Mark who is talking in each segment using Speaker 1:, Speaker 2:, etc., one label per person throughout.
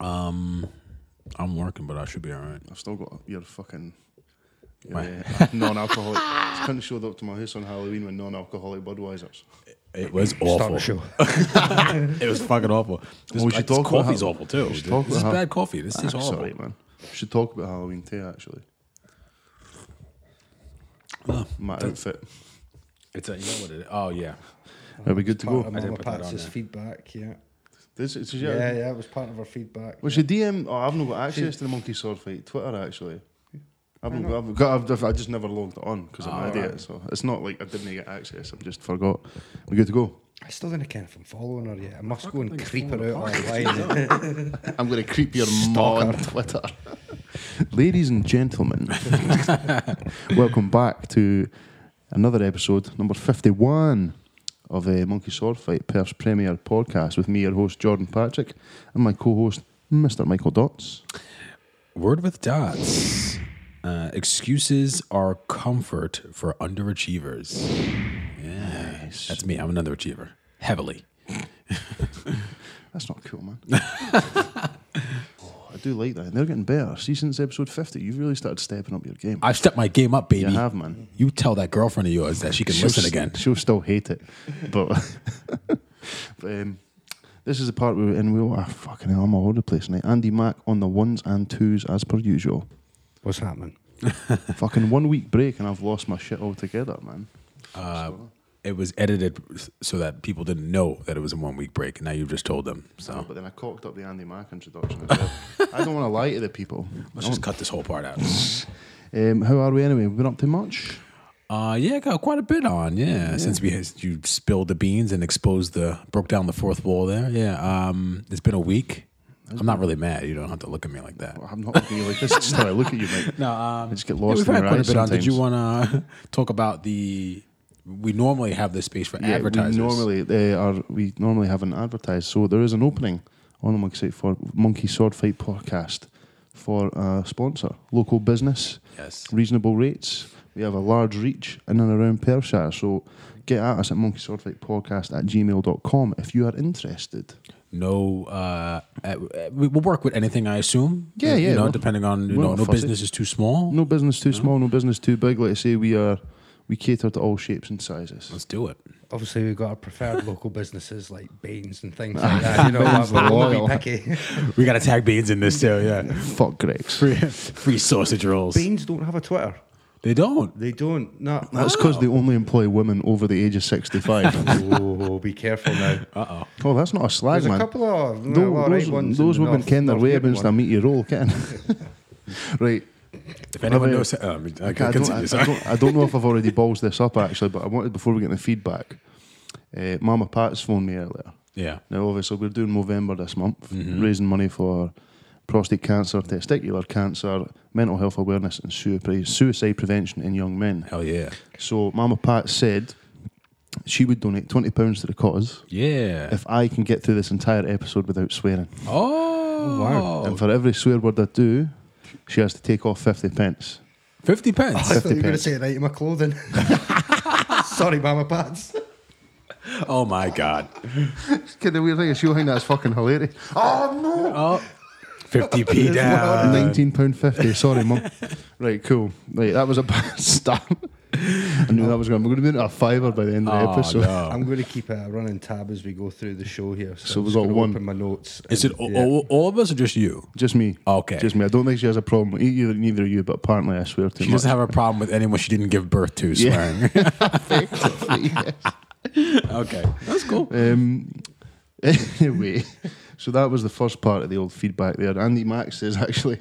Speaker 1: Um, I'm working, but I should be all right.
Speaker 2: I've still got your fucking
Speaker 1: My-
Speaker 2: uh, non-alcoholic. This cunt showed up to my house on Halloween with non-alcoholic Budweisers.
Speaker 1: It was
Speaker 3: Start
Speaker 1: awful.
Speaker 3: the show.
Speaker 1: It was fucking awful. This,
Speaker 2: we
Speaker 1: like,
Speaker 2: should
Speaker 1: this
Speaker 2: talk about
Speaker 1: coffee's
Speaker 2: how-
Speaker 1: awful too.
Speaker 2: we should
Speaker 1: This
Speaker 2: talk
Speaker 1: is
Speaker 2: about how-
Speaker 1: bad coffee. This is
Speaker 2: Ah,
Speaker 1: horrible.
Speaker 2: Sorry, man. We should talk about Halloween tea actually.
Speaker 1: No,
Speaker 2: My outfit.
Speaker 1: it's a, you know what it is. Oh yeah.
Speaker 2: Are we good to
Speaker 3: Part of
Speaker 2: go?
Speaker 1: didn't
Speaker 3: Mama
Speaker 1: put that on
Speaker 3: Pat's
Speaker 1: there.
Speaker 3: feedback, yeah.
Speaker 2: This, it's,
Speaker 3: Yeah,
Speaker 2: yeah.
Speaker 3: yeah, it was part of her feedback.
Speaker 2: We should DM. Oh, I've not got access to the monkey sword fight Twitter actually. I've, not, I've got. I've, def- I just never logged it on because I'm an idiot. So it's not like I didn't get access. I just forgot. We good to go.
Speaker 3: I still don't care if I'm following her yet. I must go and creep her out online.
Speaker 2: I'm going to creep your mom on Twitter. Ladies and gentlemen, welcome back to another episode, number 51 of the Monkey Sword Fight Perth's Premier Podcast with me, your host, Jordan Patrick, and my co host, Mr. Michael Dots.
Speaker 1: Word with dots. Uh, excuses are comfort for underachievers. Yeah, that's me. I'm an underachiever heavily.
Speaker 2: That's not cool, man. Oh, I do like that. They're getting better. See, since episode 50, you've really started stepping up your game.
Speaker 1: I've stepped my game up,
Speaker 2: you
Speaker 1: baby.
Speaker 2: have, man.
Speaker 1: You tell that girlfriend of yours that she can listen
Speaker 2: s-
Speaker 1: again.
Speaker 2: She'll still hate it, but, but, um, this is the part where and we'll ah fucking hell, I'm all over the place tonight. Andy Mack on the ones and twos as per usual.
Speaker 3: What's happening?
Speaker 2: fucking one week break and I've lost my shit altogether, man.
Speaker 1: Uh, it was edited so that people didn't know that it was a one week break. Now you've just told them. So
Speaker 2: But then I cocked up the Andy Mack introduction. as well. I don't want to lie to the people.
Speaker 1: let's just cut this whole part out.
Speaker 2: Um, how are we anyway? We've been up to much.
Speaker 1: Uh, yeah, got quite a bit on. Yeah, since we since you spilled the beans and exposed the broke down the fourth wall there. Yeah, um, it's been a week. I'm not really mad. You don't have to look at me like that.
Speaker 2: Well, I'm not looking at you like this. Just how I look at you, mate.
Speaker 1: No, um,
Speaker 2: I just get
Speaker 1: yeah,
Speaker 2: lost
Speaker 1: we've
Speaker 2: in
Speaker 1: had
Speaker 2: your
Speaker 1: quite a
Speaker 2: eyes
Speaker 1: bit on. Did you
Speaker 2: sometimes.
Speaker 1: want to talk about the? We normally have this space for advertisers.
Speaker 2: We normally they are we normally haven't advertised, so there is an opening on the Monkey Sword for Monkey Sword Fight podcast for a sponsor, local business,
Speaker 1: yes.
Speaker 2: reasonable rates. We have a large reach in and around Perthshire, so get at us at monkey sword fight podcast at gmail.com if you are interested.
Speaker 1: No, uh, uh, we- we'll work with anything. I assume.
Speaker 2: Yeah, yeah,
Speaker 1: You know,
Speaker 2: we'll-
Speaker 1: depending on you
Speaker 2: we're
Speaker 1: know,
Speaker 2: not
Speaker 1: no
Speaker 2: fussy.
Speaker 1: business is too small.
Speaker 2: No business too small, no business too big. Like I say, we are we cater to all shapes and sizes.
Speaker 1: Let's do it.
Speaker 3: Obviously, we've got our preferred local businesses like Baines and
Speaker 2: Ah,
Speaker 3: things like that. You know, we're
Speaker 2: loyal.
Speaker 3: not picky.
Speaker 1: We got to tag beans in this too. Yeah.
Speaker 2: Fuck Greg's.
Speaker 1: Free, free sausage rolls.
Speaker 3: Baines don't have a Twitter.
Speaker 1: They don't.
Speaker 3: They don't. No.
Speaker 2: That's because they only employ women over the age of sixty-five.
Speaker 3: oh, be careful now.
Speaker 2: oh, that's not a slag,
Speaker 3: There's
Speaker 2: man.
Speaker 3: a couple of
Speaker 2: Tho-
Speaker 3: well, all right
Speaker 2: those
Speaker 3: ones in
Speaker 2: those
Speaker 3: the
Speaker 2: women
Speaker 3: north-
Speaker 2: ken their
Speaker 3: North
Speaker 2: way
Speaker 3: York
Speaker 2: against a
Speaker 3: one.
Speaker 2: meaty roll, can Right.
Speaker 1: If anyone
Speaker 2: mean-
Speaker 1: knows, um, I
Speaker 2: I,
Speaker 1: can
Speaker 2: don't,
Speaker 1: continue.
Speaker 2: I- I
Speaker 1: sorry.
Speaker 2: don't- I don't know if I've already balls this up actually, but I wanted before we get the feedback. Uh, Mama Pat's phoned me earlier.
Speaker 1: Yeah.
Speaker 2: Now, obviously, we're doing November this month, raising money for prostate cancer, testicular cancer, mental health awareness, and suicide suicide prevention in young men.
Speaker 1: Hell yeah.
Speaker 2: So, Mama Pat said she would donate twenty pounds to the cause
Speaker 1: Yeah.
Speaker 2: if I can get through this entire episode without swearing.
Speaker 1: Oh,
Speaker 2: And for every swear word I do, she has to take off 50 pence.
Speaker 1: 50
Speaker 3: I
Speaker 1: pence.
Speaker 3: thought you were going to
Speaker 2: pence.
Speaker 3: say it right in my clothing. Sorry, Mama Pats.
Speaker 1: oh my God.
Speaker 2: Kid, the weird thing is she'll think that's fucking hilarious. Oh, no!
Speaker 1: Oh, 50p down.
Speaker 2: oh, £19.50, sorry, mum. right, cool. Right, that was a bad start. I knew that was going to, we're going to be into a fiver by the end of the
Speaker 1: Oh,
Speaker 2: episode.
Speaker 1: no.
Speaker 3: I'm going to keep a running tab as we go through the show here. So,
Speaker 2: So
Speaker 3: I'm
Speaker 2: we've
Speaker 3: just
Speaker 2: got
Speaker 3: gonna
Speaker 2: one.
Speaker 3: Open my notes.
Speaker 1: Is it
Speaker 3: and-
Speaker 1: all,
Speaker 3: yeah.
Speaker 1: all, all of us or just you?
Speaker 2: Just me.
Speaker 1: Okay.
Speaker 2: Just me. I don't think she has a problem. with Either, neither of you, but apparently I swear too
Speaker 1: She
Speaker 2: much.
Speaker 1: doesn't have a problem with anyone she didn't give birth to swearing. okay. That's cool.
Speaker 2: Um, anyway, so that was the first part of the old feedback there. Andy Max says, actually,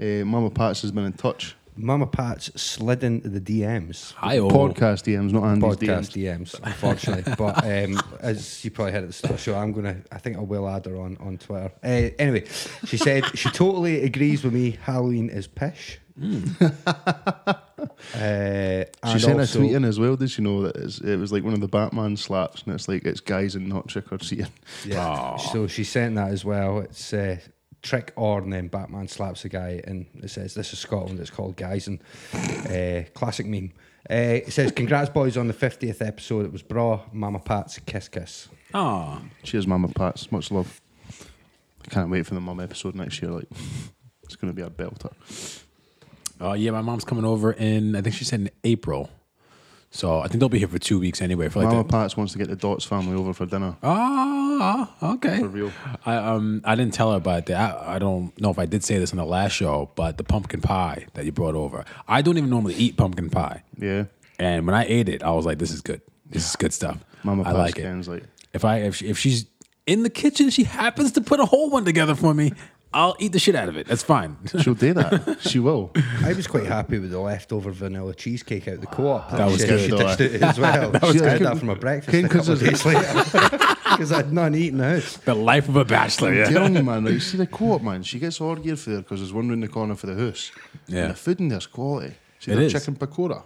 Speaker 2: uh, Mama Pats has been in touch.
Speaker 3: Mama Pats slid into the DMs.
Speaker 1: Hi, oh.
Speaker 2: Podcast DMs, not Andy's
Speaker 3: Podcast
Speaker 2: DMs.
Speaker 3: DMs, unfortunately, but um, as you probably heard at the start of the show, I'm gonna. I think I will add her on on Twitter. Uh, anyway, she said she totally agrees with me. Halloween is pish.
Speaker 1: Hmm.
Speaker 3: uh,
Speaker 2: She
Speaker 3: and
Speaker 2: sent
Speaker 3: also-
Speaker 2: a tweet in as well. Did she know that it's, it was like one of the Batman slaps, and it's like it's guys and not trick or treating.
Speaker 3: Yeah. So she sent that as well. It's uh, trick or and then Batman slaps a guy and it says this is Scotland. It's called guys and uh, classic meme. Uh, it says congrats boys on the fiftieth episode. It was bra, Mama Pat's kiss kiss.
Speaker 1: Aw.
Speaker 2: Cheers, Mama Pats. Much love. Can't wait for the mum episode next year. Like, it's going to be a belter.
Speaker 1: Uh, yeah, my mom's coming over in, I think she said in April. So I think they'll be here for two weeks anyway. For like
Speaker 2: Mama
Speaker 1: the-
Speaker 2: Pats wants to get the Dots family over for dinner.
Speaker 1: Oh, okay.
Speaker 2: For real.
Speaker 1: I um I didn't tell her about that. I, I don't know if I did say this on the last show, but the pumpkin pie that you brought over. I don't even normally eat pumpkin pie.
Speaker 2: Yeah.
Speaker 1: And when I ate it, I was like, "This is good. This is good stuff.
Speaker 2: Mama
Speaker 1: I
Speaker 2: Pats
Speaker 1: like it."
Speaker 2: Ken's like,
Speaker 1: If I if, she, if she's in the kitchen, she happens to put a whole one together for me. I'll eat the shit out of it. That's fine.
Speaker 2: she'll do that. she will.
Speaker 3: I was quite happy with the leftover vanilla cheesecake out of the co-op.
Speaker 1: That was
Speaker 3: she,
Speaker 1: good,
Speaker 3: She
Speaker 2: though,
Speaker 3: ditched it as well.
Speaker 2: was
Speaker 3: she had
Speaker 2: good.
Speaker 3: that for my breakfast
Speaker 2: King
Speaker 3: a couple of
Speaker 2: Gizzard.
Speaker 3: days later because I'd not eaten out.
Speaker 1: the life of a bachelor.
Speaker 2: I'm
Speaker 1: Yeah.
Speaker 2: telling you, man. Like, you see the co-op, man. She gets all geared for there because there's one round the corner for the house.
Speaker 1: Yeah.
Speaker 2: And the food in there's quality. See
Speaker 1: It
Speaker 2: the
Speaker 1: is.
Speaker 2: chicken pakora.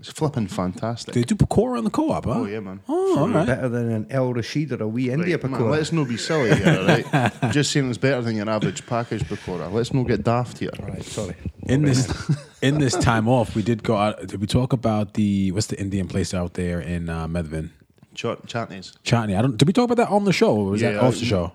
Speaker 2: It's flipping fantastic.
Speaker 1: They do pakora on the co-op, huh?
Speaker 2: Oh yeah, man.
Speaker 1: Oh, all right.
Speaker 3: Better than an El Rashid or a wee India
Speaker 2: Right, man,
Speaker 3: pakora.
Speaker 2: let's not be silly here, all right? I'm Just saying it's better than your average package pakora. Let's not get daft here.
Speaker 3: All right, sorry.
Speaker 1: in this in this time off, we did go out. Did we talk about the what's the Indian place out there in uh, Medvin?
Speaker 2: Ch- chutneys.
Speaker 1: Chutney. I don't. Did we talk about that on the show? Or was that
Speaker 2: Yeah,
Speaker 1: off
Speaker 2: I-
Speaker 1: the show?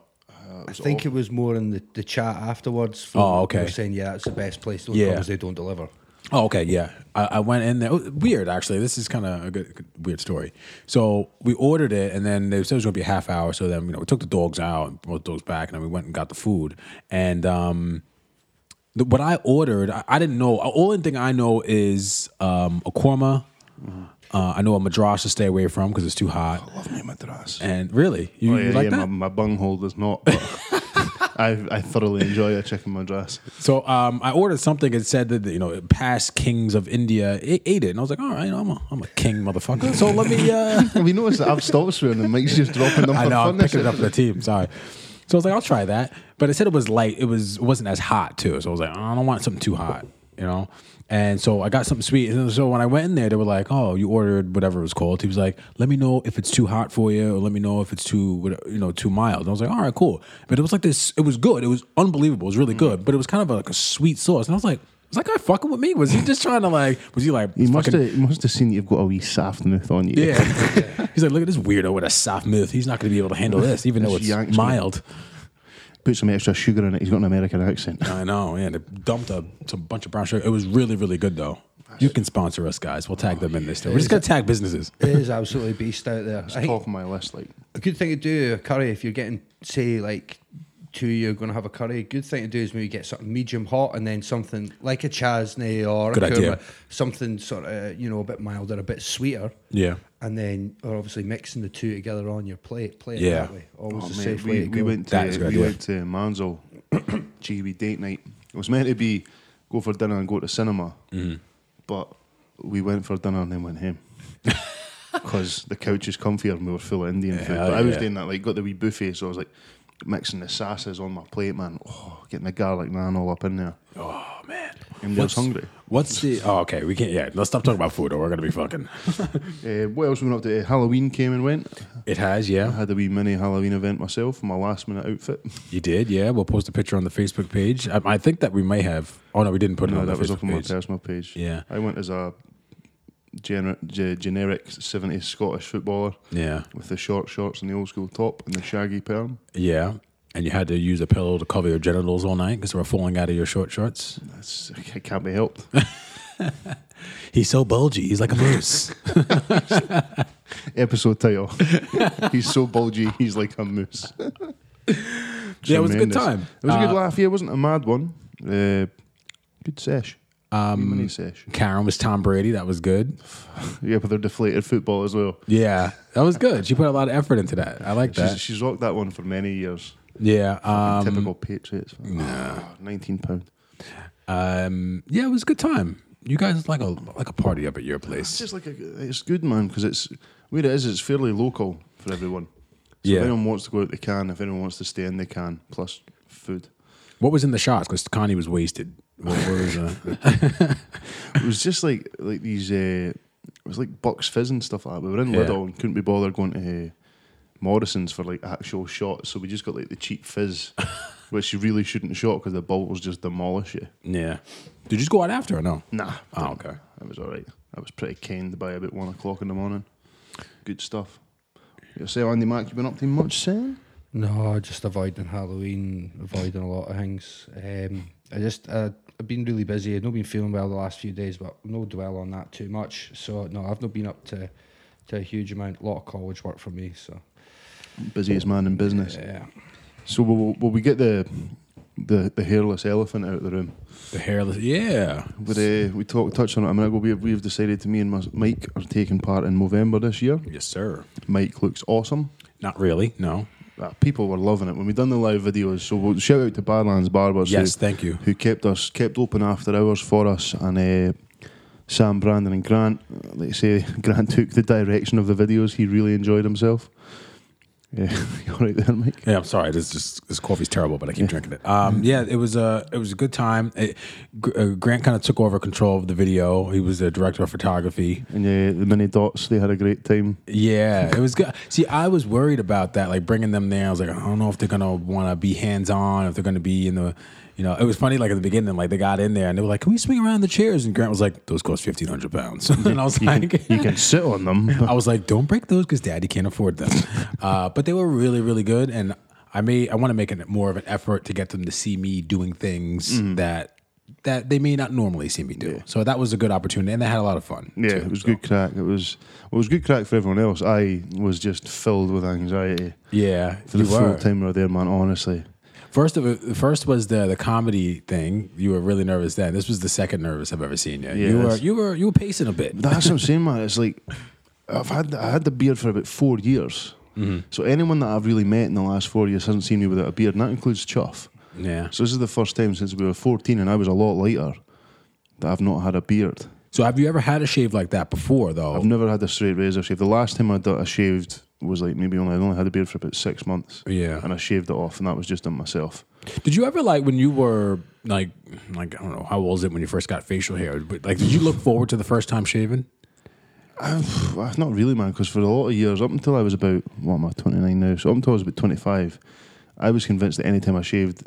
Speaker 3: I think it was more in the, the chat afterwards. for-
Speaker 1: Oh, okay.
Speaker 3: they were saying, yeah, that's the best place. Those
Speaker 1: Yeah.
Speaker 3: yeah. they don't deliver.
Speaker 1: Oh, okay, yeah. I, I went in there. oh, Weird, actually. This is kind of a good, good- weird story. So we ordered it, and then they said it was going to be a half hour. So then, you know, we took the dogs out and brought the dogs back, and then we went and got the food. And um, the, what I ordered, I, I didn't know. Uh, Only thing I know is um, a korma. Uh, I know a madras to stay away from because it's too hot.
Speaker 2: Love me madras.
Speaker 1: And really, you,
Speaker 2: Oh,
Speaker 1: you
Speaker 2: yeah,
Speaker 1: like
Speaker 2: yeah,
Speaker 1: that?
Speaker 2: my, my bunghole does not. But I, I thoroughly enjoy a chicken madras.
Speaker 1: So um, I ordered something. It said that you know past kings of India a- ate it, and I was like, all right, you know, I'm a, I'm a king, motherfucker. So let me. Uh,
Speaker 2: Have you noticed that I've stopped swearing and Mike's just dropping them for
Speaker 1: I know
Speaker 2: fun
Speaker 1: I'm
Speaker 2: this
Speaker 1: picking it up for the
Speaker 2: episode?
Speaker 1: team. Sorry. So I was like, I'll try that, but it said it was light. It was it wasn't as hot too. So I was like, I don't want something too hot, you know. And so I got something sweet. And so when I went in there, they were like, "Oh, you ordered whatever it was called." He was like, "Let me know if it's too hot for you, or let me know if it's too what- you know too mild." And I was like, "All right, cool." But it was like this. It was good. It was unbelievable. It was
Speaker 2: Mm.
Speaker 1: really good. But it was kind of like a sweet sauce. And I was like, "Was that guy fucking with me? Was he just trying to like? Was he like?"
Speaker 2: You must,
Speaker 1: fucking-
Speaker 2: have, you must have seen that you've got a wee soft mouth on you.
Speaker 1: yeah. He's like, look at this weirdo with a soft myth. He's not going to be able to handle this, even though
Speaker 2: This
Speaker 1: it's
Speaker 2: Yanks
Speaker 1: mild.
Speaker 2: Put some extra sugar in it. He's got an American accent.
Speaker 1: I know, man. They dumped a some bunch of brown sugar. It was really, really good, though. You can sponsor us, guys. We'll tag them in this. Though. We're just gonna tag businesses.
Speaker 3: It is absolutely beast out there. I think
Speaker 2: Top of my list, like
Speaker 3: a good thing to do a curry if you're getting say like two you're going to have a curry. A good thing to do is maybe get something medium hot and then something like a chasney or
Speaker 1: Good
Speaker 3: a
Speaker 1: idea.
Speaker 3: kurma, something sort of you know a bit milder, a bit sweeter.
Speaker 1: Yeah.
Speaker 3: And then, or obviously mixing the two together on your plate. Play it
Speaker 1: Yeah.
Speaker 3: that way. Always
Speaker 2: Oh,
Speaker 3: a
Speaker 2: mate,
Speaker 3: safe
Speaker 2: we,
Speaker 3: way to
Speaker 2: we
Speaker 3: go.
Speaker 2: Went to,
Speaker 1: That is a good
Speaker 2: we
Speaker 1: idea.
Speaker 2: went to Manzel, GB date night. It was meant to be go for dinner and go to cinema,
Speaker 3: Mm-hmm.
Speaker 2: but we went for dinner and then went home. Because the couch is comfier and we were full of Indian food.
Speaker 1: Hell
Speaker 2: But I was
Speaker 1: yeah.
Speaker 2: doing that, like, got the wee buffet, so I was like mixing the sasses on my plate, man. Oh, getting the garlic naan all up in there.
Speaker 1: Oh man.
Speaker 2: Anybody else hungry?
Speaker 1: What's the? Oh, okay. We can't. Yeah. Let's stop talking about food, or we're gonna be fucking.
Speaker 2: Uh, what else we went up to? Halloween came and went.
Speaker 1: It has.
Speaker 2: I
Speaker 1: Yeah.
Speaker 2: had a wee mini Halloween event myself, my last minute outfit.
Speaker 1: You did. Yeah. We'll post a picture on the Facebook page. I, I think that we may have. Oh no, we didn't put it
Speaker 2: No,
Speaker 1: on the
Speaker 2: that was
Speaker 1: Facebook
Speaker 2: up on my
Speaker 1: page.
Speaker 2: personal page.
Speaker 1: Yeah.
Speaker 2: I went as a gener- ge- generic 70s Scottish footballer
Speaker 1: Yeah.
Speaker 2: with the short shorts and the old school top and the shaggy perm.
Speaker 1: Yeah. And you had to use a pillow to cover your genitals all night because they were falling out of your short shorts.
Speaker 2: That's, it can't be helped.
Speaker 1: He's so bulgy. He's like a moose.
Speaker 2: Episode title. he's so bulgy, he's like a moose.
Speaker 1: Yeah, it was a good
Speaker 2: Tremendous.
Speaker 1: time.
Speaker 2: It was a good
Speaker 1: Uh,
Speaker 2: laugh. Yeah, it wasn't a mad one. Uh, good sesh. Um, mini sesh.
Speaker 1: Karen was Tom Brady. That was good.
Speaker 2: Yeah, but they're deflated football as well.
Speaker 1: Yeah, that was good. She put a lot of effort into that. I like
Speaker 2: She's,
Speaker 1: that.
Speaker 2: she's rocked that one for many years.
Speaker 1: Yeah. Um,
Speaker 2: Typical Patriots. Nah. 19 pound.
Speaker 1: um, yeah, it was a good time. You guys like a like a party up at your
Speaker 2: It's
Speaker 1: place.
Speaker 2: just like a, it's good, man, because it's where it is. It's fairly local for everyone. So
Speaker 1: Yeah.
Speaker 2: if anyone wants to go out, they can. If anyone wants to stay in, they can. Plus food.
Speaker 1: What was in the shots? Because Connie was wasted. What, what was, uh,
Speaker 2: It was just like like these. Uh, it was like Bucks Fizz and stuff like that. We were in
Speaker 1: Yeah.
Speaker 2: Lidl and couldn't be bothered going to uh, Morrison's for like actual shots. So we just got like the cheap fizz, which you really shouldn't shot because the bottles just demolish you.
Speaker 1: yeah. Did you just go out after or no?
Speaker 2: Nah,
Speaker 1: Oh, okay.
Speaker 2: I was all right. I was pretty caned by about one o'clock in the morning. Good stuff. Yourself, Andy Mack, you been up to much, sir?
Speaker 3: No, just avoiding Halloween, avoiding a lot of things. Um, I just uh, I've been really busy. I've not been feeling well the last few days, but no dwell on that too much. So no, I've not been up to to a huge amount. A lot of college work for me. So
Speaker 2: Busiest man in business.
Speaker 3: yeah,
Speaker 2: So will, will we get the, the the hairless elephant out of the room?
Speaker 1: The hairless, yeah.
Speaker 2: But, uh, we talked touched on it a minute ago. We have, we have decided to me and my, Mike are taking part in Movember this year.
Speaker 1: Yes, sir.
Speaker 2: Mike looks awesome.
Speaker 1: Not really. No.
Speaker 2: Uh, people were loving it when we done the live videos. So we'll shout out to Badlands Barbers.
Speaker 1: Yes, thank you.
Speaker 2: who, who kept us kept open after hours for us and. Uh, Sam, Brandon, and Grant. uh, Let's say Grant took the direction of the videos. He really enjoyed himself. Yeah, you all right there, Mike?
Speaker 1: Yeah, I'm sorry. This just this coffee's terrible, but I keep drinking it.
Speaker 2: Mm.
Speaker 1: Um, yeah, it was a it was a good time. It, Gr- uh, Grant kind of took over control of the video. He was the director of photography.
Speaker 2: And yeah, the mini dots, they had a great time.
Speaker 1: Yeah, it was good. See, I was worried about that, like bringing them there. I was like, I don't know if they're gonna want to be hands on, if they're gonna be in the, you know, it was funny. Like at the beginning, like they got in there and they were like, "Can we swing around the chairs?" And Grant was like, "Those cost fifteen hundred pounds," and I was like,
Speaker 2: You can sit on them.
Speaker 1: I was like, don't break those because daddy can't afford them. Uh, but they were really, really good. And I may, I want to make it more of an effort to get them to see me doing things
Speaker 2: Mm-hmm.
Speaker 1: that that they may not normally see me do. So that was a good opportunity, and they had a lot of fun.
Speaker 2: Yeah,
Speaker 1: too.
Speaker 2: it was
Speaker 1: So-
Speaker 2: good crack. It was well, it was good crack for everyone else. I was just filled with anxiety
Speaker 1: Yeah,
Speaker 2: for the
Speaker 1: you
Speaker 2: full
Speaker 1: were.
Speaker 2: time we were there, man. Honestly,
Speaker 1: First of it, first was the the comedy thing. You were really nervous then. This was the second nervous I've ever seen you.
Speaker 2: Yeah,
Speaker 1: you were
Speaker 2: that's-
Speaker 1: you were you were pacing a bit.
Speaker 2: that's what I'm saying, man. It's like I've had I had the beard for about four years. So anyone that I've really met in the last four years hasn't seen me without a beard, and that includes Chuff.
Speaker 1: Yeah.
Speaker 2: So this is the first time since we were 14, and I was a lot lighter that I've not had a beard.
Speaker 1: So have you ever had a shave like that before though?
Speaker 2: I've never had a straight razor shave. The last time I, done, I shaved was like maybe only I only had a beard for about six months.
Speaker 1: Yeah.
Speaker 2: and I shaved it off, and that was just on myself.
Speaker 1: Did you ever like when you were like like I don't know how old was it when you first got facial hair? But like, did you look forward to the first time shaving?
Speaker 2: I've, I've not really, man, because for a lot of years, up until I was about, what am I, 29 now? So up until I was about 25, I was convinced that anytime I shaved,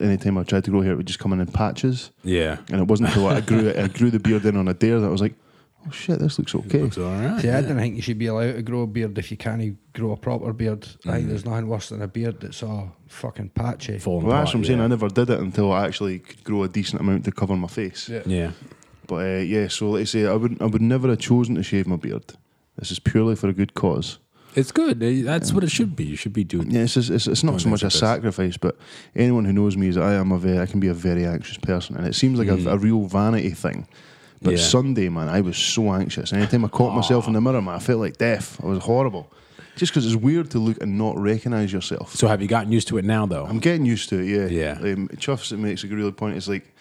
Speaker 2: anytime I tried to grow hair, it would just come in in patches.
Speaker 1: Yeah,
Speaker 2: And it wasn't until I grew it, I grew the beard in on a dare that I was like, oh shit, this looks okay.
Speaker 1: looks all right.
Speaker 3: see, I don't think you should be allowed to grow a beard if you can't grow a proper beard. I think there's nothing worse than a beard that's all fucking patchy.
Speaker 1: Falling
Speaker 2: Well, that's
Speaker 1: apart,
Speaker 2: what I'm saying.
Speaker 1: yeah.
Speaker 2: I never did it until I actually could grow a decent amount to cover my face.
Speaker 1: Yeah,
Speaker 2: But uh, yeah, so let's say I would, I would never have chosen to shave my beard. This is purely for a good cause.
Speaker 1: it's good. Eh, That's what it should be. You should be doing.
Speaker 2: Yeah, it's, just, it's, it's not
Speaker 1: Doing
Speaker 2: so much a
Speaker 1: things like
Speaker 2: sacrifice, but anyone who knows me is I am a very, I can be a very anxious person, and it seems like a, a real vanity thing. But
Speaker 1: Hmm. Yeah.
Speaker 2: Sunday, man, I was so anxious. And anytime I caught myself in the mirror, man, I felt like death. I was horrible, just because it's weird to look and not recognize yourself.
Speaker 1: So have you gotten used to it now though?
Speaker 2: I'm getting used to it. Yeah,
Speaker 1: Yeah.
Speaker 2: Um, Chuffs it makes a really point. It's like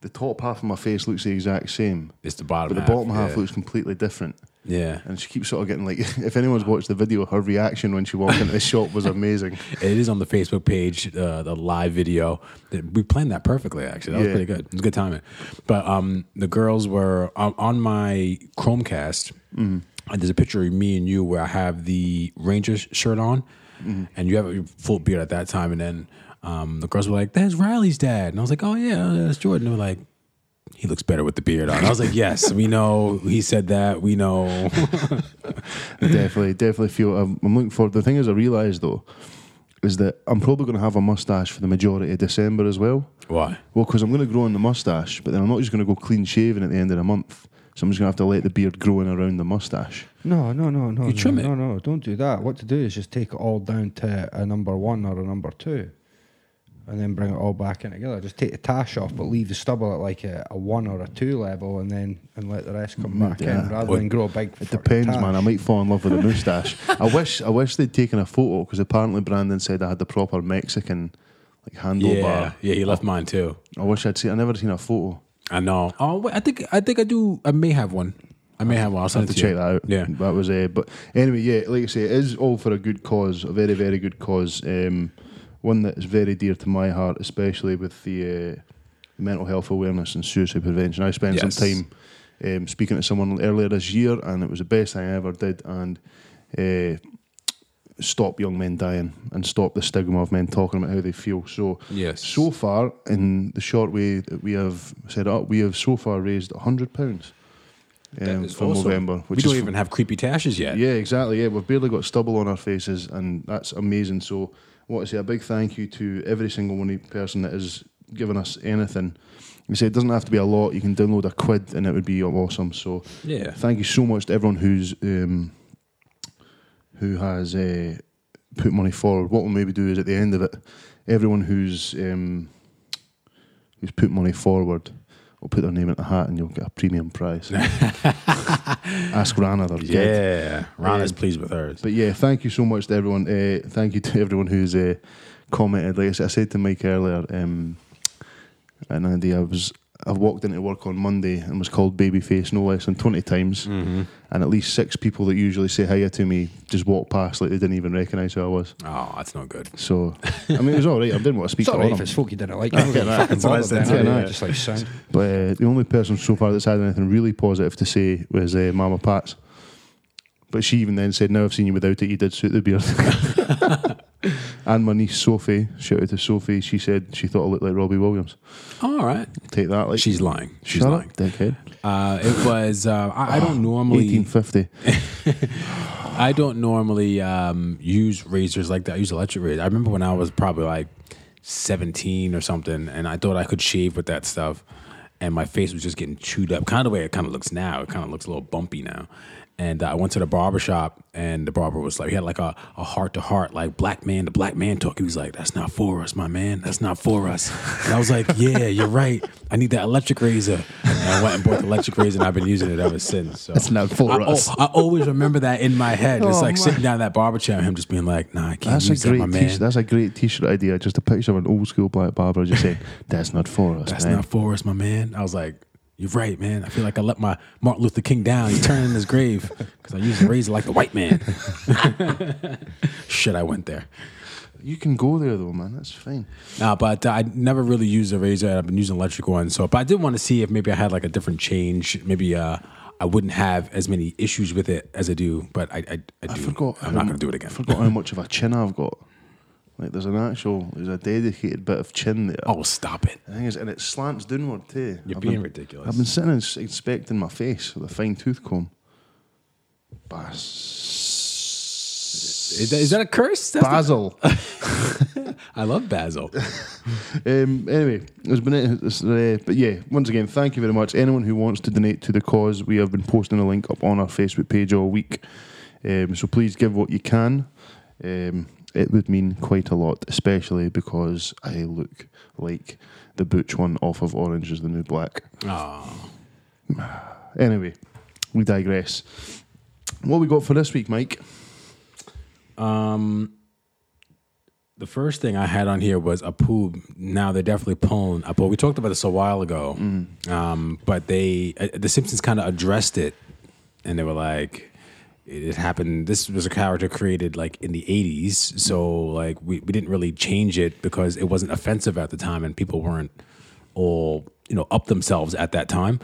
Speaker 2: the top half of my face looks the exact same,
Speaker 1: it's the bottom.
Speaker 2: but the
Speaker 1: half,
Speaker 2: bottom
Speaker 1: yeah.
Speaker 2: half looks completely different.
Speaker 1: Yeah,
Speaker 2: And she keeps sort of getting like, if anyone's watched the video, her reaction when she walked into the shop was amazing.
Speaker 1: it is on the Facebook page, uh, the live video. That- We planned that perfectly, actually. That was
Speaker 2: Yeah.
Speaker 1: pretty good. It was good timing. But um, the girls were on, on my Chromecast. And there's a picture of me and you where I have the Rangers shirt on, and you have a full beard at that time. And then um, the girls were like, "That's Riley's dad," and I was like, "Oh yeah, that's Jordan." And they were like. He looks better with the beard on. I was like, "Yes, we know." He said that. We know.
Speaker 2: definitely, definitely feel. I'm, I'm looking forward. The thing is, I realise though, is that I'm probably going to have a mustache for the majority of December as well.
Speaker 1: Why?
Speaker 2: Well, because I'm going to grow in the mustache, but then I'm not just going to go clean shaven at the end of the month. So I'm just going to have to let the beard grow in around the mustache.
Speaker 3: No, no, no, no.
Speaker 1: You
Speaker 3: no,
Speaker 1: trim it.
Speaker 3: No, no, don't do that. What to do is just take it all down to a number one or a number two, and then bring it all back in together. Just take the tash off, but leave the stubble at like a, a one or a two level, and then and let the rest come back
Speaker 2: Mm, yeah.
Speaker 3: in rather
Speaker 1: Or-
Speaker 3: than grow a big.
Speaker 2: It depends, man. I
Speaker 3: mean,
Speaker 2: might fall in love with a moustache. I wish, I wish they'd taken a photo because apparently Brandon said I had the proper Mexican like handlebar.
Speaker 1: Yeah, yeah. He left mine too.
Speaker 2: I wish I'd seen. I never seen a photo.
Speaker 1: I know. Oh, wait, I think I think I do. I may have one. I may have one. I'll
Speaker 2: I
Speaker 1: send
Speaker 2: have to
Speaker 1: it to
Speaker 2: check
Speaker 1: you.
Speaker 2: that out.
Speaker 1: Yeah.
Speaker 2: that was it. but anyway, yeah, like I say, it is all for a good cause, a very, very good cause. Um, one that is very dear to my heart, especially with the uh, mental health awareness and suicide prevention. I spent
Speaker 1: Yes.
Speaker 2: some time um, speaking to someone earlier this year, and it was the best thing I ever did. And uh, stop young men dying and stop the stigma of men talking about how they feel. So.
Speaker 1: Yes.
Speaker 2: So far, in the short way that we have set up, we have so far raised hundred pounds
Speaker 1: That
Speaker 2: um,
Speaker 1: is
Speaker 2: for
Speaker 1: awesome.
Speaker 2: November,
Speaker 1: we
Speaker 2: which
Speaker 1: don't
Speaker 2: is
Speaker 1: even have creepy tashes yet.
Speaker 2: yeah, exactly. Yeah, we've barely got stubble on our faces, and that's amazing. So want to say a big thank you to every single one of person that has given us anything. We say it doesn't have to be a lot. You can download a quid, and it would be awesome. So
Speaker 1: Yeah.
Speaker 2: thank you so much to everyone who's um, who has uh, put money forward. What we'll maybe do is at the end of it, everyone who's um, who's put money forward will put their name in the hat, and you'll get a premium prize. Ask Rana, they're dead.
Speaker 1: Yeah. Ron is pleased with hers.
Speaker 2: But yeah, thank you so much to everyone. Uh, thank you to everyone who's uh, commented. Like I said, I said to Mike earlier, um, and Andy, I was I walked into work on Monday and was called babyface no less than twenty times,
Speaker 3: Mm-hmm.
Speaker 2: and at least six people that usually say hiya to me just walked past like they didn't even recognise who I was.
Speaker 1: Oh, that's no good.
Speaker 2: So I mean, it was all right. I didn't want to speak
Speaker 3: It's
Speaker 2: to
Speaker 3: all
Speaker 2: all of
Speaker 3: right if
Speaker 2: them,
Speaker 3: it's folk you didn't like.
Speaker 2: That's
Speaker 3: you
Speaker 2: it,
Speaker 3: know,
Speaker 2: that's
Speaker 3: fucking
Speaker 1: what I
Speaker 3: bothered
Speaker 1: said,
Speaker 3: then,
Speaker 2: yeah.
Speaker 3: yeah, Just like sound.
Speaker 2: but uh, the only person so far that's had anything really positive to say was uh, Mama Pat's. But she even then said, "Now I've seen you without it, you did suit the beard." and my niece Sophie, shout out to Sophie, she said she thought I looked like Robbie Williams.
Speaker 1: All right.
Speaker 2: Take that, like
Speaker 1: She's lying. She's
Speaker 2: Shut
Speaker 1: lying.
Speaker 2: up, dickhead.
Speaker 1: Uh, it was. Uh, I, I don't normally.
Speaker 2: Eighteen fifty.
Speaker 1: I don't normally um, use razors like that. I use electric razors. I remember when I was probably like 17 or something, and I thought I could shave with that stuff, and my face was just getting chewed up, kind of the way it kind of looks now. It kind of looks a little bumpy now. And uh, I went to the barber shop, and the barber was like, he had like a heart to heart, like black man to black man talk. He was like, "That's not for us, my man. That's not for us." And I was like, "Yeah, you're right. I need that electric razor." And I went and bought the electric razor, and I've been using it ever since. So
Speaker 2: That's not for
Speaker 1: I- oh,
Speaker 2: us.
Speaker 1: I always remember that in my head. It's
Speaker 2: Oh,
Speaker 1: like
Speaker 2: my-
Speaker 1: sitting down in that barber chair, him just being like, "Nah, I can't
Speaker 2: That's
Speaker 1: use
Speaker 2: a
Speaker 1: that, my
Speaker 2: great.
Speaker 1: man.
Speaker 2: T- that's a great T-shirt idea. Just a picture of an old school black barber just saying, "That's not for us,
Speaker 1: That's
Speaker 2: man."
Speaker 1: not for us, my man." I was like, "You're right, man. I feel like I let my Martin Luther King down. He's turning in his grave because I used a razor like the white man." Shit, I went there.
Speaker 2: you can go there though, man. That's fine.
Speaker 1: Nah, but uh, I never really used a razor. I've been using electric ones. So, but I did want to see if maybe I had like a different change. Maybe uh, I wouldn't have as many issues with it as I do. But I, I, I do.
Speaker 2: I forgot.
Speaker 1: I'm
Speaker 2: how
Speaker 1: not
Speaker 2: mu-
Speaker 1: going to do it again.
Speaker 2: I forgot how much of a chin I've got. Like there's an actual, there's a dedicated bit of chin there.
Speaker 1: Oh, stop it.
Speaker 2: The thing is, and it slants downward too.
Speaker 1: You're
Speaker 2: I've
Speaker 1: being
Speaker 2: been,
Speaker 1: ridiculous.
Speaker 2: I've been sitting and s- inspecting my face with a fine tooth comb. Bas-
Speaker 1: Is that, is that a curse? That's the-
Speaker 2: Basil.
Speaker 1: I love Basil.
Speaker 2: Um, anyway, it's been it. It's, uh, but yeah, once again, thank you very much. Anyone who wants to donate to the cause, we have been posting a link up on our Facebook page all week. Um, so please give what you can. Um, it would mean quite a lot, especially because I look like the Butch one off of Orange is the New Black.
Speaker 1: Oh,
Speaker 2: Anyway, we digress. What we got for this week, Mike?
Speaker 1: the first thing I had on here was a poob. Now they're definitely pulling a poob. We talked about this a while ago, um, but they uh, the Simpsons kind of addressed it, and they were like, it, it happened. This was a character created like in the '80s, so like we, we didn't really change it because it wasn't offensive at the time, and people weren't all you know up themselves at that time.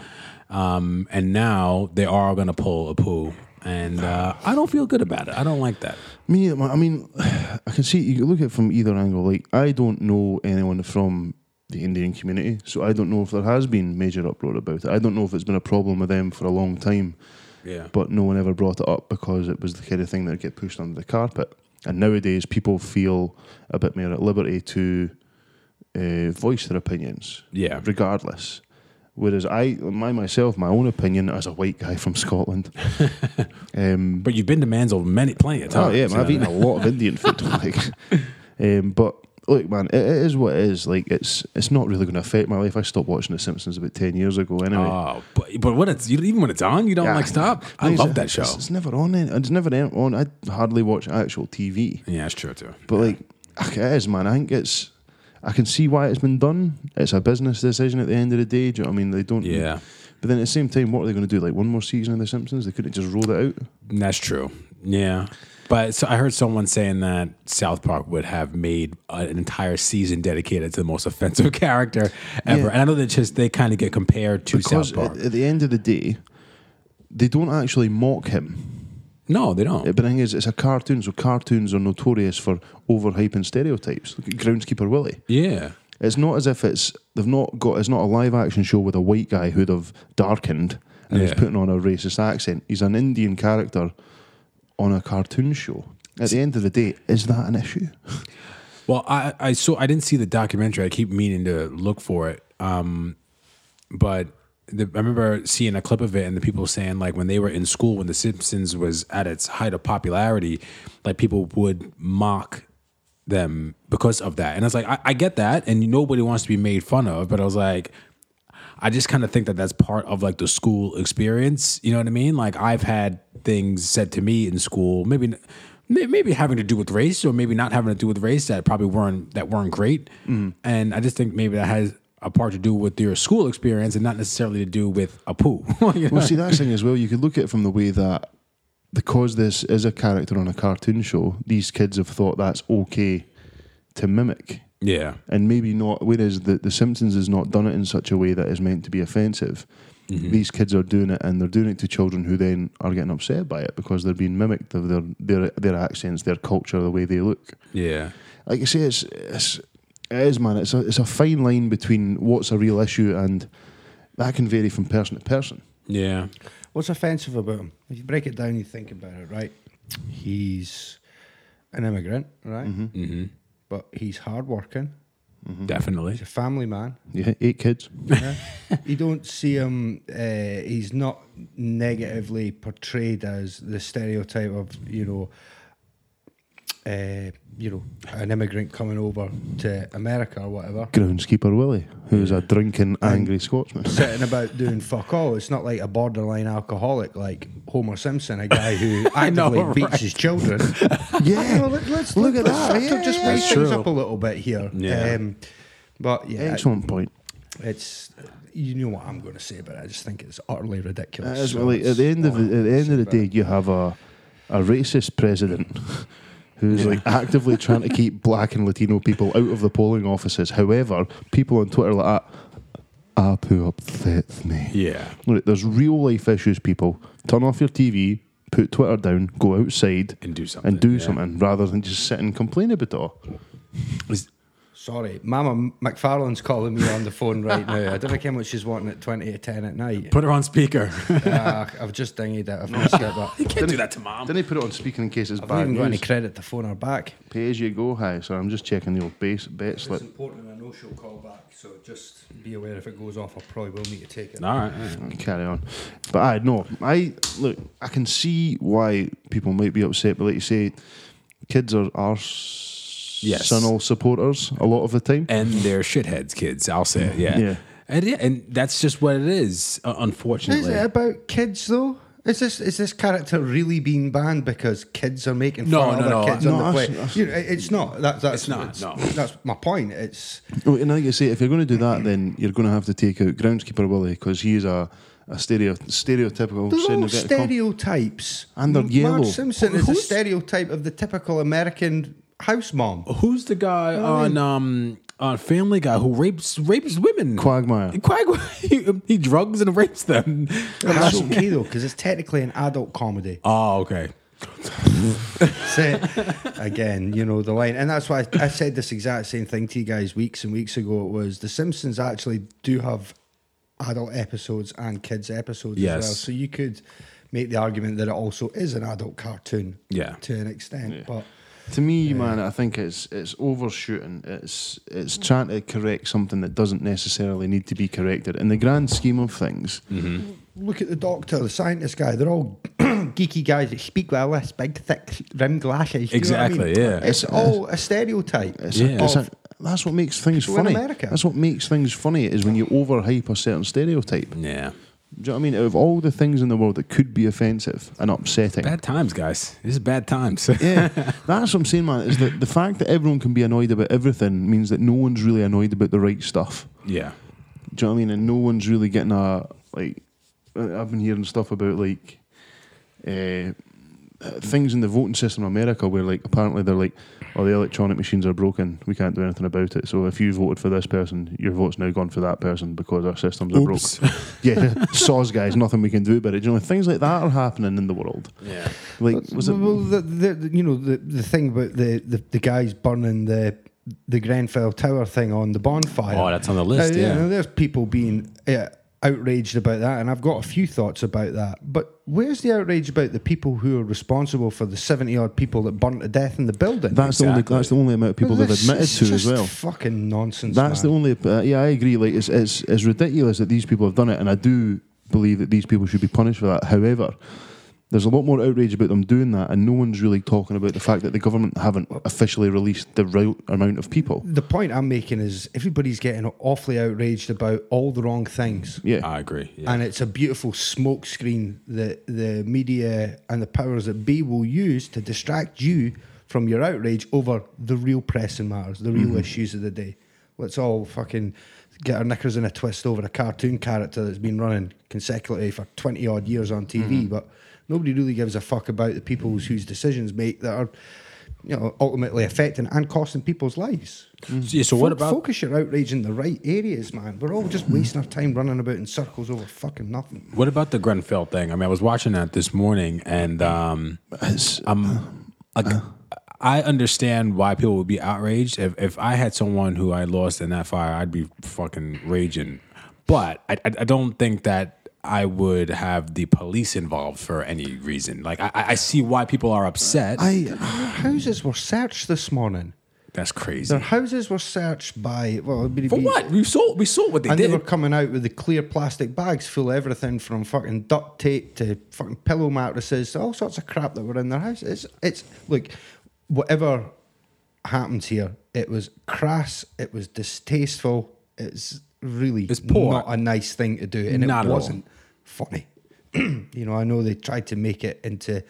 Speaker 1: Um, and now they are going to pull a poo, and uh, I don't feel good about it. I don't like that.
Speaker 2: Me, I mean, I can see you can look at it from either angle. Like, I don't know anyone from the Indian community, so I don't know if there has been major uproar about it. I don't know if it's been a problem with them for a long time,
Speaker 1: Yeah.
Speaker 2: but no one ever brought it up because it was the kind of thing that get pushed under the carpet. And nowadays, people feel a bit more at liberty to uh, voice their opinions,
Speaker 1: Yeah.
Speaker 2: regardless. Whereas I, my myself, my own opinion as a white guy from Scotland, um,
Speaker 1: But you've been to Mansell many plenty of
Speaker 2: Oh
Speaker 1: times.
Speaker 2: yeah, man,
Speaker 1: you
Speaker 2: I've
Speaker 1: know?
Speaker 2: eaten a lot of Indian food. Like, um, but look, man, it, it is what it is. Like, it's it's not really going to affect my life. I stopped watching The Simpsons about ten years ago. Anyway,
Speaker 1: Oh, but but when it's you, even when it's on, you don't
Speaker 2: Yeah.
Speaker 1: like stop. I
Speaker 2: It's-
Speaker 1: love that show.
Speaker 2: It's, it's never on. any- It's never en- on. I hardly watch actual TV.
Speaker 1: Yeah, it's true too.
Speaker 2: But like, ugh, it is, man. I think it's. I can see why it's been done. It's a business decision at the end of the day. Do you know what I mean? They don't.
Speaker 1: Yeah,
Speaker 2: But then at the same time, what are they going to do? Like one more season of The Simpsons? They couldn't just roll it out.
Speaker 1: that's true. Yeah, but so I heard someone saying that South Park would have made an entire season dedicated to the most offensive character ever.
Speaker 2: Yeah.
Speaker 1: And I know that just they kind of get compared to
Speaker 2: Because
Speaker 1: South Park.
Speaker 2: at, at the end of the day, they don't actually mock him.
Speaker 1: no, they don't.
Speaker 2: Uh, But the thing is, it's a cartoon, so cartoons are notorious for overhyping stereotypes. Look at Groundskeeper Willie.
Speaker 1: yeah,
Speaker 2: It's not as if it's they've not got. It's not a live action show with a white guy who they've darkened and he's
Speaker 1: Yeah.
Speaker 2: putting on a racist accent. He's an Indian character on a cartoon show. At the end of the day, is that an issue?
Speaker 1: Well, I, I saw I didn't see the documentary. I keep meaning to look for it. Um, but the, I remember seeing a clip of it and the people saying like when they were in school when The Simpsons was at its height of popularity, like people would mock them because of that. And I was like, I, I get that, and nobody wants to be made fun of. But I was like, I just kind of think that that's part of like the school experience. You know what I mean? Like I've had things said to me in school, maybe may- maybe having to do with race or maybe not having to do with race that probably weren't that weren't great. And I just think maybe that has a part to do with your school experience and not necessarily to do with a poo. You know?
Speaker 2: Well, see, that's the thing as well. You could look at it from the way that because this is a character on a cartoon show, these kids have thought that's okay to mimic.
Speaker 1: yeah.
Speaker 2: And maybe not, whereas the, the Simpsons has not done it in such a way that is meant to be offensive. These kids are doing it and they're doing it to children who then are getting upset by it because they're being mimicked of their, their, their accents, their culture, the way they look
Speaker 1: Yeah.
Speaker 2: like I say, it's it's it is man. It's a it's a fine line between what's a real issue and that can vary from person to person.
Speaker 1: Yeah.
Speaker 3: What's offensive about him? If you break it down, you think about it, right? He's an immigrant, right?
Speaker 2: Mm-hmm.
Speaker 1: hmm
Speaker 3: But he's hardworking.
Speaker 1: Definitely.
Speaker 3: He's a family man.
Speaker 2: Yeah, eight kids.
Speaker 3: Yeah. you don't see him. Uh, he's not negatively portrayed as the stereotype of you know, uh, you know, an immigrant coming over to America or whatever,
Speaker 2: Groundskeeper Willie, who's a drinking, angry Scotsman.
Speaker 3: sitting about doing fuck all. It's not like a borderline alcoholic like Homer Simpson, a guy who
Speaker 1: I know,
Speaker 3: actively beats
Speaker 1: right.
Speaker 3: his children.
Speaker 2: Yeah.
Speaker 3: well, let, us
Speaker 2: Look at that.
Speaker 3: Just, just
Speaker 2: Yeah,
Speaker 3: weigh
Speaker 2: yeah,
Speaker 1: yeah.
Speaker 3: things
Speaker 1: True.
Speaker 3: up a little bit here.
Speaker 1: Yeah.
Speaker 3: Um, but yeah,
Speaker 2: Excellent point.
Speaker 3: It's you know what I'm going to say, but I just think it's utterly ridiculous. Oh,
Speaker 2: That is
Speaker 3: So
Speaker 2: really, at
Speaker 3: it's-
Speaker 2: the end of the, at the end of the
Speaker 3: But-
Speaker 2: day, you have a a racist president who's like actively trying to keep black and Latino people out of the polling offices. However, people on Twitter like that, ah, who upsets me.
Speaker 1: Yeah.
Speaker 2: Look, there's real life issues, people. Turn off your TV, put Twitter down, go outside
Speaker 1: And do something.
Speaker 2: and do
Speaker 1: yeah.
Speaker 2: something rather than just sit and complain about it all.
Speaker 1: Is-
Speaker 3: Sorry, Mama McFarlane's calling me on the phone right now. I don't think how much she's wanting at twenty to ten at night.
Speaker 1: Put her on speaker.
Speaker 3: Ah, I've just dinged it. I've missed it, but
Speaker 1: you can't do that to mom.
Speaker 2: Didn't he put it on speaker in case it's
Speaker 3: Um, I've not
Speaker 2: bad
Speaker 3: even got any
Speaker 2: news?
Speaker 3: credit to phone her back.
Speaker 2: Pay as you go, hi. So I'm just checking the old base bet slip.
Speaker 3: important. I know she'll call back, so just be aware if it goes off. I probably will need to take it.
Speaker 1: All right. all right.
Speaker 2: Carry on. But I no, I look. I can see why people might be upset, but like you say, kids are our
Speaker 1: Yes.
Speaker 2: Arsenal supporters a lot of the time.
Speaker 1: and they're shitheads kids. I'll say it. Yeah.
Speaker 2: Yeah.
Speaker 1: And, yeah, and that's just what it is, uh,
Speaker 3: Is
Speaker 1: unfortunately.
Speaker 3: it about kids though? Is this is this character really being banned because kids are making
Speaker 1: No,
Speaker 3: fun
Speaker 1: no,
Speaker 3: of other
Speaker 1: no,
Speaker 3: kids
Speaker 2: no,
Speaker 3: on the
Speaker 2: abso-
Speaker 3: play? You know, it- it's not. That, that's
Speaker 1: It's not, no.
Speaker 3: That's my point. It's
Speaker 2: Oh, and like you say, if you're going to do that, then you're going to have to take out groundskeeper Willie because he's a, a stereo, stereotypical.
Speaker 3: they're
Speaker 2: Senegal-
Speaker 3: all stereotypes.
Speaker 2: And they're
Speaker 3: Marge
Speaker 2: yellow.
Speaker 3: Simpson is a
Speaker 1: Who's-
Speaker 3: stereotype of the typical American house mom.
Speaker 1: Who's the guy on um on Family Guy who rapes rapes women?
Speaker 2: Quagmire.
Speaker 1: Quagmire. He, he drugs and rapes them.
Speaker 3: That's okay though, because it's technically an adult comedy.
Speaker 1: Oh, okay.
Speaker 3: So, again, you know the line, and that's why I, I said this exact same thing to you guys weeks and weeks ago. Was the Simpsons actually do have adult episodes and kids episodes
Speaker 1: Yes.
Speaker 3: as well? So you could make the argument that it also is an adult cartoon,
Speaker 1: Yeah.
Speaker 3: to an extent. But
Speaker 2: To me, man, I think it's it's overshooting. It's it's trying to correct something that doesn't necessarily need to be corrected. In the grand scheme of things,
Speaker 3: look at the doctor, the scientist guy; they're all geeky guys that speak with this big, thick rimmed glasses. Do you know what I mean?
Speaker 1: Exactly, yeah.
Speaker 3: it's all a stereotype.
Speaker 2: it's
Speaker 1: Yeah.
Speaker 2: a, it's
Speaker 3: Of-
Speaker 2: a, that's what makes things
Speaker 3: People in
Speaker 2: funny.
Speaker 3: America.
Speaker 2: That's what makes things funny is when you overhype a certain stereotype. Do
Speaker 1: Yeah.
Speaker 2: you know what I mean? Out of all the things in the world that could be offensive and upsetting,
Speaker 1: Bad times, guys. This is bad times.
Speaker 2: yeah, that's what I'm saying, man. Is that the fact that everyone can be annoyed about everything means that no one's really annoyed about the right stuff.
Speaker 1: yeah.
Speaker 2: Do you know what I mean? And no one's really getting a like. I- I've been hearing stuff about like uh, things in the voting system in America where like apparently they're like, oh, the electronic machines are broken. We can't do anything about it. So if you voted for this person, your vote's now gone for that person because our systems
Speaker 1: Oops.
Speaker 2: are broke. yeah, saws guys, nothing we can do about it. Do you know things like that are happening in the world?
Speaker 1: Yeah.
Speaker 2: Like, was it?
Speaker 3: well, the, the, the- you know the, the thing about the, the, the guys burning the the Grenfell Tower thing on the bonfire.
Speaker 1: Oh, that's on the list,
Speaker 3: Now, you
Speaker 1: yeah.
Speaker 3: know, there's people being uh, outraged about that, and I've got a few thoughts about that. But where's the outrage about the people who are responsible for the seventy odd people that burnt to death in the building?
Speaker 2: That's the only.
Speaker 1: Exactly.
Speaker 2: That's the only amount of people they've
Speaker 3: This
Speaker 2: admitted
Speaker 3: is
Speaker 2: to as
Speaker 3: just
Speaker 2: well.
Speaker 3: Fucking nonsense.
Speaker 2: That's
Speaker 3: man.
Speaker 2: the only. Uh, yeah, I agree. Like it's, it's it's ridiculous that these people have done it, and I do believe that these people should be punished for that. However. There's a lot more outrage about them doing that, and no one's really talking about the fact that the government haven't officially released the right amount of people.
Speaker 3: the point I'm making is everybody's getting awfully outraged about all the wrong things.
Speaker 2: Yeah,
Speaker 1: I agree. Yeah.
Speaker 3: And it's a beautiful smokescreen that the media and the powers that be will use to distract you from your outrage over the real pressing matters, the real issues of the day. Let's all fucking get our knickers in a twist over a cartoon character that's been running consecutively for 20 odd years on TV, but nobody really gives a fuck about the people whose decisions make that are. You know, ultimately affecting and costing people's lives.
Speaker 1: So, Mm. yeah, so what
Speaker 3: Fo-
Speaker 1: about Hmm.
Speaker 3: focus your outrage in the right areas, man? We're all just wasting our time running about in circles over fucking nothing.
Speaker 1: what about the Grenfell thing? I mean, I was watching that this morning, and um, I'm, like, I understand why people would be outraged. If if I had someone who I lost in that fire, I'd be fucking raging. But I I, I don't think that. I would have the police involved for any reason. Like I, I I see why people are upset.
Speaker 2: I
Speaker 3: Their houses were searched this morning.
Speaker 1: That's crazy.
Speaker 3: Their houses were searched by well, it'd be-
Speaker 1: For what? We saw we saw what they
Speaker 3: And
Speaker 1: did.
Speaker 3: they were coming out with the clear plastic bags full of everything from fucking duct tape to fucking pillow mattresses to all sorts of crap that were in their house. It's it's look, whatever happened here, it was crass, it was distasteful, it's really
Speaker 1: It's poor.
Speaker 3: not a nice thing to do, and
Speaker 1: Not
Speaker 3: it
Speaker 1: at all.
Speaker 3: wasn't funny. you know, I know they tried to make it into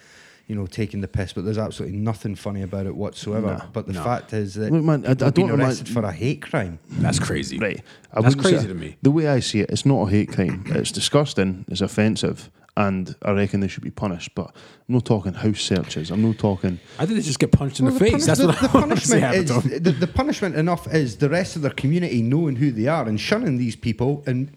Speaker 3: you know, taking the piss, but there's absolutely nothing funny about it whatsoever. but the fact is that
Speaker 2: Look, man, I- I
Speaker 3: people have been
Speaker 2: don't imagine-
Speaker 3: arrested for a hate crime.
Speaker 1: That's crazy.
Speaker 2: Right. I
Speaker 1: That's
Speaker 2: wouldn't say-
Speaker 1: crazy to me.
Speaker 2: The way I see it, it's not a hate crime. It's disgusting. It's offensive, and I reckon they should be punished. But I'm not talking house searches. I'm not talking.
Speaker 1: I think they just get punched in
Speaker 3: Well,
Speaker 1: the, face. That's
Speaker 3: punish-
Speaker 1: what
Speaker 3: the,
Speaker 1: I
Speaker 3: the
Speaker 1: want to say
Speaker 3: punishment
Speaker 1: happened
Speaker 3: is.
Speaker 1: to 'em.
Speaker 3: The, the punishment enough is the rest of their community knowing who they are and shunning these people, and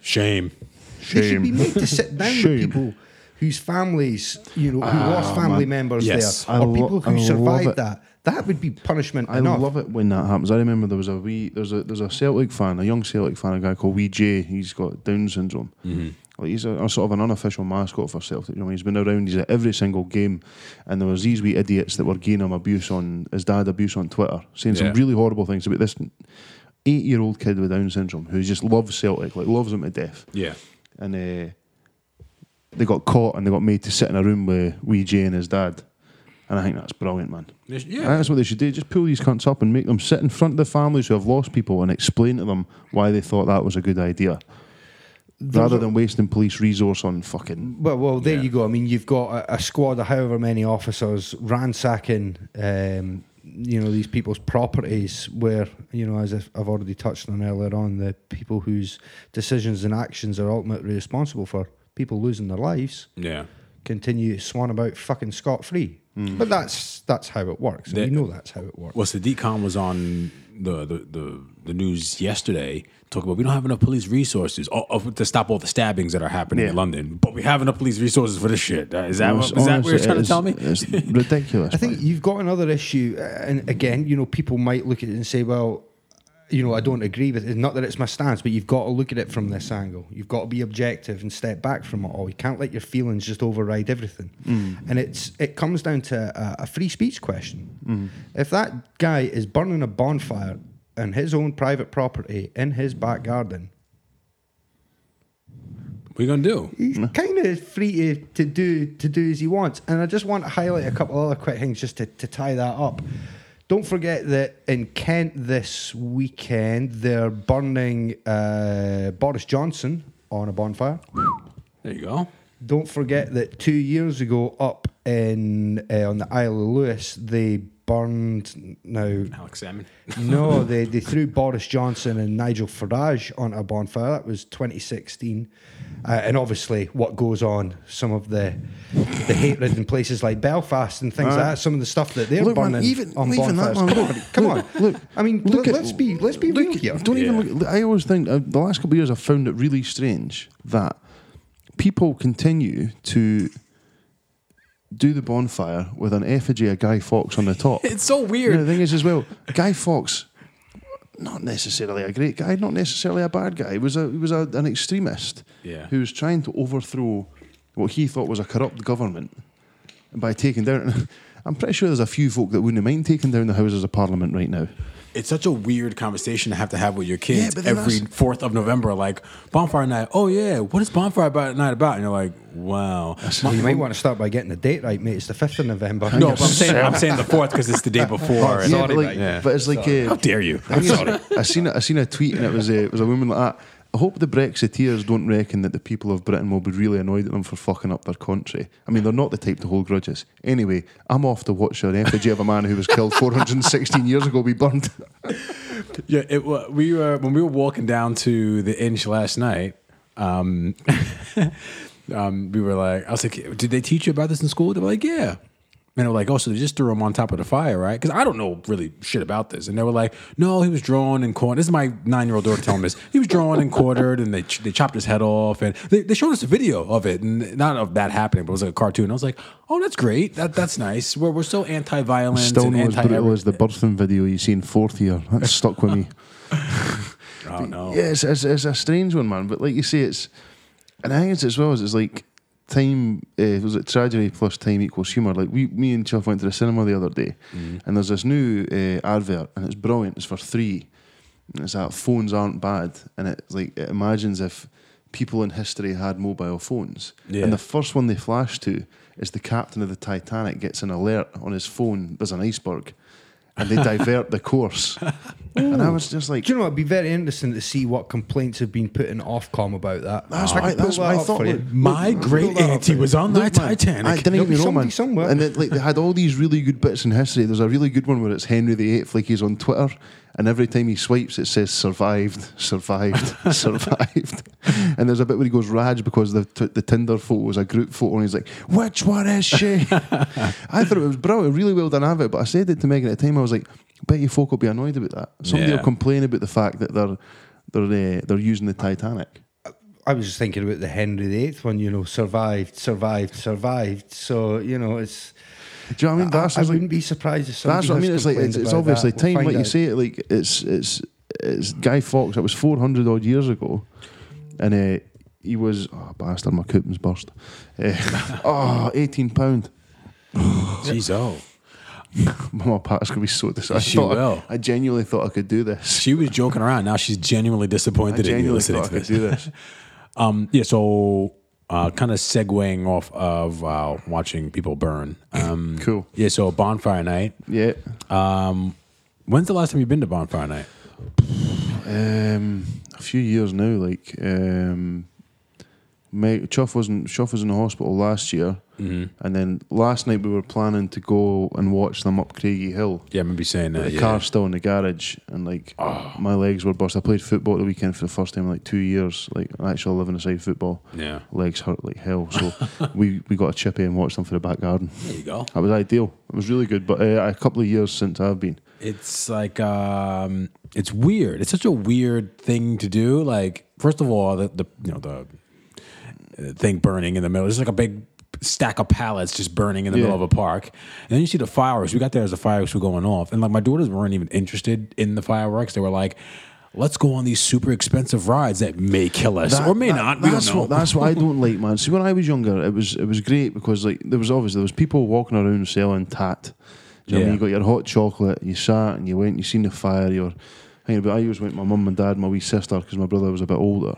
Speaker 1: Shame.
Speaker 3: they should be
Speaker 2: Shame.
Speaker 3: made to sit down with
Speaker 2: Shame. Ah,
Speaker 3: people whose families, you know, who lost family members
Speaker 1: Yes.
Speaker 3: there,
Speaker 2: I
Speaker 3: or
Speaker 2: lo-
Speaker 3: people who
Speaker 2: I love
Speaker 3: survived
Speaker 2: it.
Speaker 3: that. That would be punishment
Speaker 2: I
Speaker 3: enough.
Speaker 2: love it when that happens. I remember there was a wee there's a there's a Celtic fan, a young Celtic fan, a guy called Wee J. He's got Down syndrome. Like he's a, a sort of an unofficial mascot for Celtic. You know, he's been around. He's at every single game, and there was these wee idiots that were giving him abuse on his dad abuse on Twitter, saying
Speaker 1: Yeah.
Speaker 2: some really horrible things about this eight year old kid with Down syndrome who just loves Celtic, like loves him to death
Speaker 1: Yeah.
Speaker 2: and uh, they got caught and they got made to sit in a room with Wee J and his dad. And I think that's brilliant, man.
Speaker 1: They sh- yeah.
Speaker 2: That's what they should do. Just pull these cunts up and make them sit in front of the families who have lost people and explain to them why they thought that was a good idea. Rather than wasting police resource on fucking.
Speaker 3: Well, well, there
Speaker 1: Yeah.
Speaker 3: you go. I mean, you've got a, a squad of however many officers ransacking, um, you know, these people's properties. Where you know, as I've I've already touched on earlier on, the people whose decisions and actions are ultimately responsible for people losing their lives
Speaker 1: Yeah.
Speaker 3: continue to swan about fucking scot free. But that's that's how it works. and
Speaker 1: They-
Speaker 3: we know that's how it works.
Speaker 1: Well, Sadiq Khan was on the the, the, the news yesterday talking about we don't have enough police resources o- of- to stop all the stabbings that are happening in
Speaker 2: Yeah.
Speaker 1: London, but we have enough police resources for this shit. Uh, Is that, what,
Speaker 2: Honest-
Speaker 1: is that what
Speaker 2: honestly,
Speaker 1: you're trying to
Speaker 2: it's-
Speaker 1: tell me?
Speaker 2: It's ridiculous.
Speaker 3: I think
Speaker 2: man.
Speaker 3: you've got another issue, uh, and again, you know, people might look at it and say, "Well, you know, I don't agree with it." Not that it's my stance, but you've got to look at it from this angle. You've got to be objective and step back from it all. You can't let your feelings just override everything. And it's it comes down to a, a free speech question. If that guy is burning a bonfire on his own private property in his back garden,
Speaker 1: What are you going to do?
Speaker 3: he's kind of free to, to do to do as he wants. And I just want to highlight a couple other quick things just to, to tie that up. Don't forget that in Kent this weekend they're burning uh, Boris Johnson on a bonfire.
Speaker 1: There you go.
Speaker 3: Don't forget that two years ago, up in uh, on the Isle of Lewis, they burned. Now
Speaker 1: Alex Salmon.
Speaker 3: no, they, they threw Boris Johnson and Nigel Farage onto a bonfire. That was 2016. Uh, and obviously, what goes on, some of the the hatred in places like Belfast and things like that, some of the stuff that they're
Speaker 2: Look, man,
Speaker 3: burning
Speaker 2: even-
Speaker 3: on
Speaker 2: even that,
Speaker 3: bonfires.
Speaker 2: man,
Speaker 3: come
Speaker 2: look,
Speaker 3: on, come
Speaker 2: look,
Speaker 3: on.
Speaker 2: look,
Speaker 3: I mean,
Speaker 2: look
Speaker 3: let,
Speaker 2: at-
Speaker 3: us be let's be
Speaker 2: Look
Speaker 3: real
Speaker 2: at-
Speaker 3: here.
Speaker 2: Don't
Speaker 1: Yeah.
Speaker 2: even look. I always think uh, the last couple of years I've found it really strange that people continue to do the bonfire with an effigy of Guy Fawkes on the top.
Speaker 1: It's so
Speaker 2: You know,
Speaker 1: weird.
Speaker 2: the thing is, as well, Guy Fawkes. not necessarily a great guy, not necessarily a bad guy. He was a he was a, an extremist
Speaker 1: Yeah.
Speaker 2: who was trying to overthrow what he thought was a corrupt government by taking down. I'm pretty sure there's a few folk that wouldn't mind taking down the Houses of Parliament right now.
Speaker 1: It's such a weird conversation to have to have with your kids
Speaker 2: but then
Speaker 1: every
Speaker 2: that's-
Speaker 1: fourth of November, like bonfire night. Oh yeah, what is bonfire about night about? And you're like, wow.
Speaker 3: Well, you might want to start by getting the date right, mate. It's the 5th of November.
Speaker 1: No, but I'm saying I'm saying the fourth because it's the day before. and-
Speaker 3: Yeah, Sorry,
Speaker 2: but, like,
Speaker 3: mate.
Speaker 1: Yeah.
Speaker 2: but it's like uh,
Speaker 1: How dare you?
Speaker 2: I I seen a, I seen a tweet and it was a, it was a woman like that. I hope the Brexiteers don't reckon that the people of Britain will be really annoyed at them for fucking up their country. I mean, they're not the type to hold grudges. Anyway, I'm off to watch an effigy of a man who was killed 416 years ago be burned.
Speaker 1: Yeah, it wa we were when we were walking down to the inch last night. Um, um, we were like, I was like, did they teach you about this in school? They were like, yeah. And they were like, oh, so they just threw him on top of the fire, right? Because I don't know really shit about this. And they were like, no, he was drawn and quartered. This is my nine-year-old daughter telling me this. He was drawn and quartered, and they ch- they chopped his head off, and they, they showed us a video of it, and not of that happening, but it was like a cartoon. I was like, oh, that's great. That that's nice. We're we're so anti-violence
Speaker 2: Still
Speaker 1: and
Speaker 2: not as
Speaker 1: anti.
Speaker 2: brutal as the birthing video you see in fourth year. That stuck with me.
Speaker 1: oh no.
Speaker 2: Yeah, it's, it's, it's a strange one, man. But like you say, it's and I think it's as well as it's like time. Uh, was it tragedy plus time equals humor? Like we, me and Chuff went to the cinema the other day, and there's this new uh, advert, and it's brilliant. It's for three. And it's that phones aren't bad, and it's like it imagines if people in history had mobile phones,
Speaker 1: Yeah.
Speaker 2: and the first one they flash to is the captain of the Titanic gets an alert on his phone. There's an iceberg. And they divert the course, and I was just like,
Speaker 3: Do you know, it'd be very interesting to see what complaints have been put in Ofcom about that.
Speaker 2: That's
Speaker 3: I could
Speaker 2: why-
Speaker 3: pull
Speaker 2: that's
Speaker 3: that
Speaker 2: why I
Speaker 3: up
Speaker 2: thought
Speaker 3: for you.
Speaker 2: that-
Speaker 1: My great auntie was on the
Speaker 2: Look, man, I
Speaker 1: Titanic.
Speaker 2: didn't
Speaker 3: There'll
Speaker 2: even
Speaker 3: be
Speaker 2: know,
Speaker 3: somebody
Speaker 2: man.
Speaker 3: somewhere.
Speaker 2: And then, like, they had all these really good bits in history. There's a really good one where it's Henry VIII, like he's on Twitter, and every time he swipes, it says "survived, survived, survived." And there's a bit where he goes rage because the t- the Tinder photo was a group photo, and he's like, "Which one is she?" I thought it was brilliant, really well done advert. But I said it to Megan at the time. I was like, "Bet you folk will be annoyed about that. Somebody
Speaker 1: Yeah.
Speaker 2: will complain about the fact that they're they're uh, they're using the Titanic."
Speaker 3: I was just thinking about the Henry VIII one, you know, survived, survived, survived. So, you know, it's.
Speaker 2: Do you know what I mean?
Speaker 3: I,
Speaker 2: That's
Speaker 3: I
Speaker 2: just like-
Speaker 3: wouldn't be surprised if somebody
Speaker 2: That's what I
Speaker 3: has
Speaker 2: mean. It's like
Speaker 3: complained
Speaker 2: it's, it's
Speaker 3: about
Speaker 2: obviously
Speaker 3: that. We'll
Speaker 2: time,
Speaker 3: find
Speaker 2: like you
Speaker 3: out.
Speaker 2: say. It like it's it's it's Guy Fawkes. That was four hundred odd years ago, and uh, he was oh bastard. My coupons burst. Uh, oh, 18 pound.
Speaker 1: Jeez, oh.
Speaker 2: My part's gonna be so disappointed.
Speaker 1: She
Speaker 2: I, thought-
Speaker 1: will.
Speaker 2: I genuinely thought I could do this.
Speaker 1: She was joking around. Now she's genuinely
Speaker 2: I
Speaker 1: disappointed in you
Speaker 2: genuinely
Speaker 1: listening
Speaker 2: thought I
Speaker 1: to
Speaker 2: could
Speaker 1: this.
Speaker 2: do this.
Speaker 1: Um, yeah, so uh, kind of segueing off of uh, watching people burn. Um,
Speaker 2: Cool.
Speaker 1: Yeah, so bonfire night.
Speaker 2: Yeah.
Speaker 1: Um, when's the last time you've been to bonfire night?
Speaker 2: Um, a few years now. Like, um, Meg, Chuff wasn't Chuff was in the hospital last year,
Speaker 1: Mm-hmm.
Speaker 2: and then last night we were planning to go and watch them up Craigie Hill.
Speaker 1: Yeah, I remember you saying
Speaker 2: But
Speaker 1: that.
Speaker 2: the
Speaker 1: Uh, yeah.
Speaker 2: car's still in the garage, and like
Speaker 1: Oh.
Speaker 2: my legs were burst. I played football at the weekend for the first time in like two years, like actual living aside football.
Speaker 1: Yeah.
Speaker 2: Legs hurt like hell, so we we got a chippy and watched them for the back garden.
Speaker 1: There you go.
Speaker 2: That was ideal. It was really good, but uh, a couple of years since I've been.
Speaker 1: It's like um, it's weird. It's such a weird thing to do. Like first of all, the, the you know the uh, thing burning in the middle. It's like a big stack of pallets just burning in the
Speaker 2: Yeah.
Speaker 1: middle of a park. And then you see the fireworks. We got there as the fireworks were going off, and like my daughters weren't even interested in the fireworks. They were like. Let's go on these super expensive rides that may kill us
Speaker 2: That-
Speaker 1: or may
Speaker 2: that-
Speaker 1: not. We don't
Speaker 2: that's
Speaker 1: know.
Speaker 2: What, that's what I don't like, man. See, when I was younger, it was it was great because like there was obviously there was people walking around selling tat. Do you know what I mean?
Speaker 1: Yeah.
Speaker 2: You got your hot chocolate, you sat and you went, you seen the fire. You're thinking about. I always went with my mum and dad, and my wee sister, because my brother was a bit older.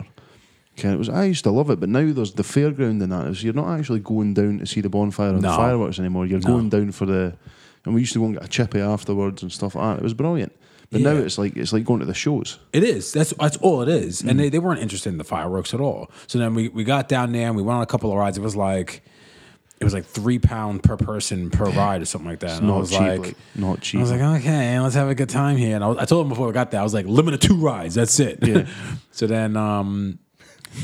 Speaker 2: Okay, it was. I used to love it, but now there's the fairground and that. So you're not actually going down to see the bonfire and
Speaker 1: No.
Speaker 2: the fireworks anymore. You're going down for the, and we used to go and get a chippy afterwards and stuff like that. It was brilliant. But now
Speaker 1: Yeah.
Speaker 2: it's like it's like going to the shows.
Speaker 1: It is. That's that's all it is. And they,
Speaker 2: Mm-hmm.
Speaker 1: they weren't interested in the fireworks at all. So then we, we got down there and we went on a couple of rides. It was like it was like three pound per person per ride or something like that. and I
Speaker 2: Not
Speaker 1: was
Speaker 2: cheap,
Speaker 1: like,
Speaker 2: like, not cheap.
Speaker 1: I was like, okay, let's have a good time here. And I, was- I told him before we got there, I was like, limit of two rides. That's it.
Speaker 2: Yeah.
Speaker 1: so then um,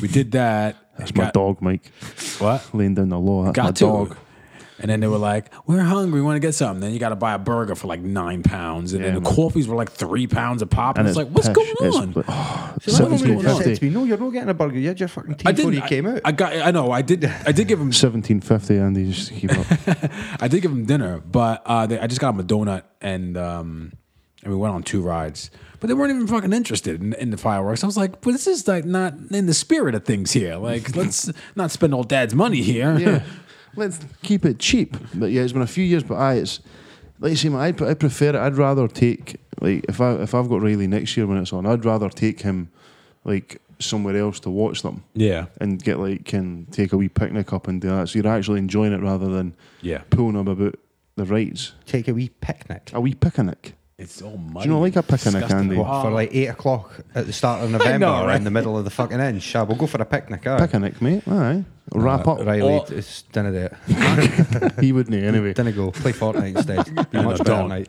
Speaker 1: we did that.
Speaker 2: That's my dog, Mike.
Speaker 1: What?
Speaker 2: laying down the law. That's
Speaker 1: got
Speaker 2: my
Speaker 1: to.
Speaker 2: dog.
Speaker 1: And then they were like, "We're hungry. We want to get something." Then you got to buy a burger for like nine pounds, and
Speaker 2: Yeah,
Speaker 1: then the
Speaker 2: man.
Speaker 1: coffees were like three pounds a pop. And, it's, like, what's
Speaker 2: pish.
Speaker 1: going
Speaker 2: It's-
Speaker 1: on?
Speaker 2: oh,
Speaker 3: So that woman
Speaker 1: going on?
Speaker 3: said
Speaker 2: 1750.
Speaker 3: to me, no, you're not getting a burger. You had your fucking tea before you
Speaker 1: I-
Speaker 3: came out.
Speaker 1: I got. I know. I did. I did give him.
Speaker 2: 1750, Andy, just to keep up.
Speaker 1: I did give him dinner, but uh, they, I just got him a donut, and um, and we went on two rides. But they weren't even fucking interested in, in the fireworks. I was like, but this is like not in the spirit of things here. Like, let's not spend old dad's money here.
Speaker 2: yeah. Let's keep it cheap. But yeah, it's been a few years, but aye, it's like you say, man, I, I prefer it. I'd rather take like if I if I've got Riley next year when it's on, I'd rather take him like somewhere else to watch them
Speaker 1: yeah.
Speaker 2: and get like can take a wee picnic up and do that. So you're actually enjoying it rather than
Speaker 1: Yeah.
Speaker 2: pulling up about the rights.
Speaker 3: Take a wee picnic.
Speaker 2: A wee picnic.
Speaker 1: It's so
Speaker 2: Do
Speaker 1: muddy.
Speaker 2: you not like a picnic,
Speaker 3: Disgusting.
Speaker 2: Andy?
Speaker 3: What, for like eight o'clock at the start of November
Speaker 1: know,
Speaker 3: or
Speaker 1: right?
Speaker 3: in the middle of the fucking end. Shall we'll go for a picnic, aye?
Speaker 2: Picnic, mate. Aye. Wrap up.
Speaker 3: Riley,
Speaker 1: Or-
Speaker 3: it's dinner there.
Speaker 2: He wouldn't anyway.
Speaker 3: Dinner go. Play Fortnite instead. Be much better
Speaker 1: Don't.
Speaker 3: night.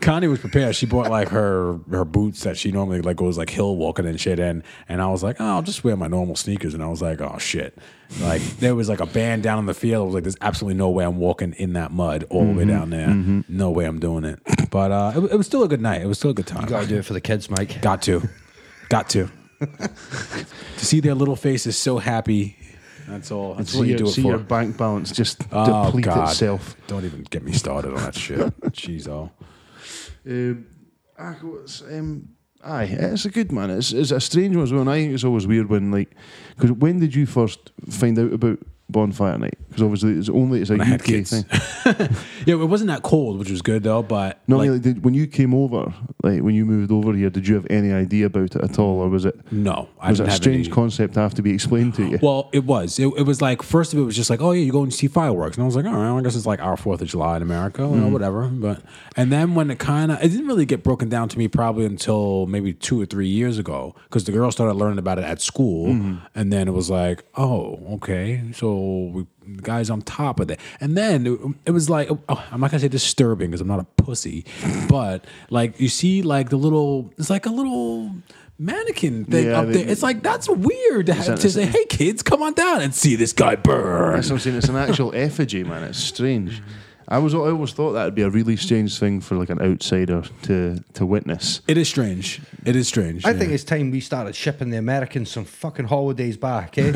Speaker 1: Connie was prepared. She bought like her her boots that she normally like goes like hill walking and shit in. And I was like, oh, I'll just wear my normal sneakers. And I was like, oh shit. Like there was like a band down in the field. I was like, there's absolutely no way I'm walking in that mud all
Speaker 3: Mm-hmm.
Speaker 1: the way down there. No way I'm doing it. But uh, it, it was still a good night. It was still a good time.
Speaker 3: You gotta do it for the kids, Mike.
Speaker 1: Got to. Got to. to see their little faces so happy. That's all. That's
Speaker 2: see
Speaker 1: what you
Speaker 2: your,
Speaker 1: do it
Speaker 2: see
Speaker 1: for.
Speaker 2: your bank balance just
Speaker 1: Oh,
Speaker 2: deplete
Speaker 1: God.
Speaker 2: itself.
Speaker 1: Don't even get me started on that shit. Jeez, oh.
Speaker 2: Um, ah, what's, um, aye, it's a good man. It's, it's a strange one as well. And I think it's always weird when, like, because when did you first find out about Bonfire Night? Because obviously it's only it's a
Speaker 1: When I
Speaker 2: UK
Speaker 1: had kids.
Speaker 2: thing.
Speaker 1: Yeah, it wasn't that cold, which was good though. But
Speaker 2: No, I
Speaker 1: like,
Speaker 2: mean, like, did, when you came over, like when you moved over here, did you have any idea about it at all, or was it
Speaker 1: no, I
Speaker 2: was it
Speaker 1: didn't
Speaker 2: a
Speaker 1: have
Speaker 2: strange
Speaker 1: any.
Speaker 2: concept to have to be explained to you?
Speaker 1: Well, it was. It, it was like first of it was just like, oh yeah, you go and see fireworks, and I was like, all right, I guess it's like our Fourth of July in America, you
Speaker 2: Mm-hmm.
Speaker 1: know, whatever. But and then when it kind of, it didn't really get broken down to me probably until maybe two or three years ago, because the girls started learning about it at school,
Speaker 2: Mm-hmm.
Speaker 1: and then it was like, oh, okay, so we the guys on top of that, and then it, it was like, oh, I'm not gonna say disturbing because I'm not a pussy, but like you see, like the little, it's like a little. Mannequin thing
Speaker 2: Yeah,
Speaker 1: up
Speaker 2: they-
Speaker 1: there. It's like that's weird to, have,
Speaker 2: that-
Speaker 1: to say, hey kids, come on down and see this guy burn.
Speaker 2: That's what I'm saying. It's an actual effigy, man. It's strange. I was I always thought that would be a really strange thing for like an outsider to to witness.
Speaker 1: It is strange. It is strange.
Speaker 3: I
Speaker 1: yeah.
Speaker 3: think it's time we started shipping the Americans some fucking holidays back, eh?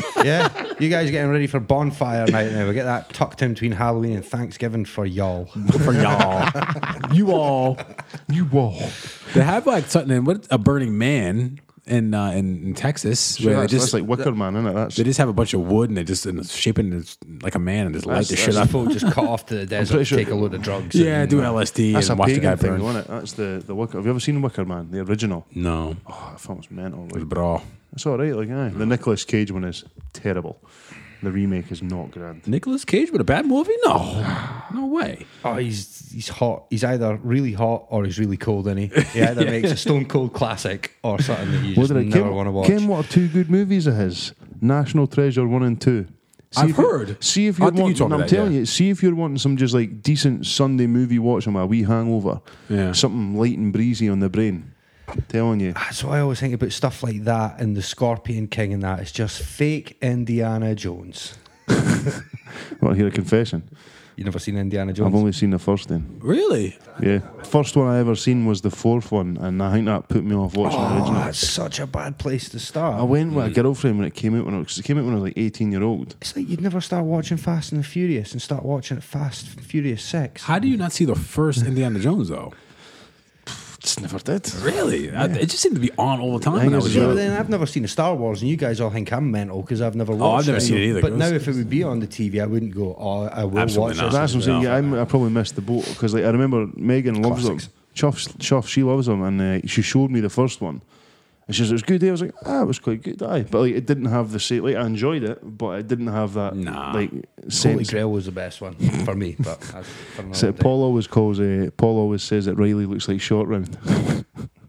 Speaker 3: yeah? You guys getting ready for bonfire night now. We get that tucked in between Halloween and Thanksgiving for y'all.
Speaker 2: Mm.
Speaker 1: for y'all. you all.
Speaker 2: You wall.
Speaker 1: They have like something in what a burning man in uh, in, in Texas
Speaker 2: Sure,
Speaker 1: where they
Speaker 2: that's,
Speaker 1: just
Speaker 2: that's like Wicker Man, isn't it? That's
Speaker 1: they just have a bunch of wood and they just and it's shaping it like a man and just light
Speaker 2: That's-
Speaker 1: the shit
Speaker 2: that's
Speaker 1: up.
Speaker 3: People just cut off to the desert,
Speaker 2: pretty sure-
Speaker 3: take a load of drugs.
Speaker 1: Yeah,
Speaker 3: and-
Speaker 1: do LSD
Speaker 2: that's a
Speaker 1: and watch the guy
Speaker 2: pagan thing,
Speaker 1: burn.
Speaker 2: isn't it? That's the the Wicker. Have you ever seen Wicker Man, the original?
Speaker 1: No,
Speaker 2: Oh, that film was mental.
Speaker 1: it was
Speaker 2: Like,
Speaker 1: bra.
Speaker 2: it's all right. Like, aye. the Nicolas Cage one is terrible. The remake is not grand.
Speaker 1: Nicolas Cage with a bad movie? No, no way.
Speaker 3: Oh, he's he's hot. He's either really hot or he's really cold, isn't he? He either makes a stone cold classic or something that you just never
Speaker 2: Came,
Speaker 3: want to watch.
Speaker 2: Ken, what are two good movies of his? National Treasure one and two.
Speaker 1: I've
Speaker 2: if you-
Speaker 1: heard.
Speaker 2: see if
Speaker 1: I
Speaker 2: you're
Speaker 1: think you
Speaker 2: wanting.
Speaker 1: told me
Speaker 2: I'm
Speaker 1: that,
Speaker 2: telling
Speaker 1: yeah.
Speaker 2: you. See if you're wanting some just like decent Sunday movie watching with a wee hangover.
Speaker 1: Yeah.
Speaker 2: Something light and breezy on the brain. telling you.
Speaker 3: That's what I always think about stuff like that and the Scorpion King and that. It's just fake Indiana Jones.
Speaker 2: Want to hear a confession?
Speaker 3: You never seen Indiana Jones?
Speaker 2: I've only seen the first then.
Speaker 1: Really?
Speaker 2: Yeah. First one I ever seen was the fourth one, and I think that put me off watching the
Speaker 3: Oh,
Speaker 2: original.
Speaker 3: that's such a bad place to
Speaker 2: I
Speaker 3: start.
Speaker 2: went with a girlfriend when it came out when I was, it came out when I was like 18 year old.
Speaker 3: It's like you'd never start watching Fast and the Furious and start watching it Fast and Furious 6.
Speaker 1: How do you not see the first Indiana Jones though?
Speaker 2: Just never did.
Speaker 1: Really? I, it just seemed to be on all the time
Speaker 2: think
Speaker 1: when I
Speaker 2: it's
Speaker 1: was
Speaker 3: See,
Speaker 1: young.
Speaker 3: but then I've never seen a Star Wars, and you guys all think I'm mental because I've never watched
Speaker 1: Oh, I've never seen it either,
Speaker 3: But
Speaker 1: it
Speaker 3: now,
Speaker 1: was-
Speaker 3: if it would be on the TV, I wouldn't go, oh, I will
Speaker 1: Absolutely
Speaker 3: watch
Speaker 1: not.
Speaker 3: it.
Speaker 2: That's what I'm saying.
Speaker 1: No.
Speaker 2: Yeah, I'm, I probably missed the boat because like I remember Megan loves them. Chuff, Chuff, she loves them, and uh, she showed me the first one. And she says it was good. eh?" I was like, ah, it was quite good. Aye, but like it didn't have the same. Like I enjoyed it, but it didn't have that
Speaker 1: Nah.
Speaker 2: like
Speaker 3: Holy
Speaker 2: sense.
Speaker 3: Grail was the best one for me, but that's for another
Speaker 2: So
Speaker 3: day.
Speaker 2: Paul always calls. Uh, Paul always says that Riley looks like short round.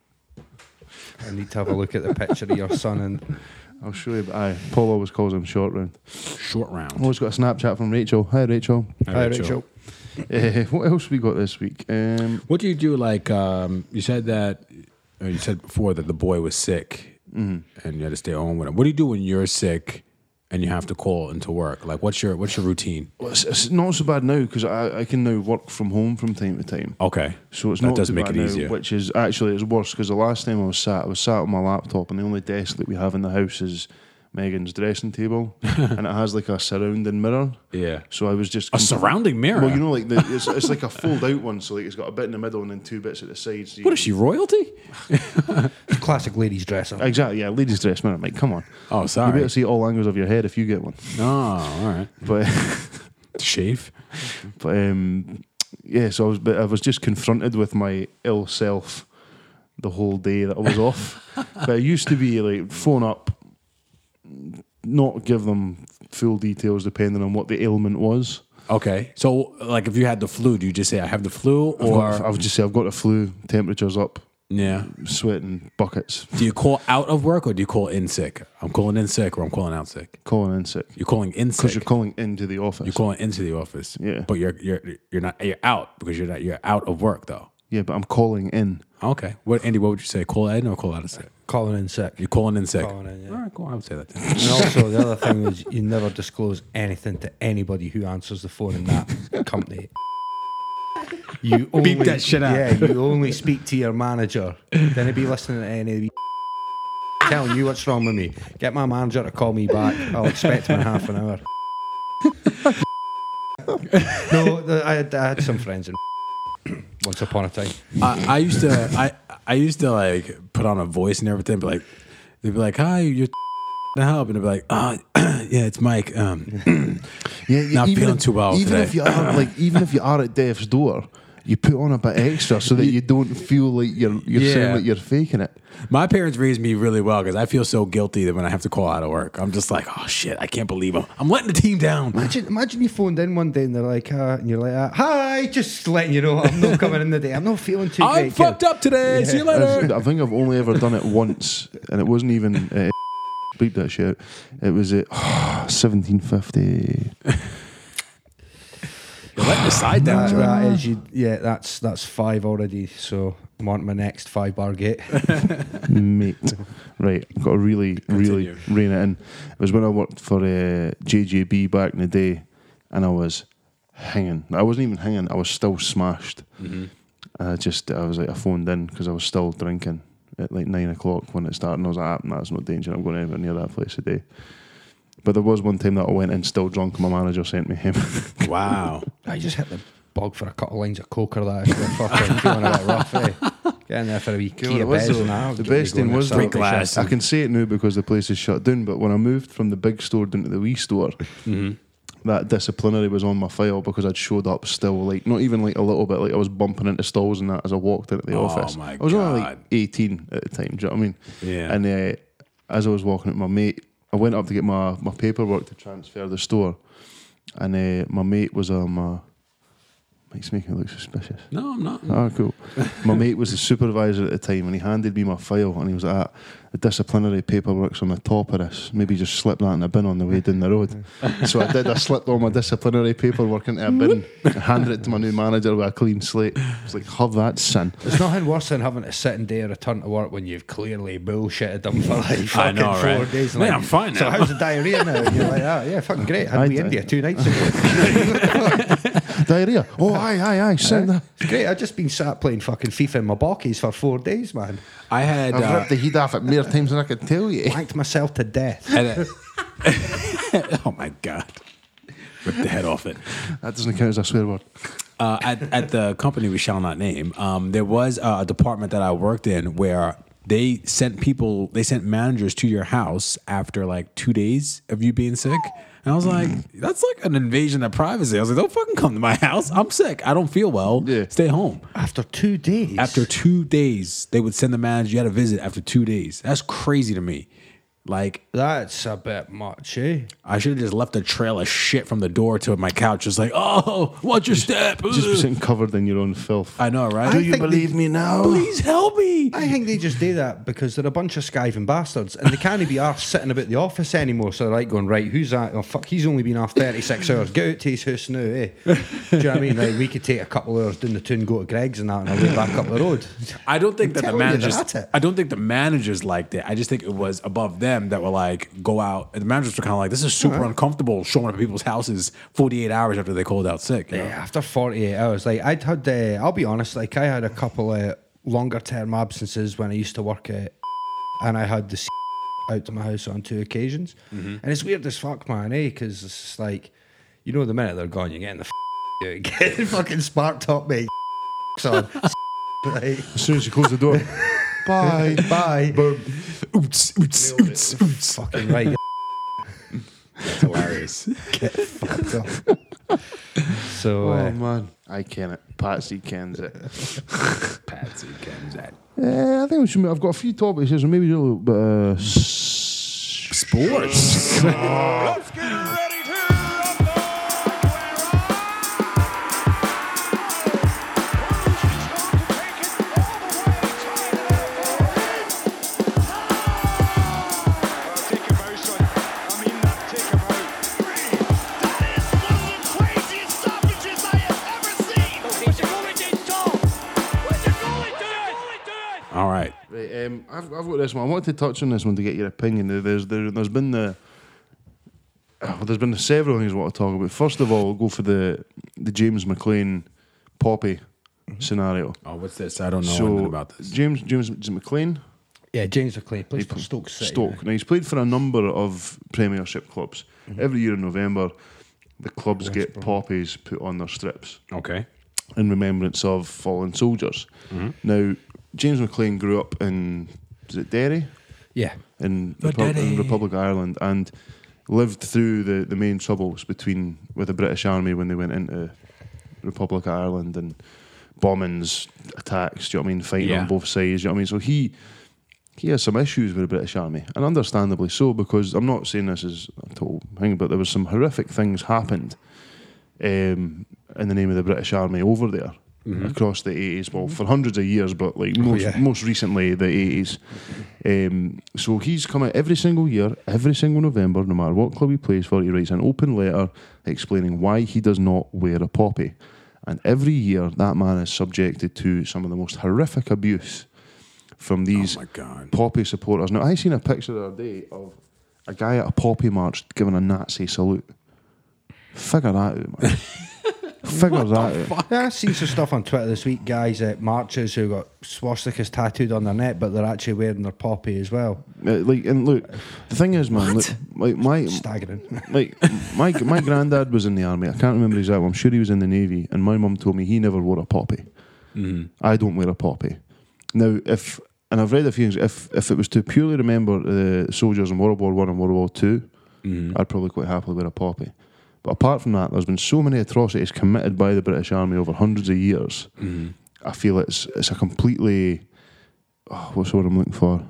Speaker 3: I need to have a look at the picture of your son and
Speaker 2: I'll show you. But aye, Paul always calls him short round.
Speaker 1: Short round.
Speaker 2: Always got a Snapchat from Rachel. Hi, Rachel.
Speaker 3: Hi, Rachel.
Speaker 2: Eh, what else we got this week? Um,
Speaker 1: What do you do? Like um, you said that or you said before that the boy was sick and you had to stay home with him. What do you do when you're sick and you have to call into work? Like what's your what's your routine?
Speaker 2: well, it's, it's not so bad now because I, I can now work from home from time to time.
Speaker 1: Okay,
Speaker 2: So it's
Speaker 1: That
Speaker 2: not
Speaker 1: does
Speaker 2: too
Speaker 1: make
Speaker 2: bad
Speaker 1: it
Speaker 2: now,
Speaker 1: easier.
Speaker 2: which is actually it's worse because the last time I was sat, I was sat on my laptop, and the only desk that we have in the house is Megan's dressing table, and it has like a surrounding mirror.
Speaker 1: Yeah.
Speaker 2: So I was just
Speaker 1: A surrounding mirror.
Speaker 2: Well, you know, like the, it's, it's like a fold out one, so like it's got a bit in the middle and then two bits at the sides.
Speaker 1: what is she royalty?
Speaker 3: Classic ladies' dresser.
Speaker 2: Exactly, yeah, ladies' dress mirror, mate. Come on,
Speaker 1: Oh,
Speaker 2: you
Speaker 1: sorry.
Speaker 2: better see all angles of your head if you get one.
Speaker 1: Oh, all right.
Speaker 2: But
Speaker 1: Shave.
Speaker 2: But um, yeah, so I was, but I was just confronted with my ill self the whole day that I was off. but I used to be like phone up, not give them full details depending on what the ailment was.
Speaker 1: Okay. So, like, if you had the flu, do you just say I have the flu, or
Speaker 2: I would just say I've got a flu, temperatures up,
Speaker 1: yeah?
Speaker 2: sweating buckets,
Speaker 1: Do you call out of work or do you call in sick? I'm calling in sick or I'm calling out sick.
Speaker 2: calling in sick
Speaker 1: You're calling in
Speaker 2: because
Speaker 1: sick.
Speaker 2: you're
Speaker 1: You're,
Speaker 2: calling into the office.
Speaker 1: calling into the office.
Speaker 2: Yeah.
Speaker 1: But you're you're you're not you're out because you're not you're out of work though.
Speaker 2: yeah, but I'm calling in.
Speaker 1: Okay. What Andy? What would you say? Call in or call out of sick?
Speaker 3: Calling in sick.
Speaker 1: You're calling in sick.
Speaker 3: Calling in, yeah.
Speaker 1: All right. Cool. I would say that. then.
Speaker 3: And also, the other thing is you never disclose anything to anybody who answers the phone in that company. You only,
Speaker 1: that shit out.
Speaker 3: Yeah, you only speak to your manager. Then he'd be listening to any of you telling you what's wrong with me. Get my manager to call me back. I'll expect him in half an hour. no, the, I, had, I had some friends in once upon a time.
Speaker 1: I, I used to I I used to like put on a voice and everything, but like they'd be like, "Hi, you're to help," and I'd be like, "Ah, yeah, it's Mike." Um,
Speaker 2: Yeah, yeah,
Speaker 1: Not
Speaker 2: even
Speaker 1: feeling
Speaker 2: if-
Speaker 1: too well
Speaker 2: Even
Speaker 1: today.
Speaker 2: if you are like, even if you are at death's door, you put on a bit extra so that you don't feel like you're you're
Speaker 1: Yeah.
Speaker 2: saying that you're faking it.
Speaker 1: my parents raised me really well because I feel so guilty that when I have to call out of work, I'm just like, "Oh shit, I can't believe I'm I'm letting the team down."
Speaker 3: Imagine, imagine you phoned in one day and they're like, uh, and you're like, uh, hi, just letting you know I'm not coming in today. I'm not feeling too
Speaker 1: I'm
Speaker 3: great. kid."
Speaker 1: fucked up today. See you later.
Speaker 2: I think I've only ever done it once, and it wasn't even. Uh, Bleep that shit. out. It was at 1750.
Speaker 1: You're letting the side down.
Speaker 3: That-
Speaker 1: Jordan.
Speaker 3: that is, you, yeah, that's that's five already. So I'm on to my next five bar gate.
Speaker 2: Mate. Right. I've got to really,
Speaker 1: Continue.
Speaker 2: really rein it in. It was when I worked for uh, JJB back in the day, and I was hanging. I wasn't even hanging, I was still smashed.
Speaker 1: Mm-hmm.
Speaker 2: I just, I was like, I phoned in because I was still drinking at like nine o'clock when it started, and I was like, ah, nah, it's not danger. I'm going anywhere near that place today. But there was one time that I went in still drunk, and my manager sent me him.
Speaker 1: Wow.
Speaker 3: I just hit the bog for a couple lines of coke or that. If you're fucking feeling a bit rough, eh? Get in there for a wee
Speaker 2: You
Speaker 3: key
Speaker 2: know
Speaker 3: of
Speaker 2: what it was,
Speaker 3: beers
Speaker 2: though?
Speaker 3: and I'll
Speaker 2: the
Speaker 3: get you
Speaker 2: best
Speaker 3: going
Speaker 2: thing was
Speaker 3: next
Speaker 1: Break
Speaker 2: though,
Speaker 1: glass
Speaker 2: I
Speaker 1: and-
Speaker 2: can say it now because the place is shut down. But when I moved from the big store down to the wee store, Mm-hmm. that disciplinary was on my file because I'd showed up still like not even like a little bit. Like I was bumping into stalls and that as I walked into the
Speaker 1: Oh
Speaker 2: office.
Speaker 1: my
Speaker 2: I was only like
Speaker 1: God.
Speaker 2: eighteen at the time. Do you know what I mean?
Speaker 1: Yeah.
Speaker 2: And uh, as I was walking at my mate, I went up to get my my paperwork to transfer the store, and uh, my mate was on my. Mike's making me look suspicious.
Speaker 1: No, I'm not.
Speaker 2: Ah, cool. My mate was the supervisor at the time, and he handed me my file, and he was like, ah, "The disciplinary paperwork's on the top of this. Maybe just slip that in a bin on the way down the road." so I did. I slipped all my disciplinary paperwork into a bin, and handed it to my new manager with a clean slate. I was like, "Have that, son."
Speaker 3: There's nothing worse than having to sit and day a return to work when you've clearly bullshitted them for like fucking
Speaker 1: I know,
Speaker 3: four
Speaker 1: right?
Speaker 3: days. and
Speaker 1: Man,
Speaker 3: like,
Speaker 1: I'm fine
Speaker 3: So
Speaker 1: now."
Speaker 3: how's the diarrhea now? And you're like, oh, yeah, fucking great. Had
Speaker 2: I-
Speaker 3: me
Speaker 2: I-
Speaker 3: India two nights ago.
Speaker 2: Diarrhea. Oh, aye, aye, aye. Send that.
Speaker 3: It's great. I've just been sat playing fucking FIFA in my bockies for four days, man.
Speaker 1: I had
Speaker 2: I've
Speaker 1: uh,
Speaker 2: ripped the heat off it more times than I could tell you.
Speaker 3: Blanked myself to death.
Speaker 1: had a- uh, oh my god. Rip the head off it.
Speaker 2: That doesn't count as a swear word.
Speaker 1: Uh, at, at the company we shall not name, um, there was a department that I worked in where they sent people, they sent managers to your house after like two days of you being sick. And I was
Speaker 2: Mm.
Speaker 1: like, that's like an invasion of privacy. I was like, don't fucking come to my house. I'm sick. I don't feel well.
Speaker 2: Yeah.
Speaker 1: Stay home.
Speaker 3: After two days.
Speaker 1: After two days, they would send the manager. You had a visit after two days. That's crazy to me. Like,
Speaker 3: That's a bit much, eh?
Speaker 1: I should have just left a trail of shit from the door to my couch. Just like, oh, watch your step.
Speaker 2: Just be
Speaker 1: Ugh.
Speaker 2: sitting covered in your own filth.
Speaker 1: I know, right?
Speaker 2: Do
Speaker 3: I
Speaker 2: you
Speaker 3: think they-
Speaker 2: believe me now?
Speaker 1: Please help me.
Speaker 3: I think they just do that because they're a bunch of skiving bastards and they can't be arsed sitting about the office anymore. So they're like going, right, who's that? Oh, fuck, he's only been off 36 hours. Get out to his house now, eh? Do you know what I mean? Like, we could take a couple hours down the tune, go to Greg's and that, and I'll be back up the road.
Speaker 1: I don't think that the
Speaker 3: telling you,
Speaker 1: managers.
Speaker 3: that's it.
Speaker 1: I don't think the managers liked it. I just think it was above them that were like, go out. And the managers were kind of like, this is super uncomfortable showing up at people's houses 48 hours after they called out sick. you know?
Speaker 3: Yeah, after 48 hours, like I'd had, uh, I'll be honest, like I had a couple of longer term absences when I used to work at, and I had the out to my house on two occasions, and it's weird as fuck, man, eh? Because it's just like, you know, the minute they're gone, you're getting the f- getting fucking spark top, mate. on, right?
Speaker 2: As soon as you close the door, bye.
Speaker 3: Bye.
Speaker 2: Boom.
Speaker 1: Oots, oots, oots, oots.
Speaker 3: fucking right. get
Speaker 4: That's hilarious.
Speaker 3: fucked up. So
Speaker 2: Oh
Speaker 3: uh,
Speaker 2: man, I can it. Patsy cans it.
Speaker 1: Patsy comes at
Speaker 2: Uh, I think we should. I've got a few topics here, so maybe do a little bit. Uh, s-
Speaker 1: sports. All right.
Speaker 2: Right, um, I've, I've got this one. I wanted to touch on this one to get your opinion. There- There's there, there's been the oh, there's been several things I want to talk about. First of all, go for the the James McLean Poppy Mm-hmm. scenario.
Speaker 1: Oh, what's this? I don't know
Speaker 2: so
Speaker 1: anything about this.
Speaker 2: James James McLean,
Speaker 3: yeah, James McLean plays for
Speaker 2: People-
Speaker 3: Stoke City.
Speaker 2: Stoke. Now he's played for a number of Premiership clubs.
Speaker 3: Mm-hmm.
Speaker 2: Every year in November, the clubs get poppies put on their strips.
Speaker 1: Okay.
Speaker 2: in remembrance of fallen soldiers.
Speaker 1: Mm-hmm.
Speaker 2: Now, James McLean grew up in is it Derry
Speaker 3: Yeah,
Speaker 2: in,
Speaker 1: The
Speaker 2: Repu-
Speaker 1: Derry.
Speaker 2: in Republic of Ireland and lived through the, the main troubles between with the British Army when they went into Republic of Ireland and bombings, attacks. Do you know what I mean? Fighting
Speaker 1: Yeah.
Speaker 2: on both sides. Do you know what I mean? So he he has some issues with the British Army, and understandably so, because I'm not saying this is a total thing, but there was some horrific things happened um, in the name of the British Army over there across the 80s, well, for hundreds of years, but like most,
Speaker 3: yeah.
Speaker 2: most recently, the 80s. Um, so he's come out every single year, every single November, no matter what club he plays for, he writes an open letter explaining why he does not wear a poppy. And every year, that man is subjected to some of the most horrific abuse from these
Speaker 1: Oh my god.
Speaker 2: poppy supporters. Now, I seen a picture the other day of a guy at a poppy march giving a Nazi salute. Figure that out, man. Figure that out.
Speaker 3: Yeah, I've seen some stuff on Twitter this week, guys at marches who got swastikas tattooed on their neck, but they're actually wearing their poppy as well.
Speaker 2: Uh, like, and look, the thing is, man, look, like my
Speaker 3: Staggering.
Speaker 2: like my my granddad was in the army. I can't remember exactly. I'm sure he was in the navy, and my mum told me he never wore a poppy. I don't wear a poppy. Now, if and I've read a few things. If if it was to purely remember the soldiers in World War One and World War 2 i I'd probably quite happily wear a poppy. But apart from that, there's been so many atrocities committed by the British Army over hundreds of years. I feel it's it's a completely oh, what's the word I'm looking for?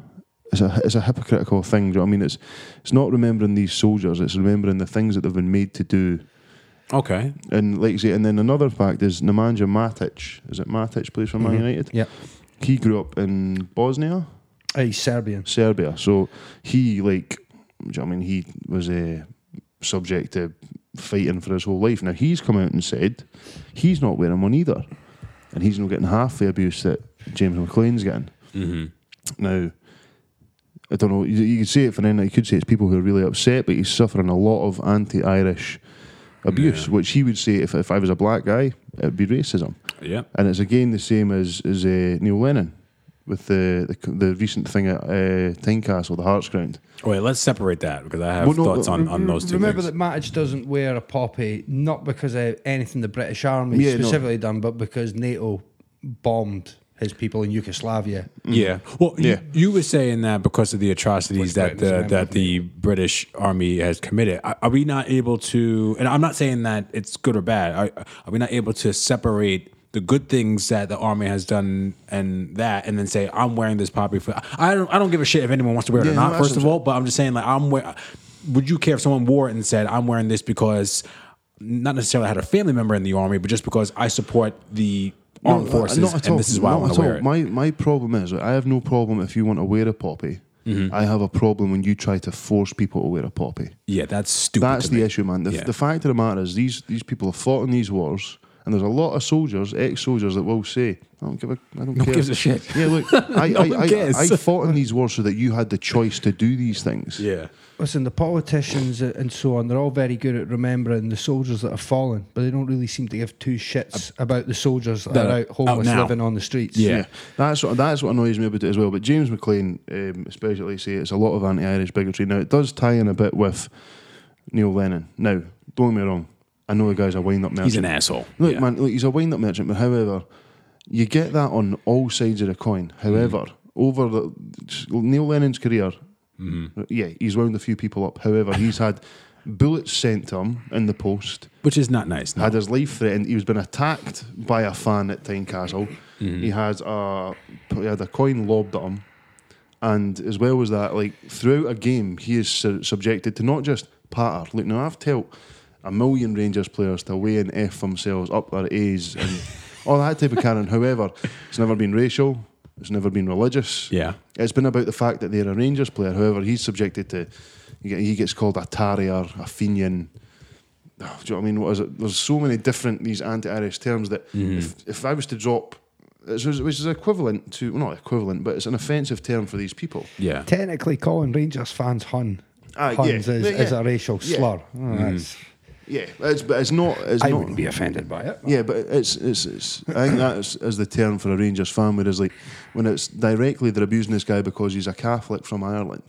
Speaker 2: It's a it's a hypocritical thing. Do you know what I mean? It's it's not remembering these soldiers. It's remembering the things that they've been made to do.
Speaker 1: Okay.
Speaker 2: And like you say, and then another fact is Nemanja Matic. Is it Matic plays for Man United?
Speaker 3: Yep.
Speaker 2: He grew up in Bosnia,
Speaker 3: Hey, Serbian.
Speaker 2: Serbia. So he like, do you know what I mean? He was uh, subject to fighting for his whole life. Now he's come out and said he's not wearing one either, and he's not getting half the abuse that James McLean's getting.
Speaker 1: Mm-hmm.
Speaker 2: Now, I don't know. You, you could say it for anything. You could say it's people who are really upset, but he's suffering a lot of anti-Irish abuse, which he would say if, if I was a black guy, it would be racism.
Speaker 1: Yep.
Speaker 2: And it's again the same as as uh, Neil Lennon with the, the c- the recent thing at uh, Tynecastle, the Hearts Ground.
Speaker 1: Wait, let's separate that because I have
Speaker 2: Well, no,
Speaker 1: thoughts on,
Speaker 2: re-
Speaker 1: on those two
Speaker 3: Remember
Speaker 1: things.
Speaker 3: that Matic doesn't wear a poppy, not because of anything the British Army
Speaker 2: Yeah, no.
Speaker 3: specifically done, but because NATO bombed his people in Yugoslavia.
Speaker 1: Yeah. Mm-hmm. Well,
Speaker 2: Yeah.
Speaker 1: You, you were saying that because of the atrocities that
Speaker 3: Britain
Speaker 1: the,
Speaker 3: is
Speaker 1: that the British Army has committed. Are, are we not able to? And I'm not saying that it's good or bad. Are, are we not able to separate the good things that the army has done and that, and then say I'm wearing this poppy for? I don't. I don't give a shit if anyone wants to wear it
Speaker 2: Yeah,
Speaker 1: or
Speaker 2: no,
Speaker 1: not.
Speaker 2: that's
Speaker 1: First of
Speaker 2: what-
Speaker 1: all, but I'm just saying like I'm wearing. Would you care if someone wore it and said I'm wearing this because? Not necessarily I had a family member in the army, but just because I support the armed
Speaker 2: No, uh,
Speaker 1: forces,
Speaker 2: not at
Speaker 1: and
Speaker 2: all,
Speaker 1: this is why I
Speaker 2: not
Speaker 1: want
Speaker 2: at
Speaker 1: to wear
Speaker 2: all.
Speaker 1: it.
Speaker 2: My my problem is I have no problem if you want to wear a poppy.
Speaker 1: Mm-hmm.
Speaker 2: I have a problem when you try to force people to wear a poppy.
Speaker 1: yeah, that's stupid.
Speaker 2: That's
Speaker 1: to
Speaker 2: the
Speaker 1: me.
Speaker 2: issue, man. The,
Speaker 1: Yeah.
Speaker 2: the fact of the matter is, these these people have fought in these wars, And there's a lot of soldiers, ex-soldiers, that will say, "I don't give a, I don't
Speaker 1: No
Speaker 2: care."
Speaker 1: one gives a shit.
Speaker 2: Yeah, look, I,
Speaker 1: No
Speaker 2: I,
Speaker 1: one
Speaker 2: I,
Speaker 1: cares.
Speaker 2: I fought in these wars so that you had the choice to do these things.
Speaker 1: Yeah.
Speaker 3: Listen, the politicians a- and so on, they're all very good at remembering the soldiers that have fallen, but they don't really seem to give two shits about the soldiers that,
Speaker 1: That
Speaker 3: are
Speaker 1: are
Speaker 3: out homeless,
Speaker 1: out now.
Speaker 3: living on the streets.
Speaker 1: Yeah.
Speaker 2: that's what that's what annoys me about it as well. But James McLean, um, especially, say it's a lot of anti-Irish bigotry. Now it does tie in a bit with Neil Lennon. Now, don't get me wrong, I know the guy's a wind-up merchant.
Speaker 1: He's an asshole.
Speaker 2: Look,
Speaker 1: yeah.
Speaker 2: man, look, he's a wind-up merchant, but however, you get that on all sides of the coin.
Speaker 1: Mm.
Speaker 2: However, over the Neil Lennon's career,
Speaker 1: Mm-hmm.
Speaker 2: yeah, he's wound a few people up. However, he's had bullets sent to him in the post,
Speaker 1: Which is not nice. No.
Speaker 2: had his life threatened. He was been attacked by a fan at Tyne Castle.
Speaker 1: Mm-hmm.
Speaker 2: He had a he had a coin lobbed at him, and as well as that, like throughout a game, he is su- subjected to not just patter. Look, now I've told a million Rangers players to weigh and f themselves up their A's and all that type of canon. However, it's never been racial. It's never been religious.
Speaker 1: Yeah.
Speaker 2: It's been about the fact that they're a Rangers player. However, he's subjected to, he get- he gets called a tarrier, a fenian. Do you know what I mean? What is it? There's so many different these anti-Irish terms that
Speaker 3: Mm-hmm.
Speaker 2: if, if I was to drop, it's- which is equivalent to, well, not equivalent, but it's an offensive term for these people.
Speaker 1: Yeah.
Speaker 3: Technically, calling Rangers fans hun.
Speaker 2: Aye,
Speaker 3: Huns
Speaker 2: yeah.
Speaker 3: is,
Speaker 2: Yeah,
Speaker 3: is
Speaker 2: yeah.
Speaker 3: a racial
Speaker 2: Yeah.
Speaker 3: slur. Oh, that's-
Speaker 2: Yeah, it's, but it's not. It's
Speaker 3: I
Speaker 2: not
Speaker 3: wouldn't be offended by it.
Speaker 2: Yeah, but it's, it's, it's I think that is, is the term for a Rangers fan, whereas like when it's directly they're abusing this guy because he's a Catholic from Ireland.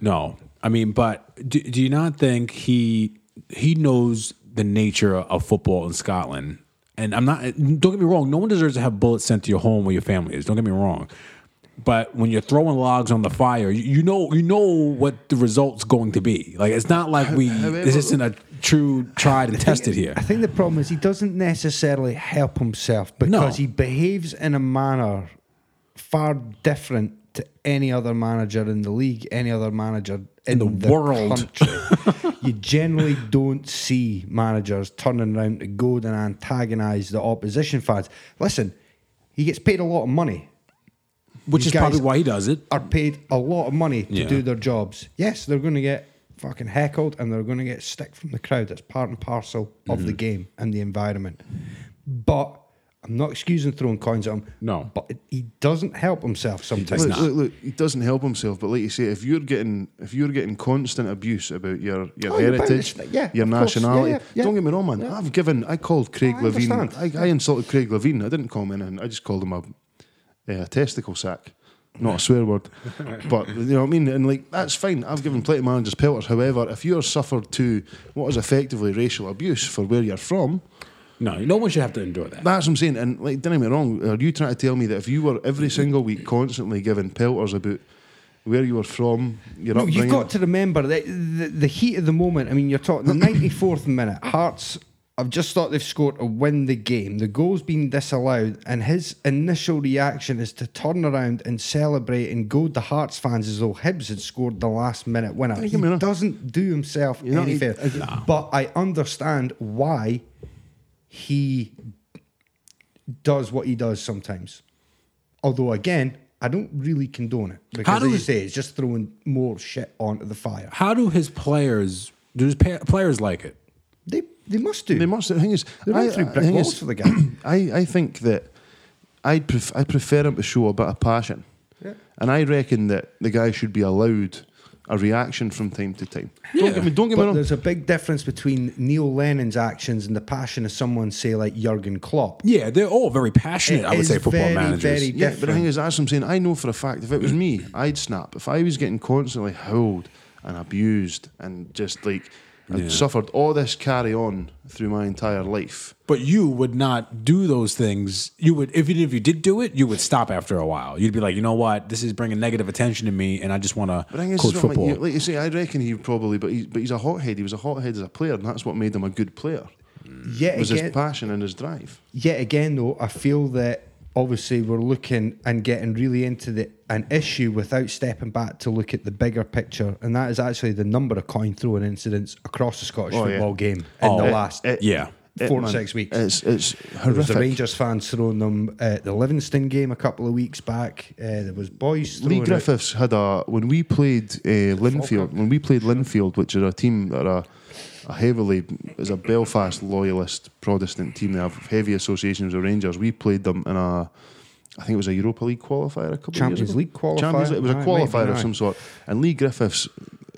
Speaker 1: No, I mean, but do, do you not think he he knows the nature of football in Scotland? And I'm not. Don't get me wrong. No one deserves to have bullets sent to your home where your family is. Don't get me wrong. But when you're throwing logs on the fire, you, you know you know what the result's going to be. Like it's not like we. this isn't a true tried and tested here.
Speaker 3: I think the problem is he doesn't necessarily help himself because he behaves in a manner far different to any other manager in the league, any other manager in,
Speaker 1: the world.
Speaker 3: country. you generally don't see managers turning around to go and antagonise the opposition fans. Listen, he gets paid a lot of money.
Speaker 1: Which
Speaker 3: you
Speaker 1: is probably
Speaker 3: guys-
Speaker 1: why he does it.
Speaker 3: Are paid a lot of money to
Speaker 1: Yeah.
Speaker 3: do their jobs. Yes, they're going to get fucking heckled and they're going to get stick from the crowd. That's part and parcel of
Speaker 1: Mm-hmm.
Speaker 3: the game and the environment. But I'm not excusing throwing coins at him.
Speaker 1: No.
Speaker 3: but he doesn't help himself sometimes.
Speaker 1: It's
Speaker 2: look,
Speaker 1: not.
Speaker 2: look, look, he doesn't help himself. But like you say, if you're getting if you're getting constant abuse about your your
Speaker 3: Oh, you're bound to
Speaker 2: heritage,
Speaker 3: st- yeah,
Speaker 2: your
Speaker 3: of course. Yeah,
Speaker 2: nationality,
Speaker 3: yeah, yeah.
Speaker 2: don't get me wrong, man. I've given I called Craig
Speaker 3: Oh, I
Speaker 2: Levine. I,
Speaker 3: understand.
Speaker 2: I insulted Craig Levine. I didn't call him anything. I just called him a, a testicle sack. Not a swear word, but you know what I mean. And like that's fine. I've given plenty of managers pelters. However, if you're suffered to what is effectively racial abuse for where you're from,
Speaker 1: No, no one should have to endure that.
Speaker 2: that's what I'm saying. And like, don't get me wrong. Are you trying to tell me that if you were every single week constantly giving pelters about where you were from, your
Speaker 3: No,
Speaker 2: upbringing?
Speaker 3: you've got to remember that the, the heat of the moment. I mean, you're talking the 94th minute. Hearts have just thought they've scored to win the game. The goal's been disallowed, and his initial reaction is to turn around and celebrate and goad the Hearts fans as though Hibbs had scored the last minute winner. He
Speaker 2: me enough.
Speaker 3: doesn't do himself
Speaker 2: know,
Speaker 3: any
Speaker 2: he-
Speaker 3: fair. But I understand why he does what he does sometimes. Although again, I don't really condone it because
Speaker 1: do
Speaker 3: as you
Speaker 1: we-
Speaker 3: say, it's just throwing more shit onto the fire.
Speaker 1: How do his players? Do his pa- players like it?
Speaker 3: They they must do.
Speaker 2: They must. The thing is,
Speaker 3: They went through
Speaker 2: the
Speaker 3: brick
Speaker 2: thing
Speaker 3: walls
Speaker 2: is,
Speaker 3: for the guy.
Speaker 2: I, I think that I'd pref- I prefer him to show a bit of passion,
Speaker 3: Yeah.
Speaker 2: and I reckon that the guy should be allowed a reaction from time to time. Don't get me. Don't get me
Speaker 3: But
Speaker 2: wrong.
Speaker 3: there's a big difference between Neil Lennon's actions and the passion of someone, say like Jurgen Klopp.
Speaker 1: Yeah, they're all very passionate.
Speaker 3: It
Speaker 1: I would
Speaker 3: is
Speaker 1: say football
Speaker 3: very,
Speaker 1: managers.
Speaker 3: very
Speaker 2: Yeah, but the thing
Speaker 3: different.
Speaker 2: is, that's what I'm saying. I know for a fact if it was me, I'd snap. If I was getting constantly howled and abused and just like I'd suffered all this carry on through my entire life.
Speaker 1: But you would not do those things. You would, if you, if you did do it, you would stop after a while. You'd be like, you know what, this is bringing negative attention to me, and I just want
Speaker 2: But the thing
Speaker 1: to
Speaker 2: is,
Speaker 1: coach
Speaker 2: it's not like,
Speaker 1: football.
Speaker 2: you, like you say, I reckon he probably, but he's but he's a hothead. He was a hothead as a player, and that's what made him a good player.
Speaker 3: Yet
Speaker 2: Was
Speaker 3: again,
Speaker 2: his passion and his drive.
Speaker 3: yet again though, I feel that obviously we're looking and getting really into the an issue without stepping back to look at the bigger picture, and that is actually the number of coin throwing incidents across the Scottish
Speaker 2: Oh, yeah.
Speaker 3: football game in
Speaker 1: Oh.
Speaker 3: the
Speaker 1: It-
Speaker 3: last
Speaker 2: it-
Speaker 1: yeah,
Speaker 3: four to
Speaker 2: man,
Speaker 3: six weeks.
Speaker 2: It's it's
Speaker 3: There was
Speaker 2: horrific.
Speaker 3: the Rangers fans throwing them at the Livingston game a couple of weeks back. Uh, there was boys throwing
Speaker 2: Lee
Speaker 3: it.
Speaker 2: Griffiths had a when we played uh, Linfield when we played Linfield, which is a team that are a heavily is a Belfast loyalist Protestant team. They have heavy associations with Rangers. We played them in a, I think it was a Europa League qualifier a couple of years
Speaker 3: Champions
Speaker 2: ago.
Speaker 3: League qualifier.
Speaker 2: Champions League. It was a
Speaker 3: Aye,
Speaker 2: qualifier
Speaker 3: maybe,
Speaker 2: of
Speaker 3: aye.
Speaker 2: some sort. And Lee Griffiths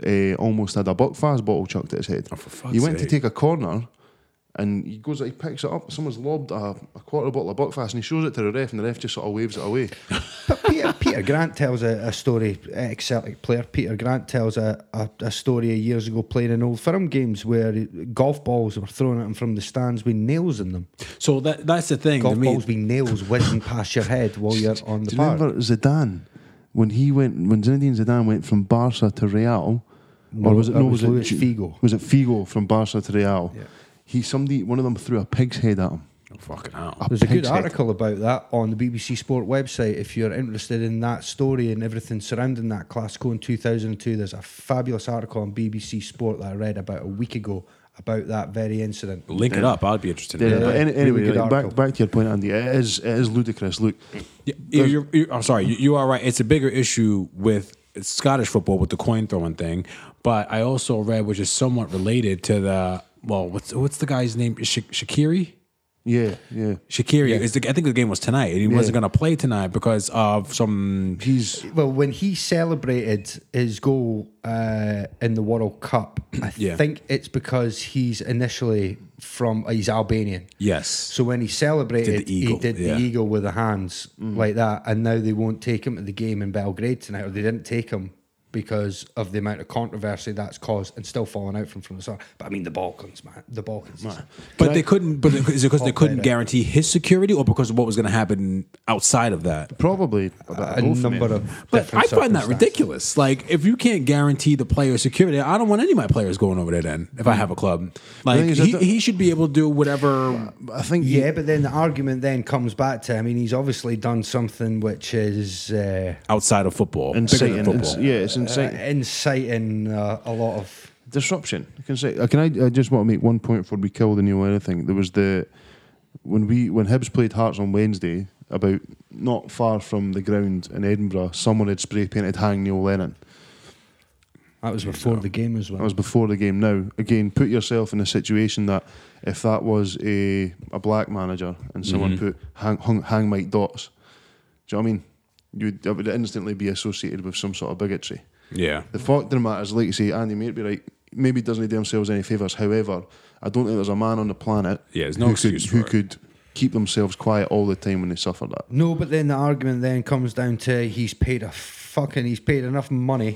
Speaker 2: eh, almost had a Buckfast bottle chucked at his head.
Speaker 1: Oh, for fuck's
Speaker 2: he went
Speaker 1: sake.
Speaker 2: to take a corner and he goes, he picks it up. Someone's lobbed a, a quarter bottle of Buckfast and he shows it to the ref and the ref just sort of waves it away.
Speaker 3: But Peter, Peter Grant tells a, a story, ex Celtic player. Peter Grant tells a, a, a story of years ago playing in old firm games where golf balls were thrown at him from the stands with nails in them.
Speaker 1: So that that's the thing.
Speaker 3: Golf
Speaker 1: to me,
Speaker 3: balls with nails whizzing past your head while you're on the
Speaker 2: Do you
Speaker 3: park.
Speaker 2: remember Zidane when he went when Zinedine Zidane went from Barca to Real,
Speaker 3: No,
Speaker 2: or was it
Speaker 3: that
Speaker 2: no?
Speaker 3: was
Speaker 2: Was, it
Speaker 3: Luis
Speaker 2: Ju-
Speaker 3: Figo.
Speaker 2: Was it Figo from Barca to Real?
Speaker 3: Yeah.
Speaker 2: He somebody one of them threw a pig's head at him.
Speaker 1: fucking hell.
Speaker 2: A
Speaker 3: There's a good
Speaker 2: pig's head.
Speaker 3: article about that on the BBC Sport website if you're interested in that story and everything surrounding that Classico in 2002. There's a fabulous article on BBC Sport that I read about a week ago about that very incident.
Speaker 1: Link it up. I'd be interested. in
Speaker 2: Yeah,
Speaker 1: that.
Speaker 2: but any,
Speaker 3: really
Speaker 2: anyway,
Speaker 3: good
Speaker 2: like, back
Speaker 3: article.
Speaker 2: back to your point, Andy. It is it is ludicrous. Look,
Speaker 1: Yeah, you- you're, you're, I'm sorry, you, you are right. It's a bigger issue with Scottish football with the coin throwing thing, but I also read, which is somewhat related to the well, what's what's the guy's name? Sha- Shakiri.
Speaker 2: yeah, yeah.
Speaker 1: Shakiri is the, I think the game was tonight, and he wasn't going to play tonight because of some.
Speaker 2: He's
Speaker 3: Well, when he celebrated his goal uh, in the World Cup, I
Speaker 1: Yeah.
Speaker 3: think it's because he's initially from uh, he's Albanian.
Speaker 1: Yes.
Speaker 3: So when he celebrated,
Speaker 1: Did the eagle,
Speaker 3: he did
Speaker 1: yeah.
Speaker 3: the eagle with the hands like that, and now they won't take him to the game in Belgrade tonight, or they didn't take him because of the amount of controversy that's caused, and still falling out from from the start. But I mean, the Balkans, man, the Balkans.
Speaker 1: but they couldn't. But it- is it
Speaker 2: Oh,
Speaker 1: because they
Speaker 3: I'll
Speaker 1: couldn't
Speaker 3: bet it.
Speaker 1: guarantee his security, or because of what was going to happen outside of that?
Speaker 2: probably a, bit of
Speaker 3: a
Speaker 2: both,
Speaker 3: number
Speaker 2: maybe.
Speaker 3: of
Speaker 1: But
Speaker 3: different
Speaker 1: I find that
Speaker 3: circumstances.
Speaker 1: ridiculous. Like, if you can't guarantee the player security, I don't want any of my players going over there. Then, if I have a club, like
Speaker 2: Mm. thing is, I
Speaker 1: he,
Speaker 2: don't-
Speaker 1: he should be able to do whatever.
Speaker 2: But I think
Speaker 3: Yeah, but then the argument then comes back to I mean, he's obviously done something which is. Uh,
Speaker 1: outside of football, bigger
Speaker 2: inciting.
Speaker 1: than
Speaker 2: ins-
Speaker 1: football.
Speaker 2: yeah, it's inciting.
Speaker 3: uh, inciting uh, a lot of
Speaker 2: disruption. I can say. uh, Can I? I just want to make one point before we kill the new anything. There was the when we when Hibs played Hearts on Wednesday, about not far from the ground in Edinburgh, someone had spray painted "Hang Neil Lennon."
Speaker 3: that was before the game as
Speaker 2: That
Speaker 3: well.
Speaker 2: was before the game. Now, again, put yourself in a situation that if that was a a black manager and someone put hang, hung, "Hang Mike Dots," do you know what I mean? You would, it would instantly be associated with some sort of bigotry.
Speaker 1: yeah.
Speaker 2: The fact of the matter is, like you say, Andy might be right. Maybe doesn't do themselves any favours. However, I don't think there's a man on the planet
Speaker 1: Yeah, there's no
Speaker 2: who,
Speaker 1: excuse
Speaker 2: could,
Speaker 1: for
Speaker 2: who
Speaker 1: it.
Speaker 2: could keep themselves quiet all the time when they suffer that.
Speaker 3: No, but then the argument then comes down to he's paid a fucking he's paid enough money.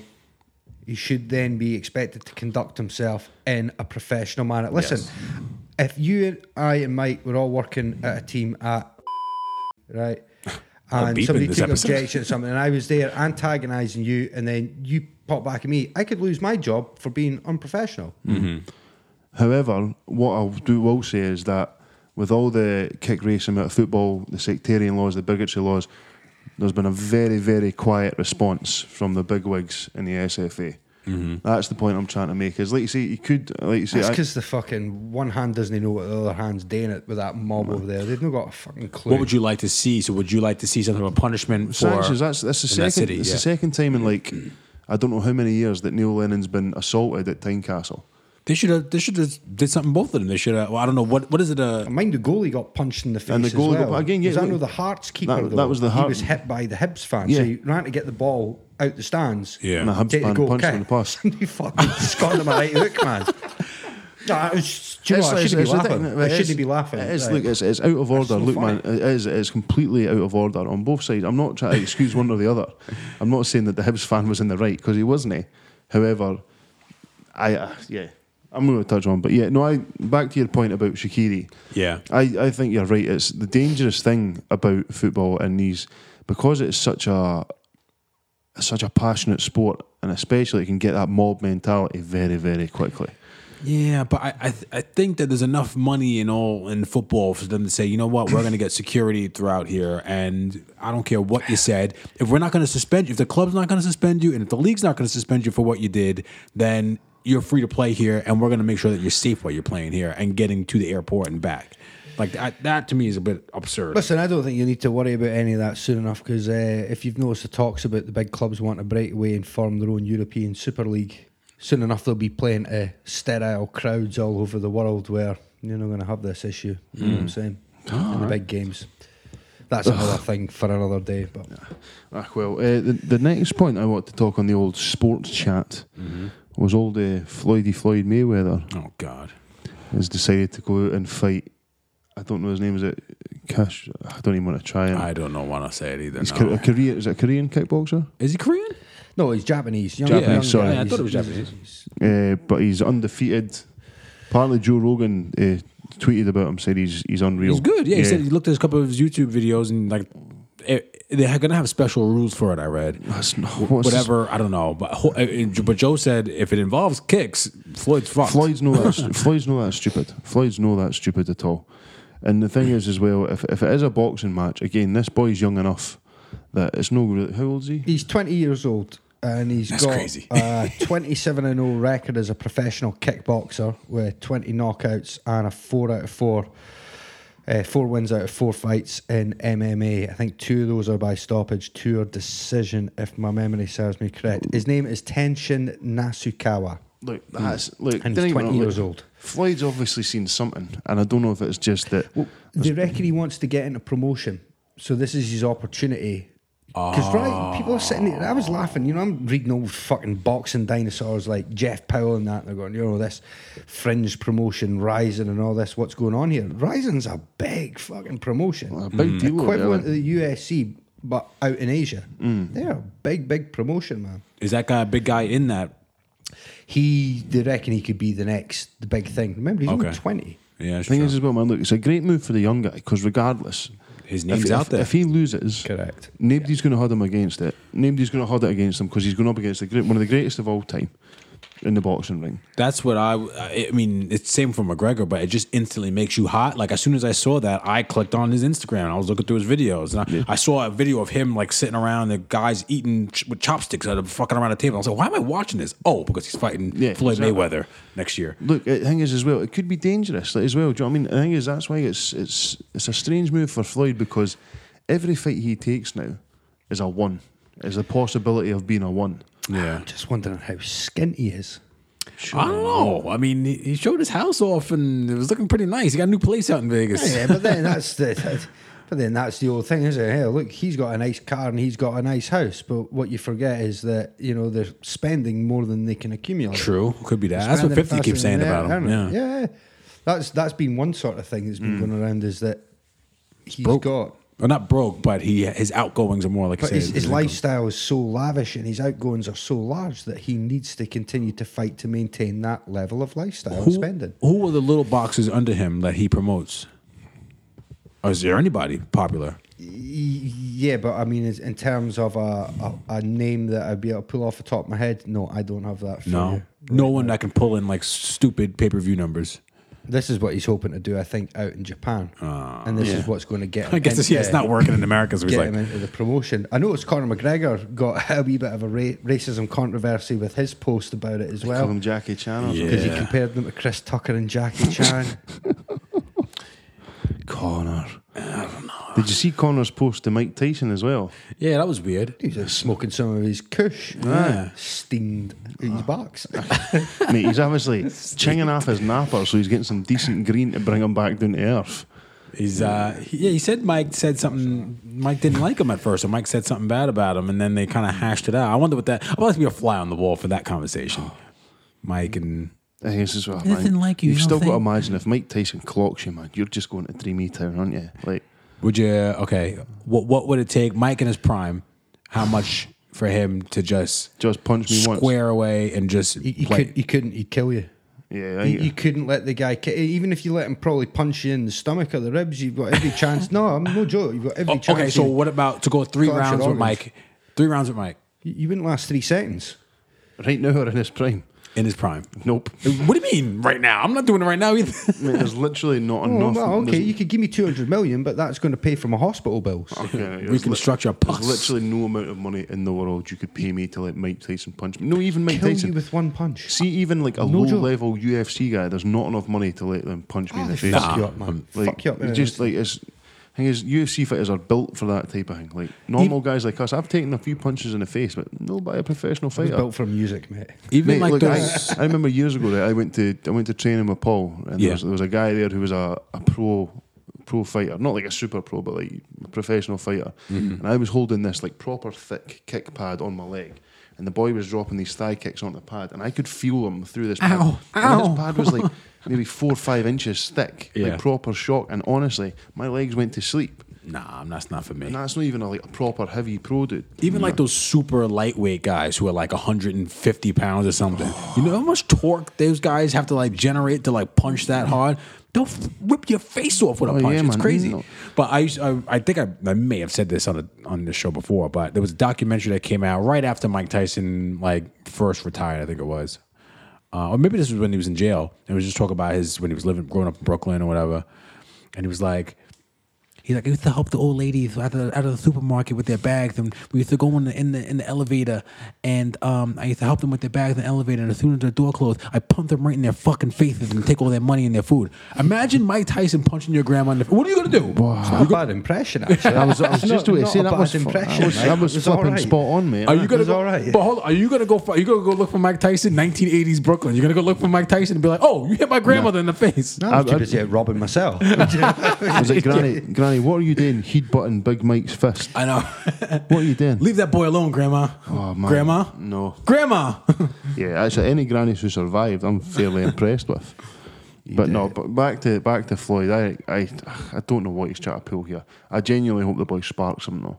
Speaker 3: He should then be expected to conduct himself in a professional manner. Listen, if you and I and Mike were all working at a team at right, and
Speaker 1: beeping
Speaker 3: somebody
Speaker 1: this
Speaker 3: took
Speaker 1: episode.
Speaker 3: objection to something, and I was there antagonising you, and then you pop back at me, I could lose my job for being unprofessional.
Speaker 1: Mm.
Speaker 2: However, what I do will say is that with all the kick racing out of football, the sectarian laws, the bigotry laws, there's been a very, very quiet response from the bigwigs in the SFA.
Speaker 1: Mm-hmm.
Speaker 2: That's the point I'm trying to make. Is like you say, you could, like you say,
Speaker 3: That's
Speaker 2: I-
Speaker 3: because the fucking one hand doesn't know what the other hand's doing it with that mob over there. They've not got a fucking clue.
Speaker 1: What would you like to see? So, would you like to see something of a punishment for
Speaker 2: sanctions. That's that's the
Speaker 1: in that
Speaker 2: second.
Speaker 1: city,
Speaker 2: it's
Speaker 1: yeah.
Speaker 2: the second time in like I don't know how many years that Neil Lennon's been assaulted at Tynecastle.
Speaker 1: They should have. They should have did something. Both of them. They should have. Well, I don't know. What what is it? Uh,
Speaker 3: Mind the goalie got punched in the face.
Speaker 2: And the goalie
Speaker 3: as
Speaker 2: got-
Speaker 3: well.
Speaker 2: again, yeah,
Speaker 3: Because I
Speaker 2: look-
Speaker 3: know the Hearts keeper.
Speaker 2: that-
Speaker 3: though,
Speaker 2: that was the
Speaker 3: He
Speaker 2: Heart-
Speaker 3: was hit by the Hibs fan, so
Speaker 2: Yeah.
Speaker 3: he ran to get the ball out the stands.
Speaker 1: Yeah.
Speaker 2: And a Hibs
Speaker 3: take the
Speaker 2: fan
Speaker 3: goal
Speaker 2: punched
Speaker 3: kick.
Speaker 2: him in the pass.
Speaker 3: and he fucking scored him a right hook, man. No, it was, do you know,
Speaker 2: It's-
Speaker 3: I
Speaker 2: it's-
Speaker 3: shouldn't be
Speaker 2: it's
Speaker 3: laughing.
Speaker 2: ridiculous.
Speaker 3: I
Speaker 2: It
Speaker 3: shouldn't
Speaker 2: is-
Speaker 3: be laughing.
Speaker 2: It is.
Speaker 3: Right.
Speaker 2: Look, it's, it's out of order.
Speaker 3: not
Speaker 2: Look,
Speaker 3: funny.
Speaker 2: man, it is. It is completely out of order on both sides. I'm not trying to excuse one or the other. I'm not saying that the Hibs fan was in the right because he wasn't. eh? However, I uh, yeah, I'm going to touch on, but yeah, no. I back to your point about Shakiri.
Speaker 1: yeah.
Speaker 2: I, I think you're right. It's the dangerous thing about football and these because it's such a such a passionate sport and especially it can get that mob mentality very, very quickly.
Speaker 1: Yeah, but I I, th- I think that there's enough money in all in football for them to say, you know what, we're going to get security throughout here, and I don't care what you said. If we're not going to suspend you, if the club's not going to suspend you, and if the league's not going to suspend you for what you did, then you're free to play here, and we're going to make sure that you're safe while you're playing here and getting to the airport and back. Like that, that to me is a bit absurd.
Speaker 3: Listen, I don't think you need to worry about any of that soon enough because uh, if you've noticed the talks about the big clubs wanting to break away and form their own European Super League soon enough they'll be playing to sterile crowds all over the world where you're not going to have this issue. You know what
Speaker 1: Hmm.
Speaker 3: I'm saying?
Speaker 1: Ah,
Speaker 3: In the big games. That's another thing for another day. But
Speaker 2: Ah, well, uh, the, the next point I want to talk on the old sports chat was old uh, Floydy Floyd Mayweather
Speaker 1: Oh God.
Speaker 2: has decided to go out and fight. I don't know his name. Is it Cash? I don't even want to try him.
Speaker 1: I don't know want to say it either.
Speaker 2: He's
Speaker 1: no.
Speaker 2: Ko- a Korean. Is it a Korean kickboxer?
Speaker 1: Is he Korean?
Speaker 3: no, he's Japanese. Young,
Speaker 2: Japanese,
Speaker 3: young
Speaker 2: sorry.
Speaker 3: guy.
Speaker 1: Yeah, I thought it was
Speaker 3: He's-
Speaker 1: Japanese.
Speaker 3: he's-
Speaker 2: Uh, but he's undefeated. Partly Joe Rogan uh, tweeted about him, said he's he's unreal.
Speaker 1: He's good. Yeah, he said he looked at a couple of his YouTube videos and like it, they're gonna have special rules for it. I read.
Speaker 2: That's not- what's this-
Speaker 1: Whatever, I don't know, but ho- uh, uh, but Joe said if it involves kicks, Floyd's fucked.
Speaker 2: Floyd's no that. stu- Floyd's no that stupid. Floyd's no that stupid at all. And the thing is, as well, if if it is a boxing match, again, this boy's young enough that it's no. Really, how old's he?
Speaker 3: He's 20 years old and he's
Speaker 1: That's
Speaker 3: got
Speaker 1: crazy.
Speaker 3: a 27 and 0 record as a professional kickboxer with 20 knockouts and a 4 out of 4 uh, four wins out of four fights in MMA. I think two of those are by stoppage, two are decision if my memory serves me correct. His name is Tenshin Nasukawa
Speaker 2: Look, that's look.
Speaker 3: and
Speaker 2: don't
Speaker 3: he's
Speaker 2: even
Speaker 3: 20
Speaker 2: know,
Speaker 3: years
Speaker 2: look,
Speaker 3: old.
Speaker 2: Floyd's obviously seen something, and I don't know if it's just that.
Speaker 3: Well, they reckon he wants to get into promotion, so this is his opportunity. Because right, people are sitting there. I was laughing. You know, I'm reading old fucking boxing dinosaurs like Jeff Powell and that. And they're going, you know, this fringe promotion, Rising, and all this. What's going on here? Rising's a big fucking promotion,
Speaker 2: A big deal.
Speaker 3: mm. equivalent to
Speaker 2: really.
Speaker 3: the USC, but out in Asia.
Speaker 1: Mm.
Speaker 3: They're a big, big promotion, man.
Speaker 1: Is that guy a big guy in that?
Speaker 3: He, they reckon he could be the next, the big thing. Remember, he's only
Speaker 1: Okay.
Speaker 3: twenty.
Speaker 1: Yeah, that's
Speaker 2: thing
Speaker 1: true.
Speaker 2: is, as well, man. Look, it's a great move for the young guy because regardless,
Speaker 1: his
Speaker 2: if,
Speaker 1: name's out
Speaker 2: if,
Speaker 1: there.
Speaker 2: if he loses,
Speaker 3: Correct.
Speaker 2: Nobody's going to hold him against it. Nobody's going to hold it against him because he's going up against the great, one of the greatest of all time in the boxing ring.
Speaker 1: That's what I. I mean, it's same for McGregor, but it just instantly makes you hot. Like as soon as I saw that, I clicked on his Instagram. And I was looking through his videos, and I, I saw a video of him like sitting around the guys eating ch- with chopsticks out of fucking around a table. I was like, why am I watching this? Oh, because he's fighting
Speaker 2: Yeah,
Speaker 1: Floyd
Speaker 2: exactly.
Speaker 1: Mayweather next year.
Speaker 2: Look, the thing is, as well, it could be dangerous like, as well. Do you know what I mean? The thing is, that's why it's it's it's a strange move for Floyd because every fight he takes now is a one. Is a possibility of being a one.
Speaker 1: Yeah,
Speaker 3: Just wondering how skint he is.
Speaker 1: I don't know. I mean, he, he showed his house off, and it was looking pretty nice. He got a new place out in Vegas.
Speaker 3: Yeah, but then that's the. that- but then that's the old thing, isn't it? Hey, look, he's got a nice car and he's got a nice house, but what you forget is that you know they're spending more than they can accumulate.
Speaker 1: True, could be that. That's what
Speaker 3: Spending
Speaker 1: Fifty
Speaker 3: faster
Speaker 1: keeps saying
Speaker 3: than they're
Speaker 1: about him.
Speaker 3: earning.
Speaker 1: Yeah. Mm.
Speaker 3: yeah, that's that's been one sort of thing that's been going around is that he's
Speaker 1: broke.
Speaker 3: got,
Speaker 1: Well, not broke, but he his outgoings are more like. you
Speaker 3: but
Speaker 1: say,
Speaker 3: his, his
Speaker 1: income.
Speaker 3: lifestyle is so lavish and his outgoings are so large that he needs to continue to fight to maintain that level of lifestyle and spending.
Speaker 1: Who are the little boxes under him that he promotes? Or is there anybody popular?
Speaker 3: Yeah, but I mean, is- in terms of a, a, a name that I'd be able to pull off the top of my head, no, I don't have that. For
Speaker 1: No,
Speaker 3: you.
Speaker 1: no one that can pull in like stupid pay per view numbers.
Speaker 3: This is what he's hoping to do, I think, out in Japan. and this is what's going to get him
Speaker 1: Ah, I guess this, yeah, it's
Speaker 3: into-
Speaker 1: not working in America, so he's
Speaker 3: Get
Speaker 1: like,
Speaker 3: him into the promotion. I noticed Conor McGregor got a wee bit of a ra- racism controversy with his post about it as
Speaker 2: Call
Speaker 3: well
Speaker 2: him Jackie Chan. Or
Speaker 1: Yeah.
Speaker 3: because he compared them to Chris Tucker and Jackie Chan.
Speaker 2: something. Connor. I don't know. Did you see Connor's post to Mike Tyson as well?
Speaker 1: yeah, that was weird.
Speaker 3: he's uh, smoking some of his kush,
Speaker 1: Yeah.
Speaker 3: steamed out
Speaker 2: Ah.
Speaker 3: his box.
Speaker 2: Mate, he's obviously chinging off his napper, so he's getting some decent green to bring him back down to earth.
Speaker 1: He's uh, he- yeah, he said Mike said something. Mike didn't like him at first, or Mike said something bad about him, and then they kind of hashed it out. I wonder what that. I'd like to be a fly on the wall for that conversation. Mike and
Speaker 2: I guess as well,
Speaker 1: Nothing
Speaker 2: man.
Speaker 1: like you,
Speaker 2: You've
Speaker 1: you
Speaker 2: still
Speaker 1: don't
Speaker 2: got to
Speaker 1: think?
Speaker 2: imagine if Mike Tyson clocks you, man. You're just going to dreamy town, aren't you? Like,
Speaker 1: Would you okay? What what would it take, Mike in his prime? How much for him to just
Speaker 2: just punch me once.
Speaker 1: square away and just
Speaker 3: He, he,
Speaker 1: play?
Speaker 3: could, he couldn't. He'd kill you.
Speaker 2: Oh, Yeah, I,
Speaker 3: You, you couldn't let the guy, ki- even if you let him probably punch you in the stomach or the ribs, you've got every chance. No, I'm no joke. You've got every
Speaker 1: Oh,
Speaker 3: chance.
Speaker 1: okay, so
Speaker 3: you,
Speaker 1: what about to go three
Speaker 3: Clutch your
Speaker 1: rounds with
Speaker 3: organs.
Speaker 1: Mike? Three rounds with Mike
Speaker 3: you wouldn't last three seconds.
Speaker 2: right now we're in his prime.
Speaker 1: in his prime.
Speaker 2: Nope.
Speaker 1: What do you mean right now? I'm not doing it right now either.
Speaker 2: Mate, there's literally not
Speaker 3: Oh,
Speaker 2: enough.
Speaker 3: well, okay,
Speaker 2: there's-
Speaker 3: you could give me 200 million, but that's going to pay for my hospital bills.
Speaker 2: Okay, there's
Speaker 1: Reconstruct your
Speaker 2: there's
Speaker 1: pus.
Speaker 2: literally no amount of money in the world you could pay me to let Mike Tyson punch me. No, even Mike
Speaker 3: Kill
Speaker 2: Tyson.
Speaker 3: you with one punch.
Speaker 2: See, even like a
Speaker 3: No
Speaker 2: low
Speaker 3: joke.
Speaker 2: level UFC guy, there's not enough money to let them punch me
Speaker 3: Oh,
Speaker 2: in
Speaker 3: they
Speaker 2: the face.
Speaker 3: fuck you up, man.
Speaker 2: Like,
Speaker 3: fuck you up.
Speaker 2: it's
Speaker 3: man.
Speaker 2: just like it's thing is, UFC fighters are built for that type of thing. Like normal guys like us, I've taken a few punches in the face, but no by a professional
Speaker 3: It was
Speaker 2: fighter.
Speaker 3: built for music, mate.
Speaker 1: Even
Speaker 2: Mate,
Speaker 1: like
Speaker 2: look,
Speaker 1: those.
Speaker 2: I, I remember years ago that I went to I went to training with Paul, and
Speaker 1: Yeah.
Speaker 2: there, was, there was a guy there who was a, a pro pro fighter, not like a super pro, but like a professional fighter. And I was holding this like proper thick kick pad on my leg, and the boy was dropping these thigh kicks onto the pad, and I could feel them through this pad.
Speaker 1: Ow,
Speaker 2: And
Speaker 1: ow.
Speaker 2: This pad was like maybe four or five inches thick,
Speaker 1: Yeah.
Speaker 2: like proper shock. And honestly, my legs went to sleep.
Speaker 1: nah, that's not for me.
Speaker 2: And that's not even a, like a proper heavy pro dude.
Speaker 1: Even like those super lightweight guys who are like 150 pounds or something. you know how much torque those guys have to like generate to like punch that hard? They'll f- rip your face off with a
Speaker 2: Oh,
Speaker 1: punch.
Speaker 2: yeah,
Speaker 1: it's
Speaker 2: man.
Speaker 1: crazy.
Speaker 2: No.
Speaker 1: But I, used, I, I think I, I may have said this on the on this show before, but there was a documentary that came out right after Mike Tyson like first retired. I think it was, uh, or maybe this was when he was in jail. And it was just talk about his when he was living growing up in Brooklyn or whatever. And he was like, He's like, I used to help the old ladies out of, out of the supermarket with their bags, and we used to go in the in the, in the elevator, and um, I used to help them with their bags in the elevator. And as soon as the door closed, I pumped them right in their fucking faces and take all their money and their food. Imagine Mike Tyson punching your grandma in the. What are you gonna do?
Speaker 3: It's not a bad impression, actually.
Speaker 2: I was, I was just
Speaker 3: not,
Speaker 2: doing
Speaker 3: not
Speaker 2: see
Speaker 3: a
Speaker 2: that
Speaker 3: bad
Speaker 2: was, fu-
Speaker 3: impression.
Speaker 2: that was,
Speaker 3: mate.
Speaker 2: that was,
Speaker 3: It
Speaker 2: flipping
Speaker 3: all right.
Speaker 2: spot on, mate.
Speaker 1: Are you gonna
Speaker 3: was
Speaker 1: go?
Speaker 3: all right.
Speaker 1: But hold on, are you gonna go? For, are you gonna go look for Mike Tyson, 1980s Brooklyn? You're gonna go look for Mike Tyson and be like, "Oh, you hit my grandmother in the face."
Speaker 3: I was
Speaker 2: I-
Speaker 3: too
Speaker 2: I-
Speaker 3: busy out robbing myself.
Speaker 2: I was like, Granny, Granny, what are you doing? He'd button Big Mike's fist.
Speaker 1: I know.
Speaker 2: What are you doing?
Speaker 1: Leave that boy alone, Grandma.
Speaker 2: Oh, man.
Speaker 1: Grandma.
Speaker 2: No.
Speaker 1: Grandma.
Speaker 2: Yeah, actually, any grannies who survived, I'm fairly impressed with. But no, but back to back to Floyd. I I I don't know what he's trying to pull here. I genuinely hope the boy sparks him though.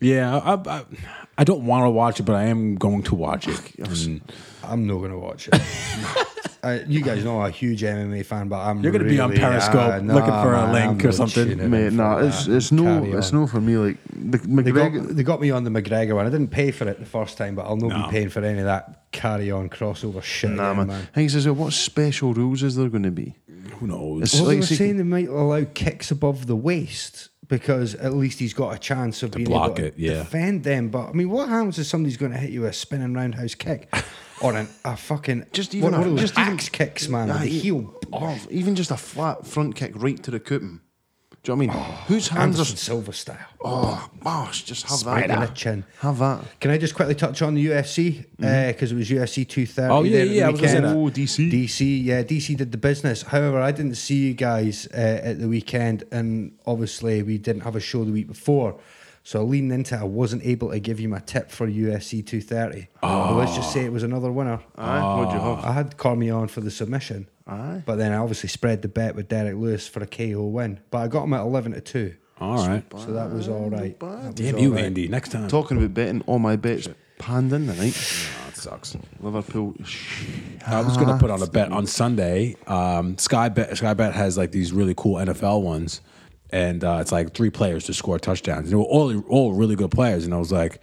Speaker 1: Yeah, I, I, I don't want to watch it, but I am going to watch it.
Speaker 3: Mm.
Speaker 1: And
Speaker 3: I'm not going to watch it. I, you guys know I'm a huge MMA fan, but I'm
Speaker 1: You're gonna be on
Speaker 3: really-
Speaker 1: Periscope
Speaker 3: ah, nah,
Speaker 1: looking for a
Speaker 3: man,
Speaker 1: link
Speaker 3: I'm
Speaker 1: or
Speaker 3: not
Speaker 1: something.
Speaker 3: tuning in
Speaker 2: Mate,
Speaker 3: for
Speaker 2: nah,
Speaker 3: that.
Speaker 2: it's it's no
Speaker 3: Carry
Speaker 2: it's
Speaker 3: on.
Speaker 2: no for me. Like the
Speaker 3: They
Speaker 2: McGregor,
Speaker 3: got, they got me on the McGregor one. I didn't pay for it the first time, but I'll not be paying for any of that carry on crossover shit.
Speaker 2: nah, man.
Speaker 3: again, man.
Speaker 2: He says, "What special rules is there going to be?"
Speaker 1: who knows?
Speaker 2: It's
Speaker 3: Well, they
Speaker 2: like
Speaker 3: were
Speaker 2: see-
Speaker 3: saying they might allow kicks above the waist because at least he's got a chance of being
Speaker 1: block
Speaker 3: able
Speaker 1: it,
Speaker 3: to
Speaker 1: yeah.
Speaker 3: defend them. But I mean, what happens if somebody's going to hit you with a spinning roundhouse kick or an, a fucking
Speaker 2: Just
Speaker 3: what-
Speaker 2: even
Speaker 3: what
Speaker 2: a-
Speaker 3: are those
Speaker 2: just even-
Speaker 3: axe kicks, man? with
Speaker 2: Nah,
Speaker 3: the
Speaker 2: e-
Speaker 3: heel.
Speaker 2: or even just a flat front kick right to the cootin. Do you know what I mean? Whose hands
Speaker 3: Oh, Anderson
Speaker 2: are?
Speaker 3: Silva style.
Speaker 2: Oh, bosh! Just have
Speaker 3: Right in the
Speaker 2: that.
Speaker 3: chin.
Speaker 2: Have that.
Speaker 3: Can I just quickly touch on the UFC because Uh, it was UFC 230?
Speaker 1: Mm-hmm. Oh, yeah,
Speaker 3: there at the
Speaker 1: yeah, I was gonna say
Speaker 3: weekend.
Speaker 1: that.
Speaker 2: Oh, DC.
Speaker 3: DC, yeah, DC did the business. However, I didn't see you guys uh, at the weekend, and obviously we didn't have a show the week before. So leaning into, it, I wasn't able to give you my tip for UFC 230. But let's just say it was another winner.
Speaker 2: Aye, what'd you have?
Speaker 3: I had Cormier for the submission,
Speaker 2: Aye.
Speaker 3: but then I obviously spread the bet with Derek Lewis for a KO win. But I got him at 11 to two,
Speaker 1: all right.
Speaker 3: so that was all right.
Speaker 2: bad.
Speaker 3: That was
Speaker 1: Damn
Speaker 3: all
Speaker 1: you,
Speaker 3: right.
Speaker 1: Andy. Next time.
Speaker 2: Talking about betting, all my bets panned in tonight.
Speaker 1: Nah, it sucks.
Speaker 2: Liverpool.
Speaker 1: I was gonna put on a bet on Sunday. Um, Sky Bet Sky Bet has like these really cool NFL ones, and uh, it's like three players to score touchdowns. And they were all all really good players, and I was like,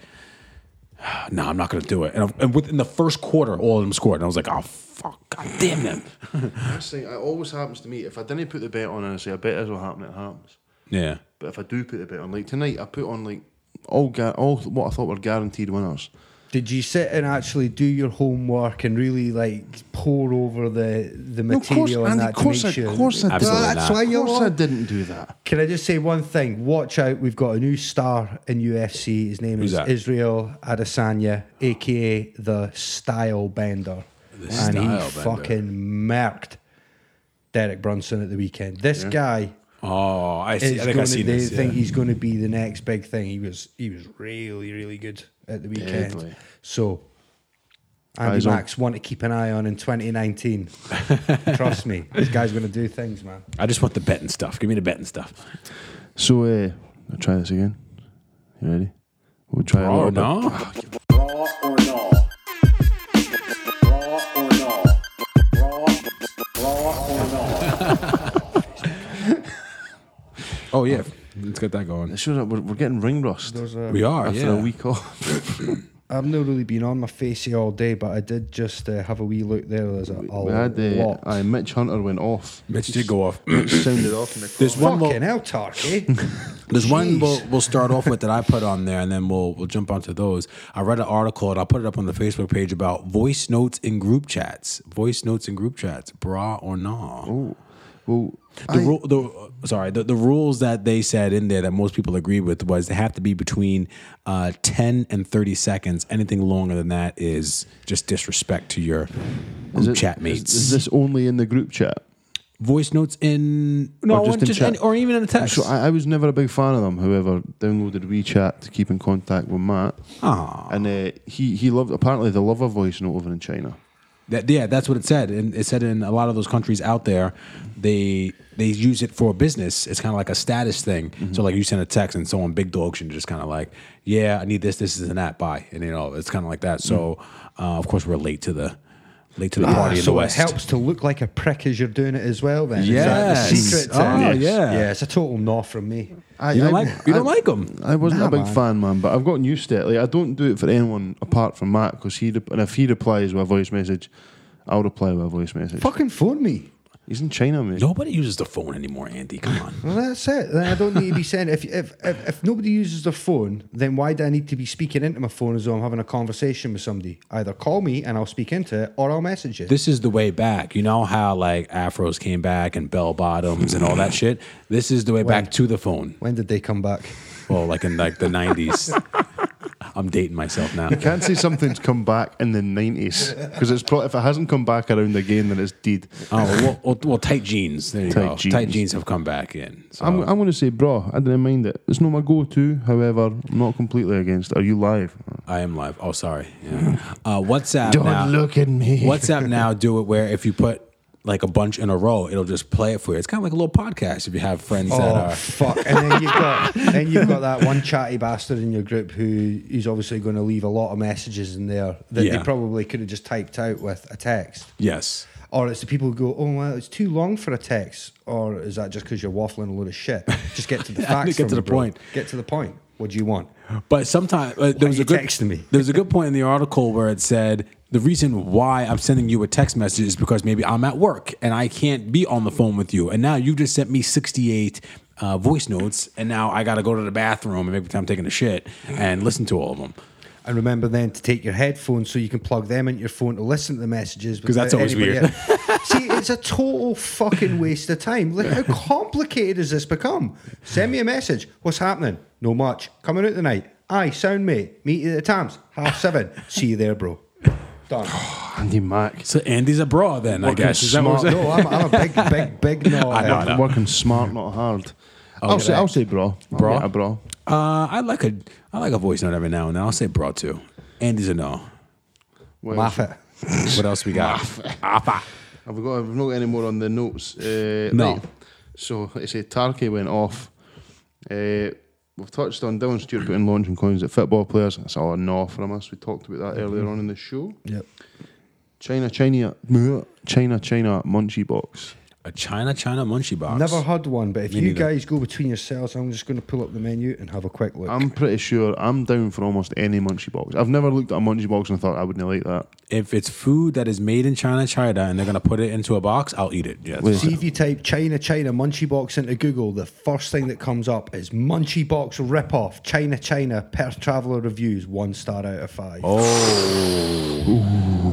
Speaker 1: "No, I'm not gonna do it." And, I, and within the first quarter, all of them scored, and I was like, "Oh fuck, god damn them!"
Speaker 2: That's the thing. It always happens to me. If I didn't put the bet on, and I say I bet is what happened, it happens.
Speaker 1: yeah,
Speaker 2: But if I do put the bet on, like tonight, I put on like all ga- all what I thought were guaranteed winners.
Speaker 3: Did you sit and actually do your homework and really like pour over the the material and that to make
Speaker 2: I,
Speaker 3: sure?
Speaker 2: of course I
Speaker 1: Absolutely
Speaker 2: did.
Speaker 1: not. That's why
Speaker 2: Of
Speaker 3: you
Speaker 2: course I
Speaker 3: lost.
Speaker 2: didn't do that.
Speaker 3: Can I just say one thing? Watch out! We've got a new star in UFC. His name
Speaker 1: Who's
Speaker 3: is
Speaker 1: that?
Speaker 3: Israel Adesanya, aka the Style Bender, and he
Speaker 1: Style Bender.
Speaker 3: fucking merked Derek Brunson at the weekend. This guy
Speaker 1: Oh, I see.
Speaker 3: is
Speaker 1: I think
Speaker 3: gonna,
Speaker 1: I see
Speaker 3: they
Speaker 1: this.
Speaker 3: think
Speaker 1: yeah.
Speaker 3: he's going to be the next big thing. He was he was really really good at the weekend.
Speaker 2: Deadly.
Speaker 3: So Andy
Speaker 2: Eyes on.
Speaker 3: Max one to keep an eye on in 2019. Trust me, this guy's going to do things, man.
Speaker 1: I just want the betting stuff. Give me the betting stuff.
Speaker 2: So uh, I'll try this again. You ready? We'll try a
Speaker 1: Oh
Speaker 2: little
Speaker 5: Raw or
Speaker 1: no!
Speaker 5: no? Raw or no? Raw, raw or no?
Speaker 1: Oh yeah, let's get that going.
Speaker 2: bit. It shows that we're, we're getting ring rust
Speaker 3: There's a,
Speaker 1: We are.
Speaker 2: after
Speaker 1: yeah.
Speaker 2: a week off.
Speaker 3: I've not really been on my facey all day, but I did just uh, have a wee look there. There's a, a
Speaker 2: we had uh,
Speaker 3: lot.
Speaker 2: aye, Mitch Hunter went off.
Speaker 1: Mitch did go off.
Speaker 2: sounded off in the
Speaker 1: There's one.
Speaker 3: Fucking
Speaker 1: We'll,
Speaker 3: hell, Tarky.
Speaker 1: there's one
Speaker 3: Jeez.
Speaker 1: we'll, we'll start off with that I put on there, and then we'll we'll jump onto those. I read an article and I'll put it up on the Facebook page about voice notes in group chats. Voice notes in group chats, bra or nah?
Speaker 2: Oh, Well,
Speaker 1: The
Speaker 2: I-
Speaker 1: rule, the sorry, the, the rules that they said in there that most people agreed with was they have to be between uh, ten and thirty seconds. Anything longer than that is just disrespect to your
Speaker 2: is
Speaker 1: group
Speaker 2: it-
Speaker 1: chat
Speaker 2: is-
Speaker 1: mates.
Speaker 2: Is, this only in the group chat?
Speaker 1: Voice notes in no,
Speaker 2: Or
Speaker 1: or
Speaker 2: just
Speaker 1: just,
Speaker 2: in chat?
Speaker 1: any- or even in a text.
Speaker 2: So I, I was never a big fan of them. However, downloaded WeChat to keep in contact with Matt,
Speaker 1: Aw.
Speaker 2: and uh, he he loved. Apparently, they love a voice note over in China.
Speaker 1: That, yeah, that's what it said, and it said in a lot of those countries out there, they they use it for business. It's kind of like a status thing.
Speaker 3: Mm-hmm.
Speaker 1: So like you send a text, and someone big dog can just kind of like, yeah, I need this, this is an app, bye, and you know it's kind of like that. So uh, of course we're late to the late to the
Speaker 3: Mm-hmm. Ah,
Speaker 1: party in
Speaker 3: so
Speaker 1: the
Speaker 3: it
Speaker 1: West.
Speaker 3: helps to look like a prick as you're doing it as well. Then Is
Speaker 1: Yes.
Speaker 3: that the secret.
Speaker 1: Oh,
Speaker 3: then?
Speaker 1: yeah.
Speaker 3: yeah. It's a total no from me.
Speaker 2: I,
Speaker 1: You don't
Speaker 2: I-
Speaker 1: like you don't
Speaker 2: I-
Speaker 1: like them.
Speaker 2: I wasn't
Speaker 3: Nah,
Speaker 2: a big
Speaker 3: man.
Speaker 2: fan, man, but I've gotten used to it. Like I don't do it for anyone apart from Matt because he rep- and if he replies with a voice message, I'll reply with a voice message.
Speaker 3: Fucking phone me.
Speaker 2: He's in China, mate.
Speaker 1: Nobody uses the phone anymore, Andy. Come on.
Speaker 3: Well, that's it. Then I don't need to be saying if if, if if nobody uses their phone, then why do I need to be speaking into my phone as though I'm having a conversation with somebody? Either call me and I'll speak into it, or I'll message you.
Speaker 1: This is the way back. You know how like afros came back and bell bottoms and all that shit. This is the way back to the phone.
Speaker 3: when did they come back?
Speaker 1: Well, like in like the nineties. I'm dating myself now.
Speaker 2: You can't say something's come back in the nineties because it's pro- if it hasn't come back around again, then it's dead.
Speaker 1: Oh well, well, well tight jeans. There you
Speaker 2: Tight
Speaker 1: go.
Speaker 2: jeans.
Speaker 1: Tight jeans have come back in. So.
Speaker 2: I'm, I'm going to say, bro, I didn't mind it. It's not my go-to. However, I'm not completely against. it. Are you live?
Speaker 1: I am live. Oh, sorry. Yeah. Uh, WhatsApp
Speaker 2: Don't
Speaker 1: now.
Speaker 2: look at me.
Speaker 1: WhatsApp now do it where if you put like a bunch in a row, it'll just play it for you. It's kind of like a little podcast if you have friends that
Speaker 3: Oh
Speaker 1: are.
Speaker 3: fuck! And then you've got then you've got that one chatty bastard in your group who is obviously going to leave a lot of messages in there that
Speaker 1: Yeah.
Speaker 3: they probably could have just typed out with a text.
Speaker 1: Yes.
Speaker 3: Or it's the people who go, oh, well, it's too long for a text. Or is that just because you're waffling a load of shit? Just get to the
Speaker 1: Yeah,
Speaker 3: facts.
Speaker 1: get
Speaker 3: for
Speaker 1: to
Speaker 3: me,
Speaker 1: the
Speaker 3: bro.
Speaker 1: point.
Speaker 3: Get to the point. What do you want?
Speaker 1: But sometimes uh, there was
Speaker 3: you
Speaker 1: a good
Speaker 3: texting me?
Speaker 1: there was a good point in the article where it said the reason why I'm sending you a text message is because maybe I'm at work and I can't be on the phone with you. And now you just sent me 68 uh, voice notes, and now I got to go to the bathroom and every time I'm taking a shit and listen to all of them.
Speaker 3: And remember then to take your headphones so you can plug them into your phone to listen to the messages.
Speaker 1: 'Cause that's always
Speaker 3: without anybody else. See, it's a total fucking waste of time. Look how complicated has this become? Send me a message. What's happening? No much. Coming out tonight. Aye, sound mate. Meet you at the Tams. Half seven. See you there, bro. Done. Oh,
Speaker 2: Andy Mac.
Speaker 1: So Andy's a bra then, I
Speaker 2: Working
Speaker 1: guess. Is that what we're
Speaker 2: smart.
Speaker 1: saying?
Speaker 3: No, I'm, I'm a big, big, big no.
Speaker 1: I know, I know.
Speaker 2: I'm working smart, not hard. I'll
Speaker 1: look at
Speaker 2: say,
Speaker 1: that.
Speaker 2: I'll say, bro,
Speaker 1: Bro?
Speaker 2: bro, bro.
Speaker 1: Uh, I like a I like a voice note every now and then. I'll say bra too. Andy's a no.
Speaker 2: What else?
Speaker 3: Laugh it.
Speaker 1: What else we got? Appa.
Speaker 2: Have we got? Have we not got any more on the notes? Uh,
Speaker 1: No.
Speaker 2: right. So it's a Tarkey went off. Uh, we've touched on Dylan Stewart putting launching coins at football players. That's all no from us. We talked about
Speaker 1: Mm-hmm.
Speaker 2: that earlier on in the show.
Speaker 3: Yep.
Speaker 2: China, China, China, China, Munchie Box.
Speaker 1: A China China munchie box.
Speaker 3: Never had one, but if
Speaker 1: Me
Speaker 3: you
Speaker 1: neither.
Speaker 3: guys go between yourselves, I'm just going to pull up the menu and have a quick look.
Speaker 2: I'm pretty sure I'm down for almost any Munchie Box. I've never looked at a Munchie Box and thought I wouldn't like that.
Speaker 1: If it's food that is made in China China and they're gonna put it into a box, I'll eat it. Yeah.
Speaker 2: Wait.
Speaker 1: that's
Speaker 3: See if you type China China Munchie Box into Google, the first thing that comes up is Munchie Box ripoff China China per traveler reviews one star out of five.
Speaker 2: Oh.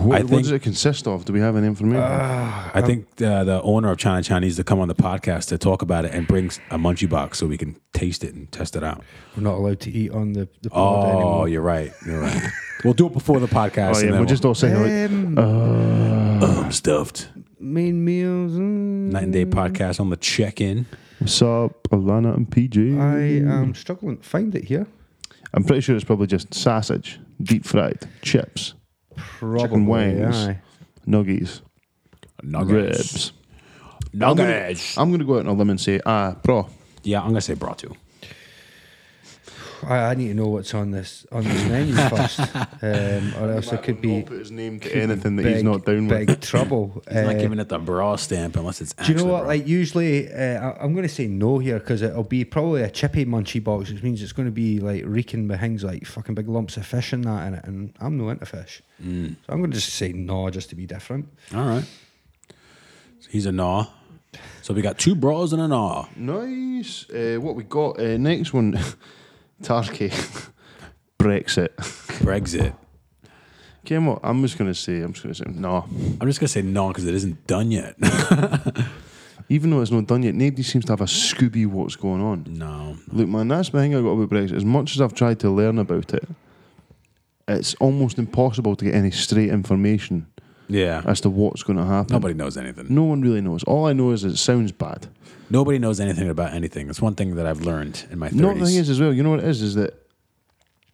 Speaker 2: What,
Speaker 1: I
Speaker 2: what
Speaker 1: think- Ah,
Speaker 2: does it consist of? Do we have any information?
Speaker 1: I think uh, the owner of China China needs to come on the podcast to talk about it and brings a munchie box so we can taste it and test it out.
Speaker 3: We're not allowed to eat on the, the pod
Speaker 1: Oh,
Speaker 3: anymore.
Speaker 1: you're right. You're right. we'll do it before the podcast.
Speaker 2: oh
Speaker 1: and
Speaker 2: yeah,
Speaker 1: then
Speaker 2: we're just all saying like,
Speaker 3: Um,
Speaker 1: we'll- I'm stuffed.
Speaker 3: main meals. mm,
Speaker 1: Night and day podcast on the check in.
Speaker 2: "What's up, Alana and PJ?"
Speaker 3: I am struggling to find it here.
Speaker 2: I'm pretty sure it's probably just sausage, deep fried, chips,
Speaker 3: Probably.
Speaker 2: wings.
Speaker 3: aye.
Speaker 2: nuggies,
Speaker 1: Nuggets.
Speaker 2: ribs. I'm gonna,
Speaker 1: Nuggets.
Speaker 2: I'm gonna go out on a limb and say, ah, bro,
Speaker 1: Yeah, I'm gonna say bra too.
Speaker 3: I, I need to know what's on this on this menu first, um, or else I could be
Speaker 2: his name to anything that he's
Speaker 3: big-
Speaker 2: not down with.
Speaker 3: Big trouble.
Speaker 1: He's not
Speaker 3: Uh,
Speaker 1: giving it the bra stamp unless it's.
Speaker 3: Do
Speaker 1: Actually
Speaker 3: you know what?
Speaker 1: bra.
Speaker 3: Like usually, uh, I- I'm going to say no here because it'll be probably a chippy munchy box, which means it's going to be like reeking with things like fucking big lumps of fish and that in it, and I'm no into fish, so I'm going to just say no just to be different.
Speaker 1: All right. So he's a gnaw. So we got two bras and a gnaw.
Speaker 2: Nice. Uh, what we got uh, next one? Turkey, Brexit.
Speaker 1: Brexit.
Speaker 2: Okay, what? I'm just gonna say, I'm just gonna say, no.
Speaker 1: I'm just gonna say no because it isn't done yet.
Speaker 2: Even though it's not done yet, nobody seems to have a Scooby what's going on.
Speaker 1: No.
Speaker 2: Look, man, that's the thing I got about Brexit. As much as I've tried to learn about it, it's almost impossible to get any straight information
Speaker 1: Yeah.
Speaker 2: as to what's going to happen.
Speaker 1: Nobody knows anything.
Speaker 2: No one really knows. All I know is it sounds bad.
Speaker 1: Nobody knows anything about anything. It's one thing that I've learned in my 30s.
Speaker 2: No, the thing is, as well, you know what it is, is that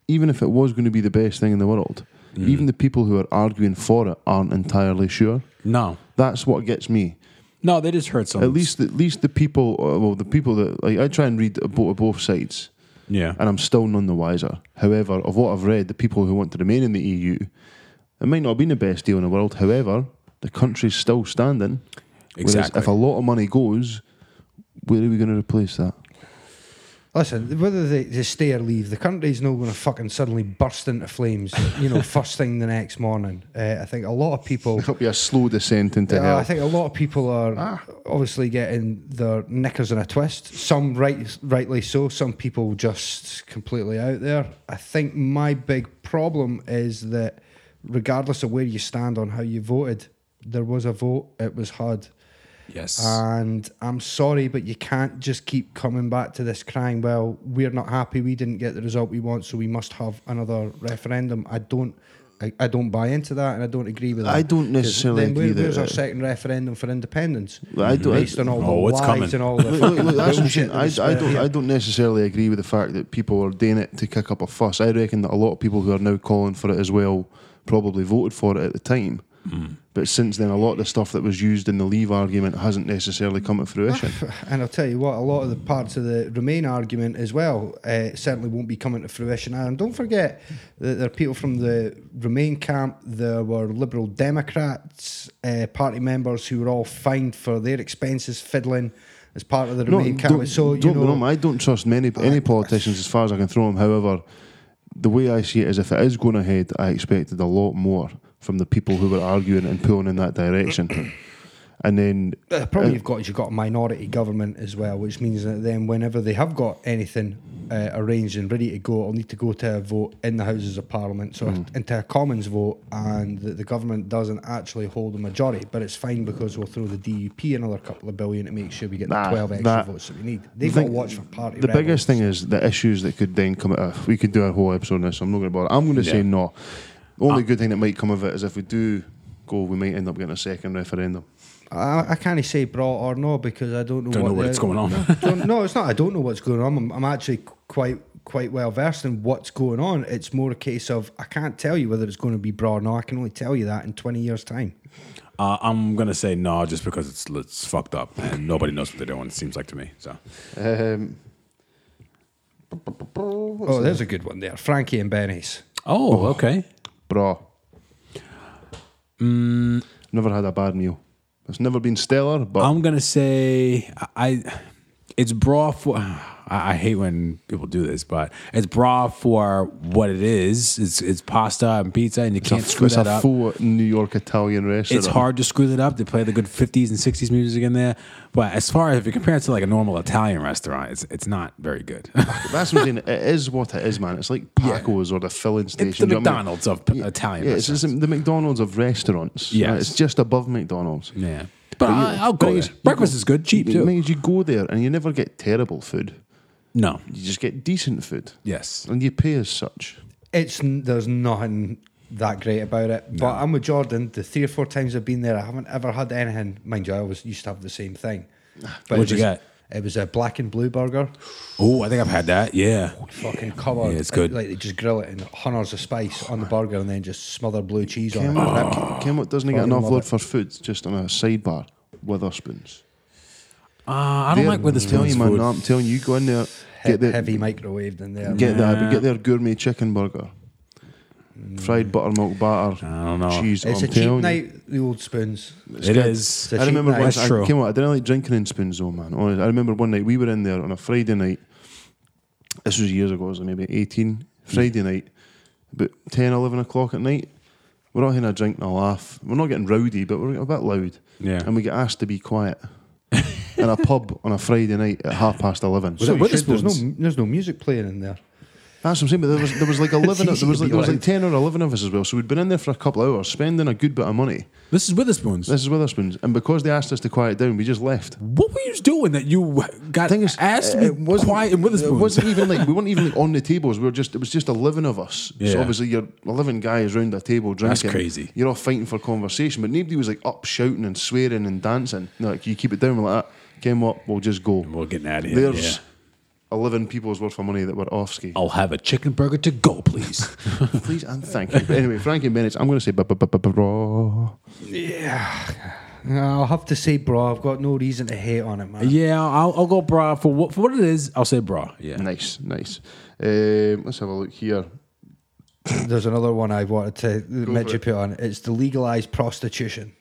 Speaker 2: even if it was going to be the best thing in the world, even the people who are arguing for it aren't entirely sure.
Speaker 1: no.
Speaker 2: That's what gets me.
Speaker 1: No, they just heard something.
Speaker 2: At least, at least the people, uh, well, the people that like, I try and read about both sides,
Speaker 1: Yeah.
Speaker 2: and I'm still none the wiser. However, of what I've read, the people who want to remain in the EU, it might not have been the best deal in the world. However, the country's still standing. Whereas
Speaker 1: Exactly.
Speaker 2: if a lot of money goes, where are we going to replace that?
Speaker 3: Listen, whether they, they stay or leave, the country's not going to fucking suddenly burst into flames, you know, first thing the next morning. Uh, I think a lot of people.
Speaker 2: It'll be a slow descent into
Speaker 3: Yeah,
Speaker 2: hell.
Speaker 3: I think a lot of people are obviously getting their knickers in a twist. Some right, rightly so. Some people just completely out there. I think my big problem is that, regardless of where you stand on how you voted, there was a vote. It was HUD.
Speaker 1: yes.
Speaker 2: Uh,
Speaker 3: And I'm sorry, but you can't just keep coming back to this crying, well, we're not happy, we didn't get the result we want, so we must have another referendum. I don't I, I don't buy into that and I don't agree with that.
Speaker 2: I don't
Speaker 3: 'Cause
Speaker 2: necessarily
Speaker 3: then where-
Speaker 2: agree that-
Speaker 3: Where's our second referendum for independence?
Speaker 2: I don't-
Speaker 3: based on all
Speaker 1: Oh,
Speaker 3: the
Speaker 1: it's
Speaker 3: lies
Speaker 1: coming.
Speaker 3: and all the
Speaker 2: Look, look,
Speaker 3: fucking
Speaker 2: look, that's what I'm
Speaker 3: bullshit.
Speaker 2: saying.
Speaker 3: that
Speaker 2: I,
Speaker 3: was
Speaker 2: I
Speaker 3: spread
Speaker 2: don't. I
Speaker 3: here.
Speaker 2: don't necessarily agree with the fact that people are doing it to kick up a fuss. I reckon that a lot of people who are now calling for it as well probably voted for it at the time. But since then, a lot of the stuff that was used in the leave argument hasn't necessarily come to fruition.
Speaker 3: And I'll tell you what, a lot of the parts of the Remain argument as well uh, certainly won't be coming to fruition. And don't forget that there are people from the Remain camp, there were Liberal Democrats, uh, party members who were all fined for their expenses fiddling as part of the Remain camp.
Speaker 2: don't,
Speaker 3: So, you
Speaker 2: don't get me
Speaker 3: know,
Speaker 2: wrong, I don't trust many any politicians as far as I can throw them. However, the way I see it is, if it is going ahead, I expected a lot more from the people who were arguing and pulling in that direction. and then
Speaker 3: the
Speaker 2: Uh,
Speaker 3: problem you've got is you've got a minority government as well, which means that then whenever they have got anything uh, arranged and ready to go, it'll need to go to a vote in the Houses of Parliament, so
Speaker 2: Mm.
Speaker 3: into a Commons vote, and the, the government doesn't actually hold a majority. But it's fine because we'll throw the DUP another couple of billion to make sure we get
Speaker 2: Nah,
Speaker 3: the 12 extra
Speaker 2: that-
Speaker 3: votes that we need. They've
Speaker 2: The
Speaker 3: got
Speaker 2: thing-
Speaker 3: watch for party.
Speaker 2: The
Speaker 3: rebels.
Speaker 2: biggest thing is the issues that could then come out. of- We could do a whole episode on this. I'm not going to bother. I'm going to
Speaker 1: Yeah.
Speaker 2: say no. The
Speaker 3: Uh,
Speaker 2: only good thing that might come of it is if we do go, we might end up getting a second referendum.
Speaker 3: I, I can't say bra or no because I don't know.
Speaker 1: Don't
Speaker 3: what
Speaker 1: know
Speaker 3: the-
Speaker 1: what's going on.
Speaker 3: don't, no, it's not. I don't know what's going on. I'm, I'm actually quite quite well versed in what's going on. It's more a case of I can't tell you whether it's going to be bra or no. I can only tell you that in 20 years' time.
Speaker 1: Uh, I'm gonna say no, just because it's it's fucked up and nobody knows what they're doing. It seems like to me. So
Speaker 2: Um,
Speaker 3: oh, there's a good one there. Frankie and Benny's.
Speaker 1: oh, okay.
Speaker 2: bra. Never had a bad meal. It's never been stellar, but
Speaker 1: Mm. I'm gonna say I. I- It's bra for. I I hate when people do this, but it's bra for what it is. It's it's pasta and pizza, and you
Speaker 2: it's a,
Speaker 1: can't screw
Speaker 2: it's a
Speaker 1: that up.
Speaker 2: full New York Italian restaurant.
Speaker 1: It's hard to screw that up. They play the good 50s and 60s music in there, but as far as if you compare it to like a normal Italian restaurant, it's it's not very good.
Speaker 2: That's what I'm saying. It is what it is, man. It's like Paco's or the filling station.
Speaker 1: it's the
Speaker 2: do you know what I mean?
Speaker 1: McDonald's of Italian.
Speaker 2: Yeah, it's just the McDonald's of restaurants.
Speaker 1: Yes.
Speaker 2: Right, It's just above McDonald's.
Speaker 1: Yeah. But, I, I'll
Speaker 2: but
Speaker 1: go.
Speaker 2: you-
Speaker 1: there. Breakfast is good, cheap
Speaker 2: It
Speaker 1: too.
Speaker 2: means you go there and you never get terrible food.
Speaker 1: No.
Speaker 2: You just get decent food.
Speaker 1: Yes.
Speaker 2: And you pay as such.
Speaker 3: It's n- There's nothing that great about it. But I'm with Jordan. The three or four times I've been there, I haven't ever had anything. Mind you, I always used to have the same thing. But it
Speaker 1: What'd you
Speaker 3: was-
Speaker 1: get?
Speaker 3: It was a black and blue burger.
Speaker 1: Oh, I think I've had that. Yeah.
Speaker 3: fucking covered.
Speaker 1: Yeah, it's good.
Speaker 3: Like they just grill it in hundreds of spice on the burger and then just smother blue cheese on it.
Speaker 2: Kenmore Kenmore doesn't get
Speaker 3: Fucking
Speaker 2: enough
Speaker 3: love
Speaker 2: love
Speaker 3: it.
Speaker 2: for food, just on a sidebar. Witherspoons.
Speaker 1: Uh, I don't
Speaker 2: They're-
Speaker 1: like where this
Speaker 2: I'm telling you, man.
Speaker 1: food.
Speaker 2: no, I'm telling you, you go in there, get
Speaker 3: He-
Speaker 2: the
Speaker 3: heavy microwaved in there.
Speaker 2: get the
Speaker 1: Nah.
Speaker 2: get their gourmet chicken burger,
Speaker 3: Mm.
Speaker 2: fried buttermilk batter,
Speaker 1: I don't know.
Speaker 2: cheese.
Speaker 3: it's
Speaker 2: I'm
Speaker 3: a cheap
Speaker 2: telling you.
Speaker 3: night. The old spoons.
Speaker 1: It is.
Speaker 3: It's a
Speaker 2: I
Speaker 3: cheap
Speaker 2: remember
Speaker 3: night.
Speaker 2: once
Speaker 1: That's
Speaker 2: I
Speaker 1: true.
Speaker 2: came out, I didn't like drinking in spoons though, man. Honest. I remember one night we were in there on a Friday night. This was years ago, it was maybe 18, Friday night, about 10, 11 o'clock at night. We're all having a drink and a laugh. We're not getting rowdy, but we're a bit loud.
Speaker 1: Yeah.
Speaker 2: And we get asked to be quiet in a pub on a Friday night at half past 11.
Speaker 1: Was it
Speaker 3: you should- there's no
Speaker 1: Witherspoons?
Speaker 3: there's no music playing in there.
Speaker 2: That's what I'm saying. But there was there was like eleven.
Speaker 3: It's
Speaker 2: there was like
Speaker 3: easy to
Speaker 2: there was
Speaker 3: be
Speaker 2: like ten or eleven of us as well. So we'd been in there for a couple of hours, spending a good bit of money.
Speaker 1: This is Witherspoon's.
Speaker 2: This is Witherspoon's, and because they asked us to quiet down, we just left.
Speaker 1: what were you doing that you got
Speaker 2: Thing is, uh,
Speaker 1: asked
Speaker 2: it
Speaker 1: to be
Speaker 2: wasn't-
Speaker 1: quiet in
Speaker 2: It
Speaker 1: Witherspoon's?
Speaker 2: wasn't even like we weren't even like on the tables. We were just it was just eleven of us.
Speaker 1: Yeah.
Speaker 2: So obviously you're eleven guys round a table drinking.
Speaker 1: That's crazy.
Speaker 2: You're all fighting for conversation, but nobody was like up shouting and swearing and dancing. They're like you keep it down like that. Game up, we'll just go.
Speaker 1: We're getting out of here.
Speaker 2: There's
Speaker 1: yeah.
Speaker 2: eleven people's worth of money that were off ski.
Speaker 1: I'll have a chicken burger to go, please.
Speaker 2: Please and thank you. But anyway, Frankie and Bennett's. I'm going to say. bu- bu- bu- bu- bu- raw.
Speaker 3: I'll have to say, bro, I've got no reason to hate on it, man.
Speaker 1: yeah, I'll, I'll go bra for what for what it is. I'll say bra. Yeah.
Speaker 2: Nice, nice. Um, let's have a look here.
Speaker 3: There's another one I wanted to let you put on. It's to legalise prostitution.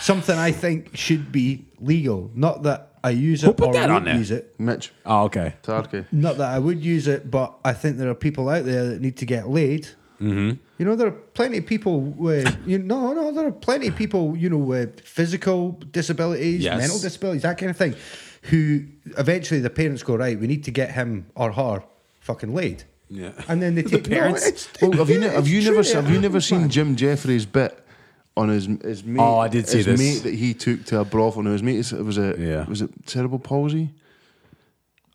Speaker 3: Something I think should be legal. Not that I use it
Speaker 1: put
Speaker 3: or
Speaker 1: that
Speaker 3: would
Speaker 1: on there?
Speaker 3: use it.
Speaker 2: Mitch
Speaker 1: Oh, okay.
Speaker 2: Tarkey.
Speaker 3: Not that I would use it, but I think there are people out there that need to get laid. Mm-hmm. You know, there are plenty of people with you no, no, there are plenty of people you know with physical disabilities,
Speaker 1: Yes.
Speaker 3: mental disabilities, that kind of thing, who eventually the parents go right. We need to get him or her fucking laid.
Speaker 1: Yeah.
Speaker 3: and then they
Speaker 1: The
Speaker 3: take
Speaker 1: parents.
Speaker 3: No, it's,
Speaker 2: Well, Oh, have you ne-
Speaker 3: yeah,
Speaker 2: have
Speaker 3: it's
Speaker 2: you
Speaker 3: true.
Speaker 2: never se- have you never seen Jim Jeffries bit on his his mate?
Speaker 1: Oh, I did see
Speaker 2: his
Speaker 1: this.
Speaker 2: mate that he took to a brothel. No, his mate is- it was a
Speaker 1: Yeah.
Speaker 2: was it cerebral palsy?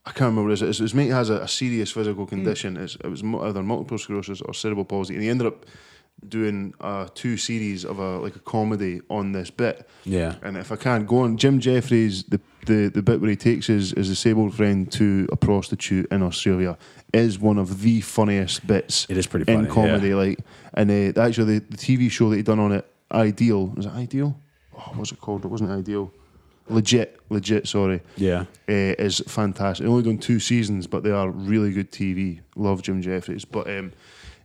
Speaker 2: I can't remember. Is it? His, his mate has a, a serious physical
Speaker 3: Hmm.
Speaker 2: condition. It's, it was mu- either multiple sclerosis or cerebral palsy, and he ended up doing uh, two series of a like a comedy on this bit.
Speaker 1: Yeah.
Speaker 2: And if I can't go on, Jim Jeffries, the, the, the bit where he takes his, his disabled friend to a prostitute in Australia is one of the funniest bits.
Speaker 1: It is pretty
Speaker 2: in
Speaker 1: funny,
Speaker 2: comedy.
Speaker 1: yeah.
Speaker 2: Like, and uh, actually, the, the TV show that he done on it, Ideal, was it Ideal? Oh, what was it called? It wasn't Ideal. Legit, legit. Sorry.
Speaker 1: Yeah.
Speaker 2: Uh, is fantastic. They only done two seasons, but they are really good TV. Love Jim Jeffries, but um,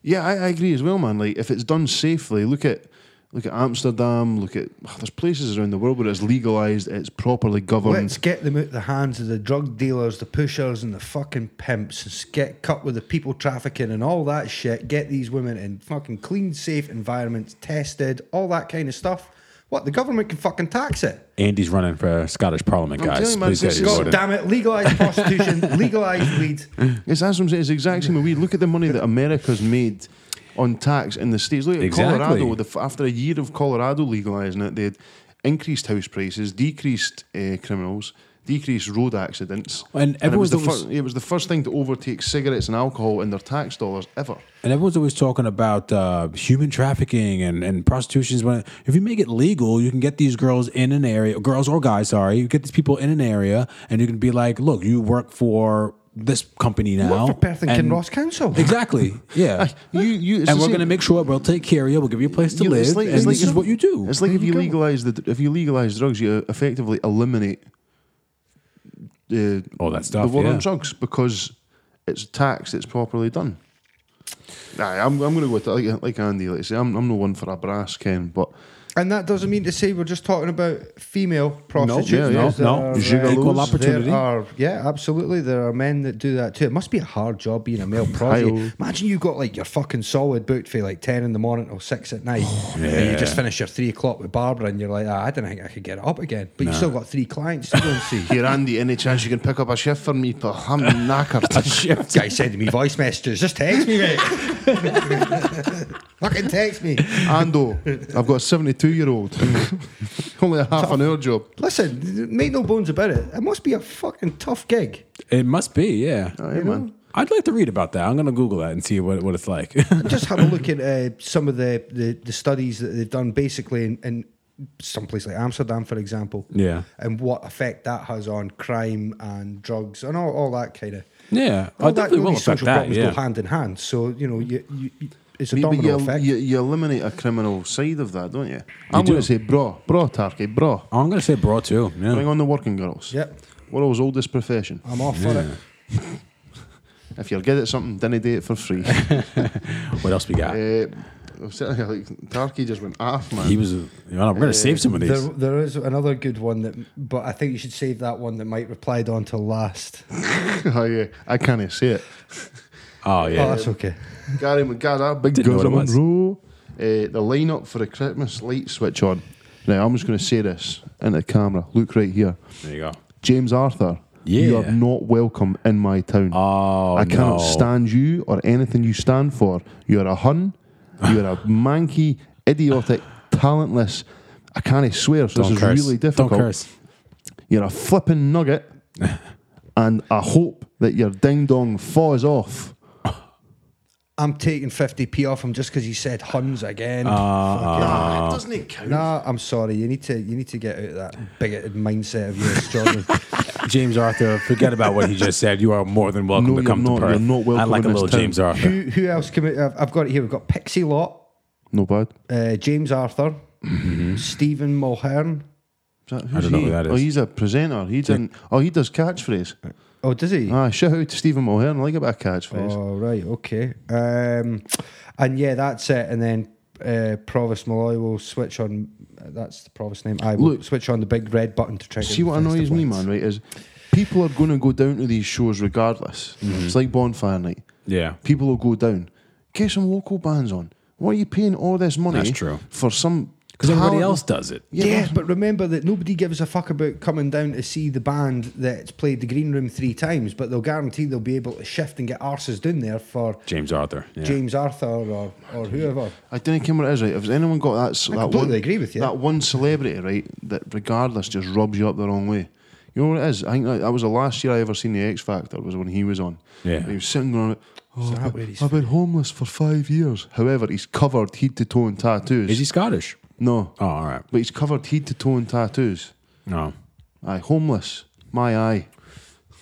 Speaker 2: yeah, I, I agree as well, man. Like if it's done safely, look at look at Amsterdam, look at oh, there's places around the world where it's legalized, it's properly governed.
Speaker 3: Let's get them out the hands of the drug dealers, the pushers, and the fucking pimps. and s- Get cut with the people trafficking and all that shit. Get these women in fucking clean, safe environments, tested, all that kind of stuff. What the government can fucking tax it.
Speaker 1: Andy's running for Scottish Parliament,
Speaker 2: I'm telling
Speaker 1: guys.
Speaker 2: you, man,
Speaker 1: Please get
Speaker 2: this
Speaker 1: your
Speaker 2: is-
Speaker 1: vote
Speaker 3: God
Speaker 1: in.
Speaker 3: damn it! Legalize prostitution. legalize weed.
Speaker 2: It's that's what I'm saying. It's the exact same. as We look at the money that America's made on tax in the states. Look at
Speaker 1: Exactly.
Speaker 2: Colorado. The, f- after a year of Colorado legalizing it, they had increased house prices, decreased uh, criminals, decreased road accidents,
Speaker 1: And
Speaker 2: it was
Speaker 1: everyone's
Speaker 2: the
Speaker 1: always-
Speaker 2: first. It was the first thing to overtake cigarettes and alcohol in their tax dollars ever.
Speaker 1: And everyone's always talking about uh, human trafficking and, and prostitution. When if you make it legal, you can get these girls in an area, girls or guys, sorry, you get these people in an area, and you can be like, look, you work for this company now.
Speaker 3: Work for Perth and
Speaker 1: and-
Speaker 3: Kinross Council.
Speaker 1: Exactly. Yeah.
Speaker 2: You, you, it's
Speaker 1: and
Speaker 2: the
Speaker 1: we're
Speaker 2: same-
Speaker 1: going to make sure we'll take care of you. We'll give you a place to
Speaker 2: you-
Speaker 1: live.
Speaker 2: it's like-
Speaker 1: and
Speaker 2: it's like
Speaker 1: this is what you do.
Speaker 2: It's like if you legalize the if you legalize drugs, you effectively eliminate the
Speaker 1: All that stuff,
Speaker 2: the war on
Speaker 1: yeah.
Speaker 2: drugs because it's taxed, it's properly done. Aye, I'm, I'm going to go with that. Like, like Andy, like I say, I'm, I'm no one for a brass Ken, but
Speaker 3: And that doesn't mean to say we're just talking about female prostitutes. uh,
Speaker 2: yeah, yeah.
Speaker 3: There
Speaker 1: No,
Speaker 3: are,
Speaker 2: gigolos,
Speaker 1: equal opportunity.
Speaker 3: There are, yeah, absolutely. There are men that do that too. It must be a hard job being a male
Speaker 2: Hi-oh.
Speaker 3: prostitute. Imagine you got like your fucking solid booked for like 10 in the morning till 6 at night. And you just finish your 3 o'clock with Barbara and you're like, ah, I didn't think I could get it up again. But you've still got three clients to go and see.
Speaker 2: here, Andy, any chance you can pick up a shift for me? Pal? I'm knackered.
Speaker 1: Shift.
Speaker 3: Guy sending me voice messages. Just text me, mate. fucking text me.
Speaker 2: Ando, I've got a 72 year old. Only a half an hour job.
Speaker 3: Listen, make no bones about it. It must be a fucking tough gig.
Speaker 1: It must be, yeah.
Speaker 2: Aye, Oh, man.
Speaker 1: I'd like to read about that. I'm going to Google that and see what, what it's like.
Speaker 3: just have a look at uh, some of the, the, the studies that they've done basically in, in some place like Amsterdam, for example.
Speaker 1: Yeah.
Speaker 3: And what effect that has on crime and drugs and all, all that kind of.
Speaker 1: yeah.
Speaker 3: All
Speaker 1: I Oh, definitely
Speaker 3: all
Speaker 1: will
Speaker 3: these
Speaker 1: affect
Speaker 3: social
Speaker 1: that.
Speaker 3: problems
Speaker 1: Yeah.
Speaker 3: go hand in hand. So, you know, you, you, you- it's a
Speaker 2: Yeah, but
Speaker 3: domino
Speaker 2: you,
Speaker 3: effect.
Speaker 2: you, you eliminate a criminal side of that, don't you? I'm
Speaker 1: do.
Speaker 2: going to say, bro, bro, Tarky, bro.
Speaker 1: Oh, I'm going to say bra too. Yeah.
Speaker 2: Bring on the working girls.
Speaker 3: Yep.
Speaker 2: World's oldest profession.
Speaker 3: I'm off for it.
Speaker 2: If you're good at something, dinna do it for free.
Speaker 1: What else we got?
Speaker 2: uh, I'm sitting here like Tarky just went off, man.
Speaker 1: He was. You know, we're going to save some of these.
Speaker 3: There, there is another good one that, but I think you should save that one that Mike replied on to last.
Speaker 2: oh, yeah. I can't say it.
Speaker 1: Oh
Speaker 3: Oh,
Speaker 1: yeah.
Speaker 3: that's okay.
Speaker 2: Gary McGarra, big
Speaker 1: Didn't know
Speaker 2: guns on
Speaker 1: what it
Speaker 2: row. Uh, the lineup for the Christmas light switch on. Now I'm just going to say this into the camera. Look right here.
Speaker 1: There you go.
Speaker 2: James Arthur, You
Speaker 1: Yeah.
Speaker 2: are not welcome in my town.
Speaker 1: Oh,
Speaker 2: I cannot
Speaker 1: no.
Speaker 2: stand you or anything you stand for. You're a hun. You're a manky, idiotic, talentless. I can't swear, so
Speaker 1: Don't
Speaker 2: this
Speaker 1: curse.
Speaker 2: is really difficult.
Speaker 1: Don't curse.
Speaker 2: You're a flipping nugget, and I hope that your ding dong falls off.
Speaker 3: I'm taking 50p off him just because he said Huns again.
Speaker 1: Ah,
Speaker 2: nah, it doesn't count.
Speaker 3: Nah, I'm sorry. You need to you need to get out of that bigoted mindset of yours, Jordan.
Speaker 1: James Arthur, forget about what he just said. You are more than welcome
Speaker 2: No,
Speaker 1: to
Speaker 2: you're
Speaker 1: come
Speaker 2: not.
Speaker 1: to Perth.
Speaker 2: You're not welcome
Speaker 1: I like
Speaker 2: in
Speaker 1: a
Speaker 2: this
Speaker 1: little
Speaker 2: town.
Speaker 1: James Arthur.
Speaker 3: who who else can we? I've, I've got it here. We've got Pixie Lot,
Speaker 2: No bad.
Speaker 3: uh, James Arthur,
Speaker 2: Mm-hmm.
Speaker 3: Stephen Mulhern.
Speaker 2: Is that-
Speaker 1: I
Speaker 2: who's
Speaker 1: don't know
Speaker 2: he?
Speaker 1: who that
Speaker 2: Oh,
Speaker 1: is.
Speaker 2: he's a presenter. He didn't. Oh, he does catchphrase.
Speaker 3: Oh, does he?
Speaker 2: Ah, shout out to Stephen Mulhern. I like a bit of catchphrase.
Speaker 3: Oh right, okay. Um, and yeah, that's it. And then uh, Provost Malloy will switch on. That's the Provost name. I will
Speaker 2: Look.
Speaker 3: switch on the big red button to trigger.
Speaker 2: See what annoys me, man, right? Is people are going to go down to these shows regardless.
Speaker 1: Mm-hmm.
Speaker 2: It's like bonfire night.
Speaker 1: Yeah.
Speaker 2: People will go down. Get some local bands on. Why are you paying all this money?
Speaker 1: That's true.
Speaker 2: For some
Speaker 1: Because everybody
Speaker 2: talent-
Speaker 1: else does it.
Speaker 3: Yeah, but remember that nobody gives a fuck about coming down to see the band that's played the green room three times, but they'll guarantee they'll be able to shift and get arses down there for
Speaker 1: James Arthur. Yeah.
Speaker 3: James Arthur or, or whoever.
Speaker 2: I didn't care what it is, right? If anyone got that, s-
Speaker 3: I
Speaker 2: that
Speaker 3: completely
Speaker 2: one,
Speaker 3: agree with you.
Speaker 2: That one celebrity, right, that regardless just rubs you up the wrong way. You know what it is? I think that, that was the last year I ever seen the X Factor was when he was on.
Speaker 1: Yeah.
Speaker 2: he was sitting on it. Oh,
Speaker 3: that
Speaker 2: I've
Speaker 3: where
Speaker 2: been-
Speaker 3: he's
Speaker 2: I've been homeless for five years. However, he's covered head to toe in tattoos.
Speaker 1: Is he Scottish?
Speaker 2: No,
Speaker 1: Oh, all right.
Speaker 2: but he's covered head to toe in tattoos.
Speaker 1: No.
Speaker 2: Aye, homeless. My eye.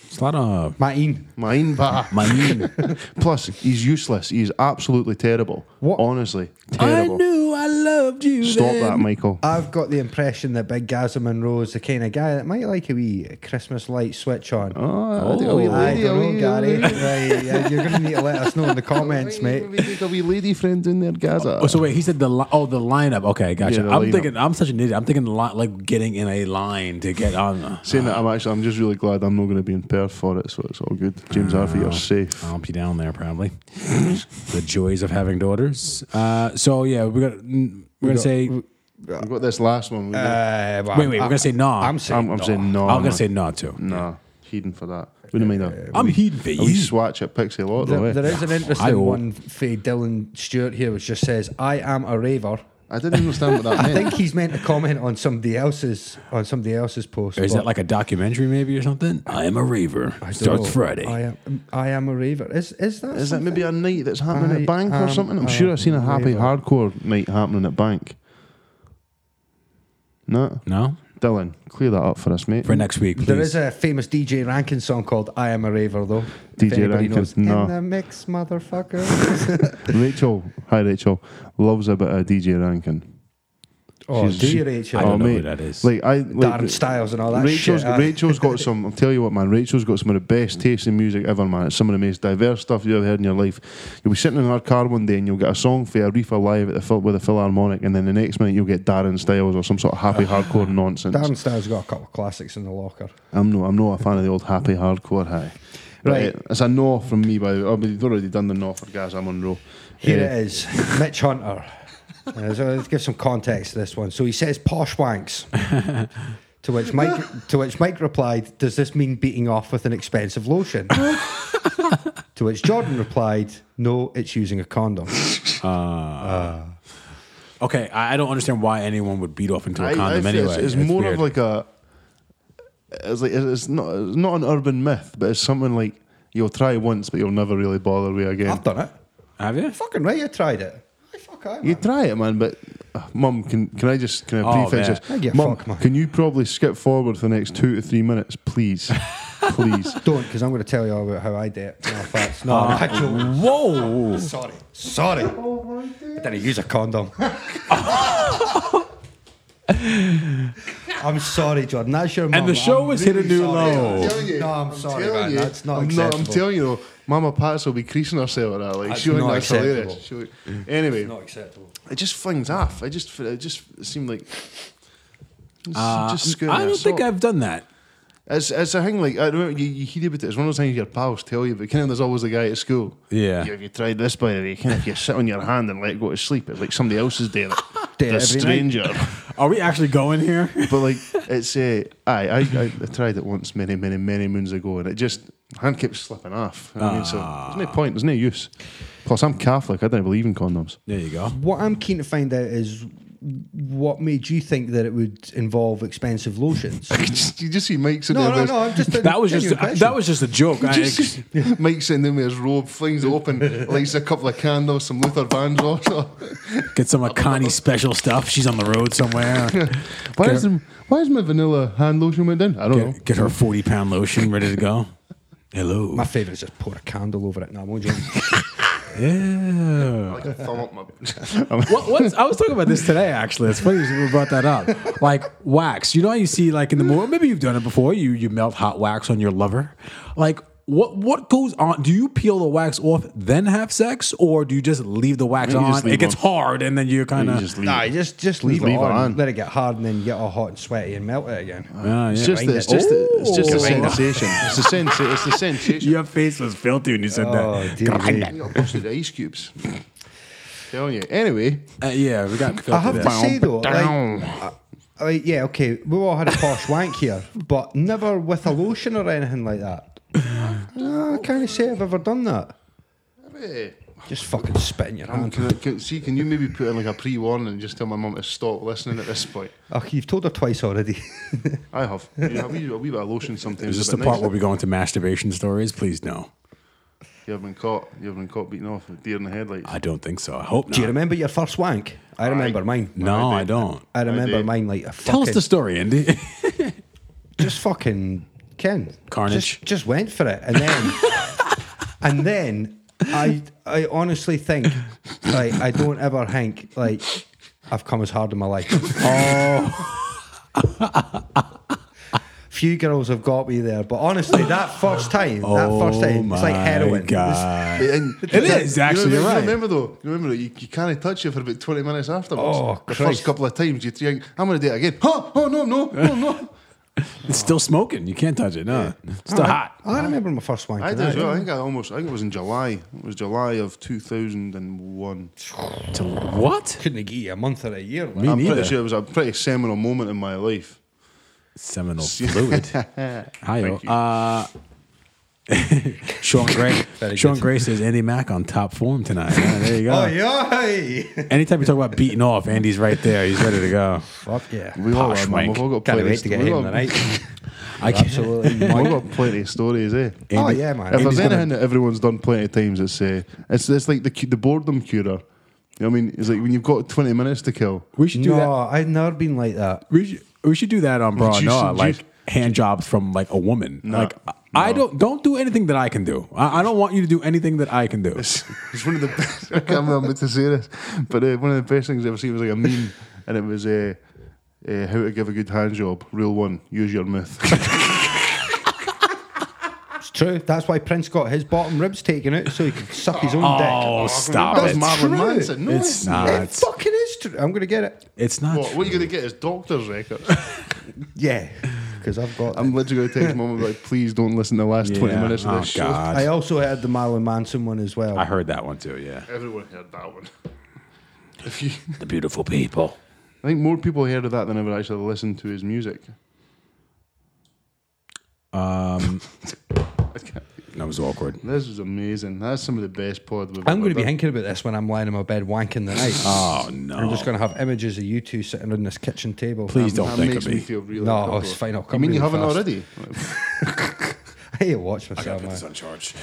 Speaker 1: It's a lot of.
Speaker 3: Martin,
Speaker 2: Mine bah. Mine. Plus, he's useless. He's absolutely terrible.
Speaker 3: What-
Speaker 2: Honestly, terrible.
Speaker 1: knew I loved you.
Speaker 2: Stop that, Michael.
Speaker 3: I've got the impression that Big Gazza Monroe's the kind of guy that might like a wee Christmas light switch on.
Speaker 2: Oh,
Speaker 1: Oh.
Speaker 3: I
Speaker 2: lady, a
Speaker 3: don't know,
Speaker 2: wee-
Speaker 3: Gary. right, yeah, you're going to need to let us know in the comments, mate.
Speaker 2: We need a wee lady friend in there, Gaza.
Speaker 1: Oh, so wait, he said the li- oh the lineup. Okay, gotcha.
Speaker 2: Yeah, the
Speaker 1: I'm
Speaker 2: lineup.
Speaker 1: thinking I'm such an idiot. I'm thinking li- like getting in a line to get on. uh,
Speaker 2: Saying that, I'm actually, I'm just really glad I'm not going to be in Perth for it, so it's all good. James Arthur, you're safe.
Speaker 1: I'll be down there probably. the joys of having daughters. Uh, so yeah, we're gonna mm, we're gonna say
Speaker 2: We've got this last one. we-
Speaker 3: Uh, well,
Speaker 1: Wait, wait, we're gonna say nah.
Speaker 3: I'm saying
Speaker 2: I'm, I'm
Speaker 3: nah.
Speaker 2: saying no.
Speaker 1: I'm gonna
Speaker 2: man.
Speaker 1: say nah too.
Speaker 2: nah. Heeding for that. Wouldn't mind a,
Speaker 1: I'm heeding for
Speaker 2: a wee
Speaker 1: you.
Speaker 2: swatch at Pixie Lot, though.
Speaker 3: There-
Speaker 2: eh?
Speaker 3: there is an
Speaker 1: I
Speaker 3: interesting
Speaker 1: will.
Speaker 3: one for Dylan Stewart here, which just says, "I am a raver."
Speaker 2: I didn't understand what that
Speaker 3: I
Speaker 2: meant.
Speaker 3: think he's meant to comment on somebody else's on somebody else's post.
Speaker 1: Or is
Speaker 3: but
Speaker 1: that like a documentary maybe or something? I am a raver.
Speaker 3: I don't
Speaker 1: Starts
Speaker 3: know.
Speaker 1: Friday.
Speaker 3: I am, I am a raver. Is is that?
Speaker 2: Is that
Speaker 3: something?
Speaker 2: maybe a night that's happening
Speaker 3: I
Speaker 2: at Bank or
Speaker 3: am
Speaker 2: something? I'm
Speaker 3: a
Speaker 2: sure I've seen a happy
Speaker 3: raver.
Speaker 2: hardcore night happening at Bank. No,
Speaker 1: no,
Speaker 2: Dylan, clear that up for us, mate.
Speaker 1: for next week, please.
Speaker 3: There is a famous DJ Rankin song called "I Am a Raver," though. if
Speaker 2: DJ
Speaker 3: anybody
Speaker 2: Rankin,
Speaker 3: knows.
Speaker 2: no.
Speaker 3: In the mix, motherfucker.
Speaker 2: Rachel, hi Rachel, loves a bit of DJ Rankin.
Speaker 3: oh,
Speaker 2: She's-
Speaker 3: do you,
Speaker 2: she-
Speaker 3: Rachel?
Speaker 1: I don't
Speaker 2: oh,
Speaker 1: know who
Speaker 2: mate.
Speaker 1: that is.
Speaker 2: Like I, like,
Speaker 3: Darren Styles and all that
Speaker 2: Rachel's
Speaker 3: shit. eh?
Speaker 2: Rachel's got some. I'll tell you what, man. Rachel's got some of the best taste in music ever, man. It's some of the most diverse stuff you ever heard in your life. You'll be sitting in her car one day and you'll get a song for Aretha live at the Phil- with the Philharmonic, and then the next minute you'll get Darren Styles or some sort of happy hardcore nonsense.
Speaker 3: Darren Styles got a couple of classics in the locker.
Speaker 2: I'm no, I'm not a fan of the old happy hardcore high. Right,
Speaker 3: Right.
Speaker 2: it's a no from me. By the way, Oh, but you've already done the no for Gaza Monroe.
Speaker 3: Here
Speaker 2: Eh,
Speaker 3: it is, Mitch Hunter. Uh, so let's give some context to this one. So he says posh wanks. to which Mike to which Mike replied, Does this mean beating off with an expensive lotion? to which Jordan replied, No, it's using a condom.
Speaker 1: okay, I, I don't understand why anyone would beat off into a
Speaker 2: I- I
Speaker 1: condom
Speaker 2: feel
Speaker 1: anyway.
Speaker 2: It's, it's more
Speaker 1: weird.
Speaker 2: of like a. It's like it's it's not it's not an urban myth, but it's something like you'll try once, but you'll never really bother with again.
Speaker 3: I've done it.
Speaker 1: have you?
Speaker 3: Fucking right, I tried it. I fuck I
Speaker 2: You
Speaker 3: man.
Speaker 2: try it, man, but uh, mum, can can I just can I
Speaker 1: Oh,
Speaker 2: prefix
Speaker 1: man.
Speaker 2: this?
Speaker 3: I get
Speaker 2: mum,
Speaker 3: fucked, man.
Speaker 2: can you probably skip forward for the next two to three minutes, please, please?
Speaker 3: Don't, because I'm going to tell you all about how I did it. No, thanks. No, I don't.
Speaker 1: Whoa!
Speaker 3: Sorry. Sorry. I didn't use a condom. I'm sorry, Jordan. That's your mum.
Speaker 1: the show
Speaker 3: I'm
Speaker 1: has hit a new
Speaker 3: sorry.
Speaker 1: low. I'm
Speaker 2: telling you.
Speaker 3: No, I'm,
Speaker 2: I'm
Speaker 3: sorry,
Speaker 2: telling
Speaker 3: man.
Speaker 2: you.
Speaker 3: That's not
Speaker 2: I'm
Speaker 3: acceptable.
Speaker 2: I'm telling you, though, Mama Pats will be creasing herself at that. Like,
Speaker 3: That's
Speaker 2: she wouldn't-
Speaker 3: not
Speaker 2: that's hilarious. She would- anyway,
Speaker 3: Not acceptable.
Speaker 2: it just flings off. It just, it just seemed like. Just,
Speaker 3: Uh,
Speaker 2: just screwing
Speaker 1: I
Speaker 2: her
Speaker 1: don't think
Speaker 2: sock.
Speaker 1: I've done that.
Speaker 2: It's, it's a thing like I remember you, you hear about it. It's one of those things your pals tell you, but kind of there's always a guy at school.
Speaker 1: Yeah.
Speaker 2: Have you tried this by the way? Kind of if you sit on your hand and let it go to sleep, it's like somebody else's day. That,
Speaker 3: Day
Speaker 2: the
Speaker 3: every night.
Speaker 2: stranger.
Speaker 1: Are we actually going here?
Speaker 2: But like it's uh, I, I I tried it once many many many moons ago, and it just hand kept slipping off. You know what I mean, so there's no point. There's no use. Plus, I'm Catholic. I don't believe in condoms.
Speaker 1: There you go.
Speaker 3: What I'm keen to find out is what made you think that it would involve expensive lotions?
Speaker 2: you just see Mike sitting
Speaker 3: no,
Speaker 2: there with
Speaker 3: no, no. I'm just
Speaker 1: That was just
Speaker 3: genuine
Speaker 1: that was just a joke. I,
Speaker 2: his- Mike sitting there with his robe, flings it open, lights a couple of candles, some Luther Vandross.
Speaker 1: get some of Connie's special stuff. She's on the road somewhere.
Speaker 2: why is them- why is my vanilla hand lotion went down? I don't know.
Speaker 1: Get, get her forty pound lotion ready to go. Hello.
Speaker 3: My favourite is just pour a candle over it. No, I'm only joking.
Speaker 1: Yeah.
Speaker 2: Like a thumb up my.
Speaker 1: What, what's, I was talking about this today. Actually, it's funny you brought that up. Like wax, you know, how you see like in the movie. Maybe you've done it before. You you melt hot wax on your lover. Like what what goes on? Do you peel the wax off then have sex, or do you just leave the wax
Speaker 2: You
Speaker 1: on?
Speaker 2: just leave
Speaker 1: It gets
Speaker 2: on.
Speaker 1: hard, and then you're kind
Speaker 2: You
Speaker 1: of
Speaker 2: just leave.
Speaker 3: nah,
Speaker 2: it.
Speaker 3: just just leave,
Speaker 2: leave
Speaker 3: it,
Speaker 2: it
Speaker 3: on,
Speaker 2: on.
Speaker 3: Let it get hard, and then you get all hot and sweaty and melt it again.
Speaker 1: Uh,
Speaker 2: It's just,
Speaker 3: Grind
Speaker 2: it's
Speaker 3: it. Oh,
Speaker 2: just, it's just a
Speaker 3: Grind it.
Speaker 2: sensation. It's a sense. It's the sensation.
Speaker 1: your face was filthy when you said
Speaker 3: Oh,
Speaker 1: that.
Speaker 3: dear me.
Speaker 2: Yeah, busted ice cubes. Telling you. Anyway,
Speaker 1: Uh, yeah, we got.
Speaker 3: I have
Speaker 1: filthy
Speaker 3: to
Speaker 1: there.
Speaker 3: say though, like,
Speaker 2: Down.
Speaker 3: I, I, yeah, okay, we all had a posh wank here, but never with a lotion or anything like that. Uh, I can't say I've ever done that. Just fucking spit in your
Speaker 2: um,
Speaker 3: hand.
Speaker 2: can, I- can, see, can you maybe put in like a pre-warning and just tell my mum to stop listening at this point?
Speaker 3: Oh, you've told her twice already.
Speaker 2: I have. Yeah, a, wee, a wee bit of lotion sometimes.
Speaker 1: Is this
Speaker 2: a
Speaker 1: the
Speaker 2: bit
Speaker 1: part
Speaker 2: nice.
Speaker 1: where we go into masturbation stories? Please no.
Speaker 2: You have been caught. You have been caught beating off a deer in the headlights.
Speaker 1: I don't think so. I hope not.
Speaker 3: Do you remember your first wank? I remember mine.
Speaker 1: No, I don't.
Speaker 3: I remember
Speaker 2: do.
Speaker 3: mine like a fucking
Speaker 1: Tell us the story, Andy.
Speaker 3: just fucking Ken
Speaker 1: Carnage.
Speaker 3: Just, just went for it, and then and then I I honestly think like I don't ever think like I've come as hard in my life. Oh. Few girls have got me there, but honestly, that first time, that first time, it's like
Speaker 1: Oh my
Speaker 3: heroin.
Speaker 1: God.
Speaker 2: But- and-
Speaker 1: It is, actually,
Speaker 2: You
Speaker 1: you're
Speaker 2: remember,
Speaker 1: right.
Speaker 2: you remember though. You remember you, you can't touch it for about twenty minutes afterwards.
Speaker 3: Oh,
Speaker 2: the
Speaker 3: Christ.
Speaker 2: first couple of times you think I'm going to do it again. Huh? Oh no no no no.
Speaker 1: It's still smoking. You can't touch it. No, it's still hot.
Speaker 3: I remember my first wank.
Speaker 2: I
Speaker 3: and
Speaker 2: did as well. I think I almost. I think it was in July. It was July of two thousand and one.
Speaker 1: To what?
Speaker 3: Couldn't have given you a month or a year.
Speaker 1: Me
Speaker 2: I'm
Speaker 1: neither.
Speaker 2: pretty sure it was a pretty seminal moment in my life.
Speaker 1: Seminal fluid. Hi,
Speaker 2: Thank you.
Speaker 1: uh, Sean Gray.
Speaker 3: Very
Speaker 1: Sean
Speaker 3: good.
Speaker 1: Gray says Andy Mack on top form tonight. Yeah, there you go.
Speaker 3: Oh yeah!
Speaker 1: Anytime you talk about beating off, Andy's right there. He's ready to go.
Speaker 3: Fuck yeah!
Speaker 2: We all
Speaker 1: Posh
Speaker 2: are, man.
Speaker 1: wank.
Speaker 2: We've all got
Speaker 3: Can't
Speaker 2: plenty
Speaker 3: wait
Speaker 2: of
Speaker 3: to get
Speaker 2: we've
Speaker 3: him
Speaker 2: got-
Speaker 3: tonight.
Speaker 1: I can't.
Speaker 3: Absolutely.
Speaker 2: We've got plenty of stories, eh?
Speaker 3: Oh yeah, man.
Speaker 2: If
Speaker 1: Andy's
Speaker 2: there's
Speaker 1: gonna-
Speaker 2: anything that everyone's done plenty of times, it's uh, it's it's like the cu- the boredom curer. You know what I mean? It's like when you've got twenty minutes to kill.
Speaker 1: We should do
Speaker 3: no,
Speaker 1: that.
Speaker 3: I've never been like that.
Speaker 1: We should, we should do that on Bra
Speaker 2: Juice-
Speaker 1: Noah, like
Speaker 2: juice-
Speaker 1: hand jobs from like a woman. like I don't don't do anything that I can do. I, I don't want you to do anything that I can do.
Speaker 2: It's one of the best. I can't remember to say this, but uh, one of the best things I've ever seen was like a meme, and it was uh, uh, how to give a good hand job. Rule one: use your mouth.
Speaker 3: It's true. That's why Prince got his bottom ribs taken out so he could suck his own
Speaker 1: Oh,
Speaker 3: dick.
Speaker 1: stop
Speaker 2: That's
Speaker 1: it!
Speaker 2: Marilyn
Speaker 3: true.
Speaker 2: Manson. No,
Speaker 1: It's
Speaker 2: it's
Speaker 1: not.
Speaker 3: It fucking is true. I'm gonna get it.
Speaker 1: It's not.
Speaker 2: What, what are you going to get is doctor's records.
Speaker 3: Yeah, because I've got.
Speaker 2: I'm literally going to text mum and be like, please don't listen to the last 20
Speaker 1: Yeah.
Speaker 2: minutes of
Speaker 1: Oh,
Speaker 2: this show.
Speaker 1: God.
Speaker 3: I also had the Marilyn Manson one as well.
Speaker 1: I heard that one too. Yeah,
Speaker 2: Everyone heard that one. If you,
Speaker 1: the beautiful people.
Speaker 2: I think more people heard of that than ever actually listened to his music.
Speaker 1: Um, that was awkward.
Speaker 2: This is amazing. That's some of the best pod we've
Speaker 3: I'm going
Speaker 2: ever
Speaker 3: to be
Speaker 2: done.
Speaker 3: thinking about this when I'm lying in my bed wanking the night.
Speaker 1: Oh no!
Speaker 3: I'm just going to have images of you two sitting on this kitchen table.
Speaker 1: Please
Speaker 2: That
Speaker 1: don't think
Speaker 2: makes
Speaker 1: of
Speaker 2: me
Speaker 1: me.
Speaker 2: feel really
Speaker 3: No,
Speaker 2: uncomfortable.
Speaker 3: it's fine, I'll
Speaker 2: You
Speaker 3: come
Speaker 2: mean you
Speaker 3: really
Speaker 2: haven't
Speaker 3: fast.
Speaker 2: already?
Speaker 3: I hate to watch myself.
Speaker 1: Put
Speaker 3: Man.
Speaker 1: this on charge.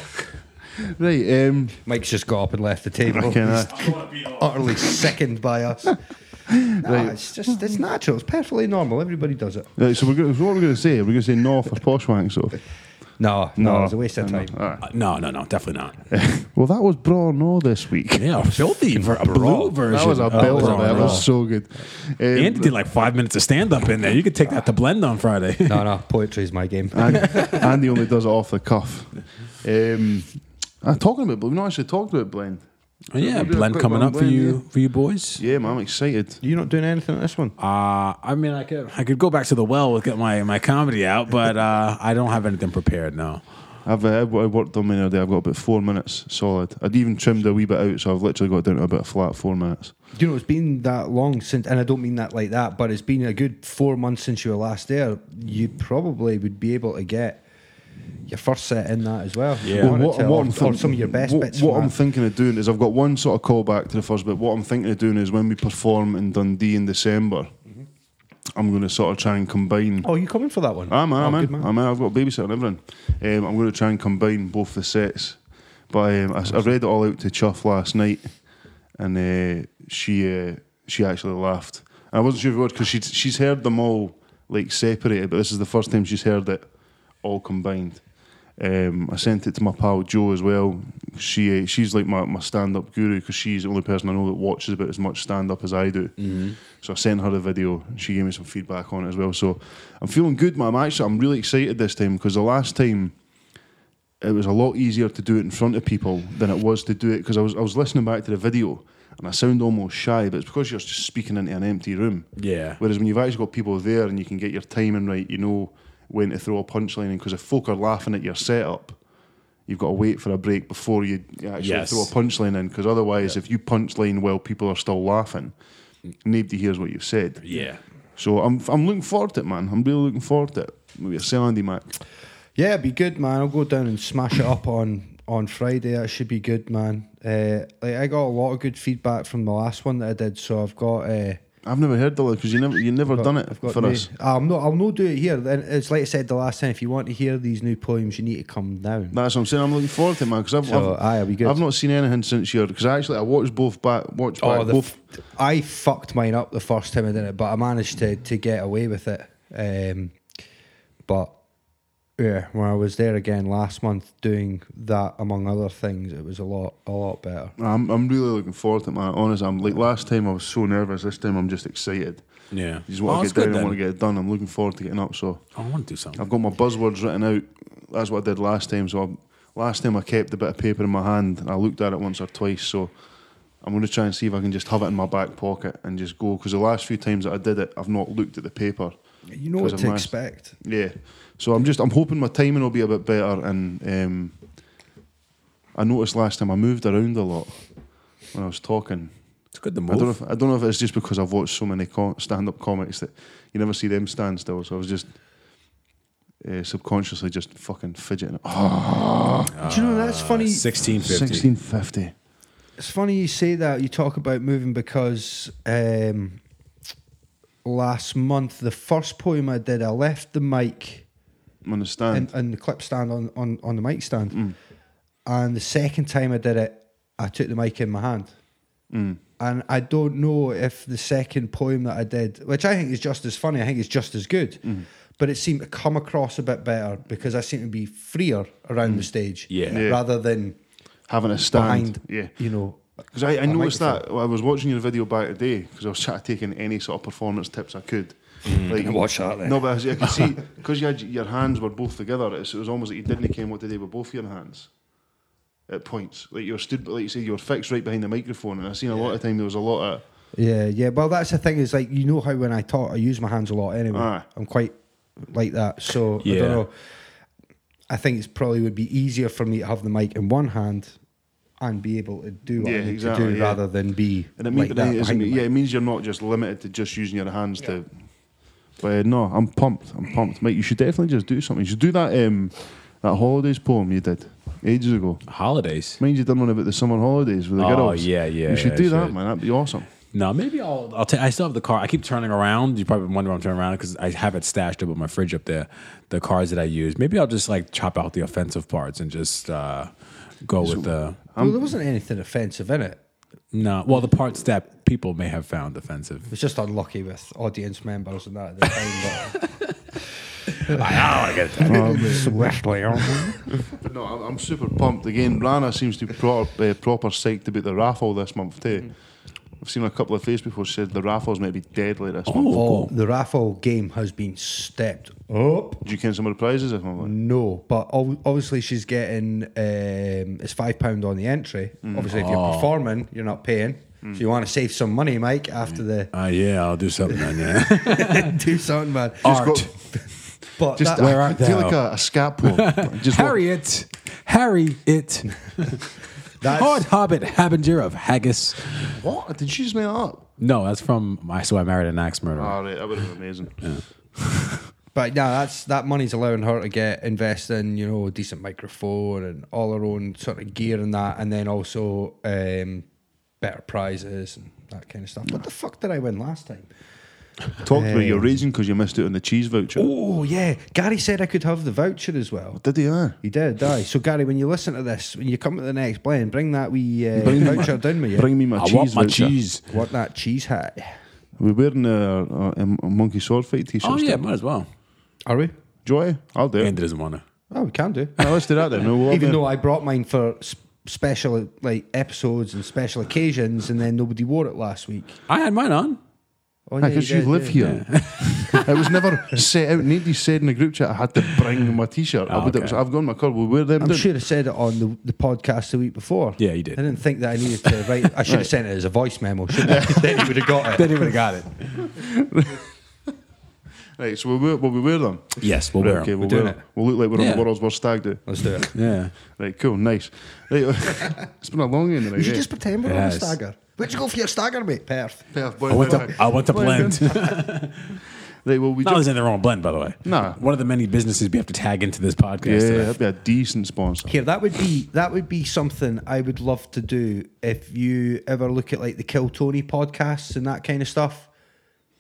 Speaker 2: right. Um,
Speaker 3: Mike's just got up and left the table.
Speaker 2: I can,
Speaker 3: He's
Speaker 2: uh,
Speaker 3: utterly sickened by us. Nah, it's just it's natural. It's perfectly normal. Everybody does it.
Speaker 2: right, so we're gonna, so what we're going to say? We're going to say no for Poshwank. So,
Speaker 3: No, no,
Speaker 2: No.
Speaker 3: it's a waste of time.
Speaker 1: Uh, no, no, no, definitely not.
Speaker 2: well, that was Bra or No this week.
Speaker 1: Yeah, filthy for a blue version.
Speaker 2: That was a
Speaker 1: of
Speaker 2: build
Speaker 1: Bra
Speaker 2: up. That
Speaker 1: Noah.
Speaker 2: was so good. Um,
Speaker 1: Andy did like five minutes of stand up in there. You could take that to blend on Friday.
Speaker 3: No, no, poetry is my game.
Speaker 2: and Andy only does it off the cuff. Um, I'm talking about, but we've not actually talked about blend.
Speaker 1: Oh, yeah,
Speaker 2: We'll do a
Speaker 1: blend
Speaker 2: quick
Speaker 1: coming
Speaker 2: one,
Speaker 1: up for
Speaker 2: blend,
Speaker 1: you for you boys.
Speaker 2: Yeah, man, I'm excited.
Speaker 3: You're not doing anything on this one.
Speaker 1: Uh, I mean, I could I could go back to the well with get my my comedy out, but uh, I don't have anything prepared. No,
Speaker 2: I've uh, I worked on many a day. I've got about four minutes solid. I'd even trimmed a wee bit out, so I've literally got down to about a flat four minutes.
Speaker 3: Do you know it's been that long since, and I don't mean that like that, but it's been a good four months since you were last there. You probably would be able to get your first set in that as well. if you
Speaker 1: Yeah. Well,
Speaker 3: wanted to, or,
Speaker 2: I'm
Speaker 3: or
Speaker 2: think-
Speaker 3: some of your best
Speaker 2: what-
Speaker 3: bits.
Speaker 2: What
Speaker 3: from
Speaker 2: I'm
Speaker 3: that.
Speaker 2: thinking of doing is I've got one sort of callback to the first bit. What I'm thinking of doing is when we perform in Dundee in December,
Speaker 3: Mm-hmm.
Speaker 2: I'm going to sort of try and combine.
Speaker 3: oh, you coming for that one?
Speaker 2: I'm, in,
Speaker 3: Oh,
Speaker 2: I'm,
Speaker 3: good
Speaker 2: in,
Speaker 3: man.
Speaker 2: I'm in. I've got a babysitter and everything. Um, I'm going to try and combine both the sets. But um, I, s- I read it all out to Chuff last night, and uh, she uh, she actually laughed. And I wasn't sure if it was because she's she's heard them all like separated, but this is the first time she's heard it all combined. Um, I sent it to my pal Joe as well. She uh, she's like my, my stand up guru because she's the only person I know that watches about as much stand up as I do. So I sent her the video. She gave me some feedback on it as well. So I'm feeling good, man. I'm actually I'm really excited this time because the last time it was a lot easier to do it in front of people than it was to do it because I was I was listening back to the video and I sound almost shy, but it's because you're just speaking into an empty room.
Speaker 1: Yeah.
Speaker 2: Whereas when you've actually got people there and you can get your timing right, you know when to throw a punchline. Because if folk are laughing at your setup, you've got to wait for a break before you actually
Speaker 1: Yes.
Speaker 2: throw a punchline in. Because otherwise, if you punchline while people are still laughing, nobody hears what you've said.
Speaker 1: Yeah.
Speaker 2: So I'm I'm looking forward to it, man. I'm really looking forward to it. Maybe a Sandy Mac.
Speaker 3: Yeah, it'd be good, man. I'll go down and smash it up on on Friday. That should be good, man. Uh, like I got a lot of good feedback from the last one that I did, so I've got. Uh,
Speaker 2: I've never heard of it because you never you never done it
Speaker 3: I've got
Speaker 2: for
Speaker 3: new-
Speaker 2: us.
Speaker 3: I'm not. I'll not do it here. And It's like I said the last time. If you want to hear these new poems, you need to come down.
Speaker 2: That's what I'm saying. I'm looking forward to it, man. Because I've,
Speaker 3: So,
Speaker 2: I've,
Speaker 3: aye, it'll be good.
Speaker 2: I've not seen anything since you Because actually, I watched both back. Watched
Speaker 3: Oh,
Speaker 2: back
Speaker 3: the
Speaker 2: both.
Speaker 3: f- I fucked mine up the first time I did it, but I managed to to get away with it. Um, but yeah, when I was there again last month doing that among other things, it was a lot a lot better.
Speaker 2: I'm, I'm really looking forward to it, man. Honestly, I'm like last time I was so nervous. This time I'm just excited.
Speaker 1: Yeah.
Speaker 2: Just
Speaker 1: Oh,
Speaker 2: want
Speaker 1: that's
Speaker 2: to get down.
Speaker 1: good
Speaker 2: I want to
Speaker 1: then.
Speaker 2: get it done. I'm looking forward to getting up. So
Speaker 1: I want to do something.
Speaker 2: I've got my buzzwords written out. That's what I did last time. So I, last time I kept a bit of paper in my hand and I looked at it once or twice. So I'm going to try and see if I can just have it in my back pocket and just go. Because the last few times that I did it, I've not looked at the paper.
Speaker 3: You know
Speaker 2: 'Cause I've
Speaker 3: what to
Speaker 2: masked-
Speaker 3: expect.
Speaker 2: Yeah. So I'm just I'm hoping my timing will be a bit better and um, I noticed last time I moved around a lot when I was talking.
Speaker 1: It's good to
Speaker 2: I don't know
Speaker 1: move.
Speaker 2: if I don't know if it's just because I've watched so many co- stand-up comics that you never see them stand still. So I was just uh, subconsciously just fucking fidgeting. Oh,
Speaker 3: Do you know that's funny?
Speaker 1: Sixteen fifty.
Speaker 2: 1650.
Speaker 3: It's funny you say that. You talk about moving because um, last month the first poem I did, I left the mic.
Speaker 2: I'm on the stand.
Speaker 3: and, and the clip stand on, on, on the mic stand.
Speaker 2: Mm.
Speaker 3: And the second time I did it, I took the mic in my hand.
Speaker 2: Mm.
Speaker 3: And I don't know if the second poem that I did, which I think is just as funny, I think it's just as good,
Speaker 2: Mm.
Speaker 3: but it seemed to come across a bit better because I seem to be freer around the stage
Speaker 1: Yeah. Yeah.
Speaker 3: rather than
Speaker 2: having a Mm. stand.
Speaker 3: behind,
Speaker 2: yeah.
Speaker 3: you know.
Speaker 2: Because I, I
Speaker 3: a
Speaker 2: noticed that I was watching your video back today because I was trying to take in any sort of performance tips I could. Like,
Speaker 3: Mm, Watch that then.
Speaker 2: No, but as you can see, because you had, your hands were both together, it's- it was almost like you didn't care what to do with both your hands at points. Like you were stood, like you say, you were fixed right behind the microphone, and I seen a lot of time there was a lot of
Speaker 3: Yeah, yeah. Well, that's the thing is like you know how when I talk, I use my hands a lot anyway.
Speaker 2: Aye.
Speaker 3: I'm quite like that, so I
Speaker 1: Yeah.
Speaker 3: don't know. I think it's probably would be easier for me to have the mic in one hand and be able to do what
Speaker 2: Yeah,
Speaker 3: I need to
Speaker 2: exactly,
Speaker 3: do
Speaker 2: yeah.
Speaker 3: rather than be
Speaker 2: And it
Speaker 3: like
Speaker 2: means
Speaker 3: that
Speaker 2: it isn't-
Speaker 3: behind the mic.
Speaker 2: yeah, it means you're not just limited to just using your hands to. But uh, no, I'm pumped. I'm pumped, mate. You should definitely just do something. You should do that um, that holidays poem you did ages ago.
Speaker 1: Holidays.
Speaker 2: Mind you done one about the summer holidays with the
Speaker 1: Oh,
Speaker 2: girls.
Speaker 1: yeah, yeah,
Speaker 2: You should
Speaker 1: yeah,
Speaker 2: do
Speaker 1: I
Speaker 2: that,
Speaker 1: should.
Speaker 2: man. That'd be awesome.
Speaker 1: No, maybe I'll. I'll take. I still have the car. I keep turning around. You probably wonder why I'm turning around because I have it stashed up in my fridge up there. The cards that I use. Maybe I'll just like chop out the offensive parts and just uh, go with the.
Speaker 3: well, there wasn't anything offensive in it.
Speaker 1: No, well, the parts that people may have found
Speaker 3: It
Speaker 1: offensive.
Speaker 3: was just unlucky with audience members and that at the time.
Speaker 1: I get that.
Speaker 3: But swiftly,
Speaker 2: But no, I'm, I'm super pumped. Again, Rana seems to be proper, uh, proper psyched about the raffle this month too.
Speaker 1: Mm-hmm.
Speaker 2: I've seen a couple of Facebook posts said the raffles might be deadly this month.
Speaker 3: oh, the raffle game has been stepped up.
Speaker 2: Do you ken some of the prizes? If I'm like,
Speaker 3: No, but ob- obviously she's getting um, it's five pound on the entry. Obviously, if you're performing, you're not paying, so you want to save some money, Mike. After
Speaker 1: Uh, yeah, I'll do something. Then, yeah.
Speaker 3: the do something, man.
Speaker 1: Art.
Speaker 2: Got-
Speaker 3: But
Speaker 2: Just
Speaker 3: that-
Speaker 1: Where
Speaker 2: I
Speaker 1: art
Speaker 2: feel
Speaker 1: thou?
Speaker 2: like a, a scalpel. Just walk-
Speaker 1: Harriet, Harriet, hard hobbit, habanger of haggis.
Speaker 2: What? Did she just make that up?
Speaker 1: No, that's from I So I Married an Axe Murderer.
Speaker 2: All right, that would have been amazing.
Speaker 3: But no, that's that money's allowing her to get invest in you know a decent microphone and all her own sort of gear and that, and then also um, better prizes and that kind of stuff. What the fuck did I win last time?
Speaker 2: Talk about
Speaker 3: Hey.
Speaker 2: your raging because you missed out on the cheese voucher.
Speaker 3: Oh yeah, Gary said I could have the voucher as well.
Speaker 2: Did he? Uh?
Speaker 3: He did, aye. So Gary, when you listen to this, when you come to the next blend, bring that wee uh,
Speaker 2: Bring me
Speaker 3: voucher down with you.
Speaker 2: Bring me my
Speaker 1: I
Speaker 2: cheese
Speaker 1: want my
Speaker 2: voucher.
Speaker 1: cheese.
Speaker 3: what that cheese hat?
Speaker 2: We're wearing a, a, a monkey sword fight t-shirt.
Speaker 1: Oh yeah,
Speaker 2: still.
Speaker 1: might as well.
Speaker 3: Are we?
Speaker 2: Joy, I'll do it.
Speaker 1: Andy doesn't want to.
Speaker 3: Oh, we can do.
Speaker 2: Now, let's do that then. No, we'll
Speaker 3: Even
Speaker 2: do-
Speaker 3: though I brought mine for sp- special like episodes and special occasions, and then nobody wore it last week.
Speaker 1: I had mine on.
Speaker 3: Oh, yeah,
Speaker 2: Because
Speaker 3: did,
Speaker 2: you live
Speaker 3: yeah.
Speaker 2: here. it was never set out. Nobody said in the group chat I had to bring my t shirt.
Speaker 1: Ah, okay.
Speaker 2: I've gone my car. We'll wear them.
Speaker 3: I'm
Speaker 2: down.
Speaker 3: sure I said it on the, the podcast the week before.
Speaker 1: Yeah, you did.
Speaker 3: I didn't think that I needed to write. I should have sent it as a voice memo, shouldn't I? then you would have got it.
Speaker 1: Then he would have got it.
Speaker 2: Right, so we'll wear, will we wear them?
Speaker 1: Yes, we'll
Speaker 2: Right,
Speaker 1: wear 'em.
Speaker 2: okay, we'll
Speaker 3: doing
Speaker 2: wear them.
Speaker 3: it.
Speaker 2: We'll look like we're on
Speaker 1: Yeah.
Speaker 2: the world's worst stag do.
Speaker 3: Let's do it.
Speaker 1: Yeah.
Speaker 2: Right, cool, nice. Right, it's been a long end, right?
Speaker 3: You should
Speaker 2: eh?
Speaker 3: just pretend we're on a
Speaker 1: Yes.
Speaker 3: stagger. Where'd you go for your stagger, mate? Perth.
Speaker 2: Perth, boy,
Speaker 1: I want
Speaker 2: boy,
Speaker 1: to. I want to
Speaker 2: boy,
Speaker 1: blend.
Speaker 2: boy. Right, well, we
Speaker 1: Not
Speaker 2: just.
Speaker 1: as in their own blend, by the way.
Speaker 2: Nah.
Speaker 1: One of the many businesses we have to tag into this
Speaker 2: Yeah,
Speaker 1: podcast. today.
Speaker 2: that'd be a decent sponsor.
Speaker 3: Here, that would be that would be something I would love to do. If you ever look at like the Kill Tony podcasts and that kind of stuff,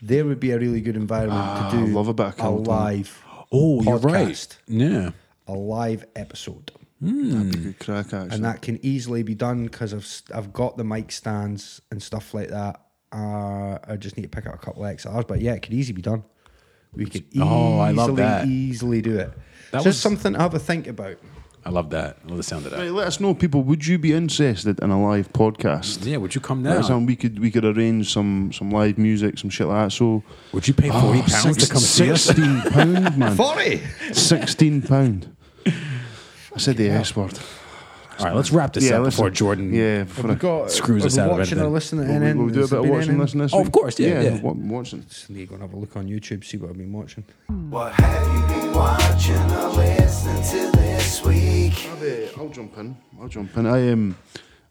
Speaker 3: there would be a really good environment
Speaker 2: Ah,
Speaker 3: to do.
Speaker 2: love a bit of Kill
Speaker 3: a
Speaker 2: Tony.
Speaker 3: live,
Speaker 1: Oh, you're
Speaker 3: Podcast.
Speaker 1: right. Yeah.
Speaker 3: a live episode.
Speaker 2: That'd be good crack, actually.
Speaker 3: and that can easily be done because I've s- I've got the mic stands and stuff like that. Uh, I just need to pick up a couple XLRs, but yeah, it could easily be done. We could easily,
Speaker 1: Oh, I love that.
Speaker 3: easily do it.
Speaker 1: That
Speaker 3: It's
Speaker 1: was-
Speaker 3: just something to have a think about.
Speaker 1: I love that. I love the sound of that.
Speaker 2: Right, let us know, people. Would you be interested in a live podcast?
Speaker 1: Yeah. Would you come
Speaker 2: That's
Speaker 1: down?
Speaker 2: something we could we could arrange some some live music, some shit like that. So
Speaker 1: Would you pay Oh,
Speaker 2: Oh,
Speaker 1: forty pounds to come see us?
Speaker 2: Sixteen pound, man.
Speaker 3: Forty.
Speaker 2: Sixteen pound. I said the S word.
Speaker 1: All right, let's wrap this
Speaker 2: Yeah,
Speaker 1: up
Speaker 2: listen.
Speaker 1: before Jordan.
Speaker 2: Yeah, before
Speaker 3: We
Speaker 2: I-
Speaker 3: got
Speaker 1: Screws
Speaker 3: are
Speaker 1: us
Speaker 3: we
Speaker 1: out of
Speaker 3: watching or
Speaker 1: everything.
Speaker 3: listening to
Speaker 2: we'll,
Speaker 3: NN?
Speaker 2: we'll do a bit
Speaker 3: Has there
Speaker 2: of
Speaker 3: been
Speaker 2: watching
Speaker 3: NN?
Speaker 2: this this
Speaker 1: Oh,
Speaker 2: week.
Speaker 1: of course, yeah, yeah.
Speaker 2: wa- watching.
Speaker 3: Just need to go and have a look on YouTube, see what I've been watching.
Speaker 6: What have you been watching or listening to this week?
Speaker 2: I'll, uh, I'll jump in. I'll jump in. I um,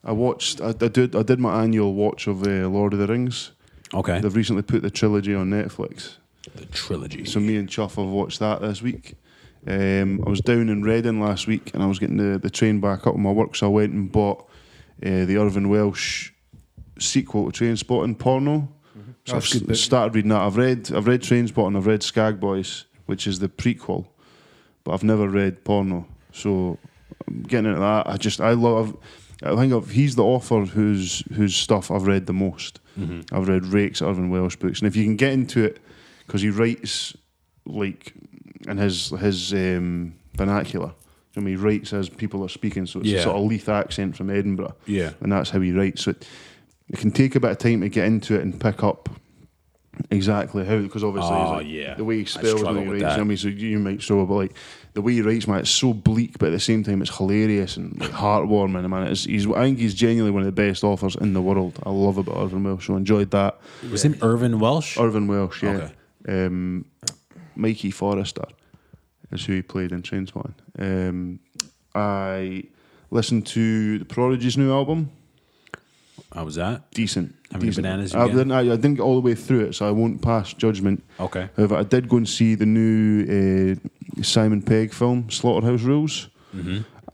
Speaker 2: I watched. I, I did. I did my annual watch of uh, Lord of the Rings.
Speaker 3: Eh?
Speaker 1: Okay. The,
Speaker 2: They've recently put the trilogy on Netflix.
Speaker 1: trilogy.
Speaker 2: So me and Chuff have watched that this week. Um, I was down in Reading last week and I was getting the, the train back up to my work, so I went and bought uh, the Irvin Welsh sequel to Train Spotting porno. So I've
Speaker 3: Mm-hmm. That's good book.
Speaker 2: s- started reading that. I've read I've read Train Spotting, I've read Skag Boys, which is the prequel, but I've never read porno. So I'm getting into that. I just I love. I think of he's the author whose whose stuff I've read the most. I've read rakes of Irvin Welsh books, and if you can get into it, because he writes like in his his um, vernacular. I mean, he writes as people are speaking, so it's
Speaker 1: Yeah.
Speaker 2: a sort of Leith accent from Edinburgh,
Speaker 1: Yeah.
Speaker 2: and that's how he writes. So it, it can take a bit of time to get into it and pick up exactly how, because obviously it's
Speaker 1: Oh,
Speaker 2: like
Speaker 1: yeah.
Speaker 2: the way
Speaker 1: I
Speaker 2: he spells, the
Speaker 1: struggle
Speaker 2: way he
Speaker 1: with
Speaker 2: writes.
Speaker 1: that.
Speaker 2: I mean, so you, you might struggle, but like the way he writes, man, it's so bleak, but at the same time, it's hilarious and like, heartwarming. Man, it's, he's I think he's genuinely one of the best authors in the world. I love about Irvin Welsh. So I enjoyed that.
Speaker 1: Was him Irvin Welsh?
Speaker 2: Irvin Welsh, yeah. Um, Mikey Forrester is who he played in Trainspotting. Um, I listened to the Prodigy's new album.
Speaker 1: How was that?
Speaker 2: Decent.
Speaker 1: How many
Speaker 2: decent.
Speaker 1: bananas you
Speaker 2: I
Speaker 1: get?
Speaker 2: didn't, I, I didn't get all the way through it, so I won't pass judgment.
Speaker 1: Okay.
Speaker 2: However, I did go and see the new uh, Simon Pegg film, Slaughterhouse Rules.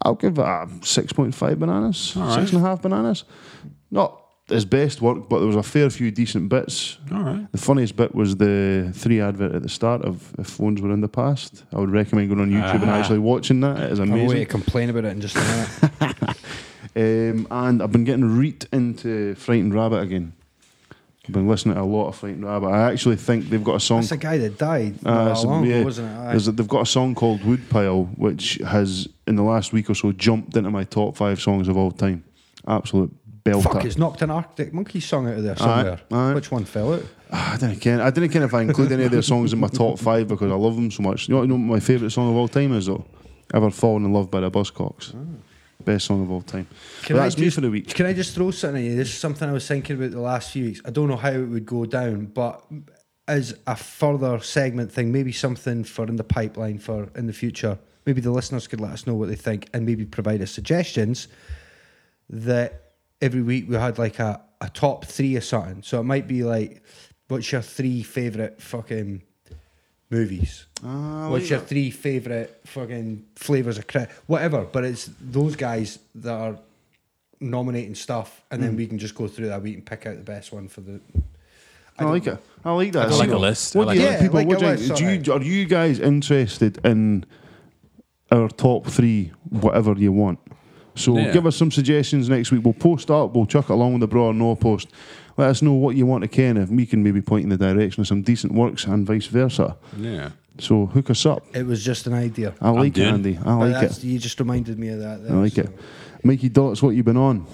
Speaker 2: I'll give it a 6.5 bananas,
Speaker 1: Mm-hmm. All right.
Speaker 2: six and a half bananas. Not his best work, but there was a fair few decent bits.
Speaker 1: All right.
Speaker 2: The funniest bit was the three advert at the start of if phones were in the past. I would recommend going on YouTube and
Speaker 1: Ah.
Speaker 2: actually watching that. It is
Speaker 3: I'm going to
Speaker 2: amazing.
Speaker 3: complain about it in just a minute.
Speaker 2: Um, and I've been getting reet into Frightened Rabbit again. I've been listening to a lot of Frightened Rabbit. I actually think they've got a song.
Speaker 3: That's the guy that died
Speaker 2: Uh,
Speaker 3: not that
Speaker 2: it's a-
Speaker 3: long ago,
Speaker 2: yeah.
Speaker 3: wasn't it? Aye.
Speaker 2: There's a- they've got a song called Woodpile, which has in the last week or so jumped into my top five songs of all time. Absolute belter.
Speaker 3: Fuck, it's knocked an Arctic Monkey song out of there somewhere.
Speaker 2: aye.
Speaker 3: Which one fell out?
Speaker 2: Ah, I didn't care. I didn't care if I include any of their songs in my top five because I love them so much. You know, you know what my favourite song of all time is though? Ever Fallen in Love by the Buzzcocks.
Speaker 3: Ah.
Speaker 2: Best song of all time. But that's me for the week.
Speaker 3: Can I just throw something at you? This is something I was thinking about the last few weeks. I don't know how it would go down, but as a further segment thing, maybe something for in the pipeline for in the future. Maybe the listeners could let us know what they think and maybe provide us suggestions that every week we had like a, a top three or something. So it might be like, what's your three favourite fucking movies?
Speaker 2: Ah, I
Speaker 3: what's
Speaker 2: like
Speaker 3: your
Speaker 2: that.
Speaker 3: three favourite fucking flavours of crit? Whatever. But it's those guys that are nominating stuff and
Speaker 2: Hmm.
Speaker 3: then we can just go through that week and pick out the best one for the.
Speaker 2: I, like it. I like that.
Speaker 1: I like
Speaker 2: See,
Speaker 1: a list. I
Speaker 2: What
Speaker 1: like
Speaker 2: do you
Speaker 1: a
Speaker 2: think,
Speaker 3: list.
Speaker 2: people?
Speaker 3: Yeah,
Speaker 2: what
Speaker 3: like a
Speaker 2: do you,
Speaker 3: list,
Speaker 2: do you- are you guys interested in our top three, whatever you want? So
Speaker 1: Yeah.
Speaker 2: give us some suggestions next week. We'll post up. We'll chuck it along with the bra or no post. Let us know what you want to ken, if we can maybe point in the direction of some decent works and vice versa.
Speaker 1: Yeah.
Speaker 2: So hook us up.
Speaker 3: It was just an idea.
Speaker 2: I like it,
Speaker 1: down.
Speaker 2: Andy. I
Speaker 3: But
Speaker 2: like
Speaker 3: that's-
Speaker 2: it.
Speaker 3: You just reminded me of that.
Speaker 2: I like it. Mikey Dots, what you been on?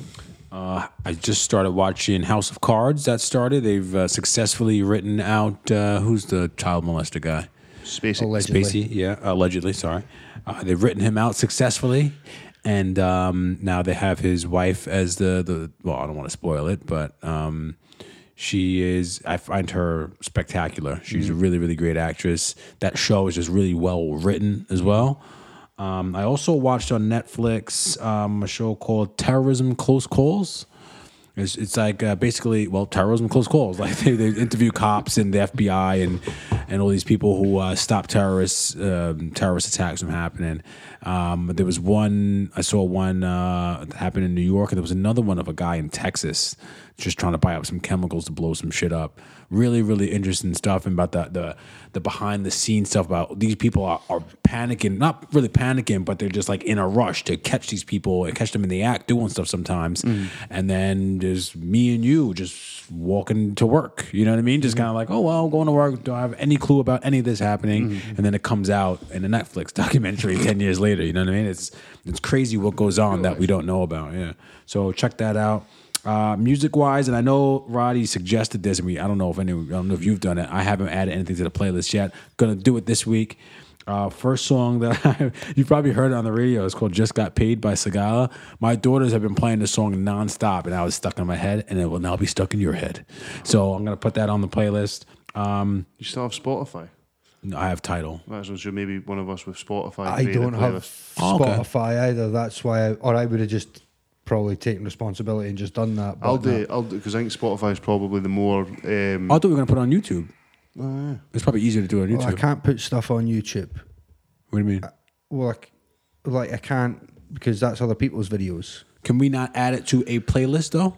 Speaker 1: Uh, I just started watching House of Cards. That started. They've uh, successfully written out uh, who's the child molester guy.
Speaker 2: Spacey.
Speaker 3: Allegedly.
Speaker 1: Spacey, yeah, allegedly. Sorry, uh, they've written him out successfully, and um, now they have his wife as the the. Well, I don't want to spoil it, but um, she is. I find her spectacular. She's a really, really great actress. That show is just really well written as well. Um, I also watched on Netflix um, a show called Terrorism Close Calls. It's, it's like uh, basically, well, terrorism close calls. Like they, they interview cops and the FBI and and all these people who uh, stop terrorists um, terrorist attacks from happening. Um, there was one I saw one uh, happen in New York, and there was another one of a guy in Texas just trying to buy up some chemicals to blow some shit up. Really, really interesting stuff and about the the, the behind the scenes stuff about these people are, are panicking, not really panicking, but they're just like in a rush to catch these people and catch them in the act doing stuff sometimes. And then there's me and you just walking to work. You know what I mean? Just kind of like, oh well, going to work. Don't have any clue about any of this happening. And then it comes out in a Netflix documentary ten years later. You know what I mean? It's it's crazy what goes on that we don't know about. Yeah. So check that out. Uh, music wise, and I know Roddy suggested this, and we I don't know if any I don't know if you've done it. I haven't added anything to the playlist yet. Gonna do it this week. Uh, first song that I, you probably heard it on the radio is called "Just Got Paid" by Sagala. My daughters have been playing this song nonstop, and I was stuck in my head, and it will now be stuck in your head. So I'm gonna put that on the playlist. Um,
Speaker 2: You still have Spotify?
Speaker 1: I have title.
Speaker 2: Might as well do maybe one of us with Spotify.
Speaker 3: I
Speaker 2: create a
Speaker 3: don't have
Speaker 2: playlist.
Speaker 1: Oh, okay.
Speaker 3: Spotify either. That's why, I, or I would have just probably taken responsibility and just done that. but
Speaker 2: I'll do
Speaker 3: no.
Speaker 2: it. I'll do because I think Spotify is probably the more. Um,
Speaker 1: I thought we were gonna put it on YouTube.
Speaker 2: Oh,
Speaker 1: It's probably easier to do it on
Speaker 3: Well, I
Speaker 1: YouTube.
Speaker 3: can't put stuff on YouTube.
Speaker 1: what do you mean?
Speaker 3: Well, I c- like I can't because that's other people's videos.
Speaker 1: Can we not add it to a playlist though?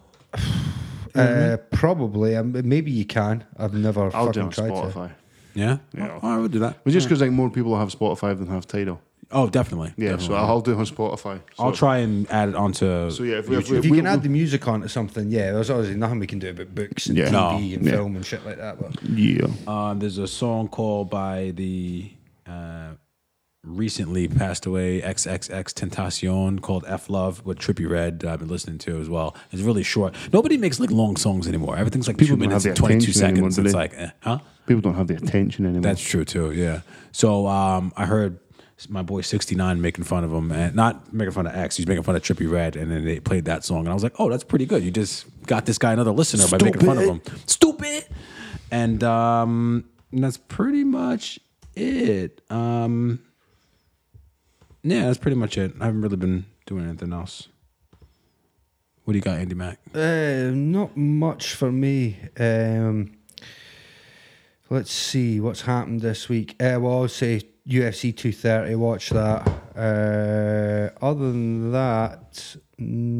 Speaker 3: Uh, probably, um, maybe you can. I've never
Speaker 2: I'll do it
Speaker 3: fucking
Speaker 2: on
Speaker 3: tried
Speaker 2: Spotify.
Speaker 1: Yeah.
Speaker 2: Yeah.
Speaker 1: All right, we'll do that.
Speaker 2: Well, just because like more people have Spotify than have Tidal.
Speaker 1: Oh, definitely.
Speaker 2: Yeah,
Speaker 1: definitely.
Speaker 2: so I'll do it on Spotify. So,
Speaker 1: I'll try and add it onto.
Speaker 2: So yeah, if we, if
Speaker 3: to.
Speaker 2: we,
Speaker 3: If you
Speaker 2: we-
Speaker 3: can add the music onto something, yeah, there's obviously nothing we can do about books and
Speaker 2: Yeah.
Speaker 3: TV
Speaker 1: No,
Speaker 3: and
Speaker 2: yeah.
Speaker 3: film and shit like that. But
Speaker 2: yeah,
Speaker 1: Um, there's a song called by the uh, recently passed away XXX Tentacion called F Love with Trippy Red that I've been listening to as well. It's really short. Nobody makes like long songs anymore. Everything's like two
Speaker 2: People don't
Speaker 1: minutes
Speaker 2: have
Speaker 1: and
Speaker 2: the
Speaker 1: 22
Speaker 2: attention anymore,
Speaker 1: seconds.
Speaker 2: do
Speaker 1: it's
Speaker 2: they?
Speaker 1: like, eh, huh?
Speaker 2: people don't have the attention anymore.
Speaker 1: That's true too. Yeah. So um, I heard my boy 69 making fun of him and not making fun of X. He's making fun of Trippy Red, and then they played that song, and I was like, oh, that's pretty good. You just got this guy another listener by making fun of him. Stupid. And um, and that's pretty much it. Um, yeah, that's pretty much it. I haven't really been doing anything else. What do you got, Andy Mac?
Speaker 3: Uh, not much for me. Um, let's see what's happened this week. Uh, well, I'll say UFC 230. Watch that. Uh, other than that,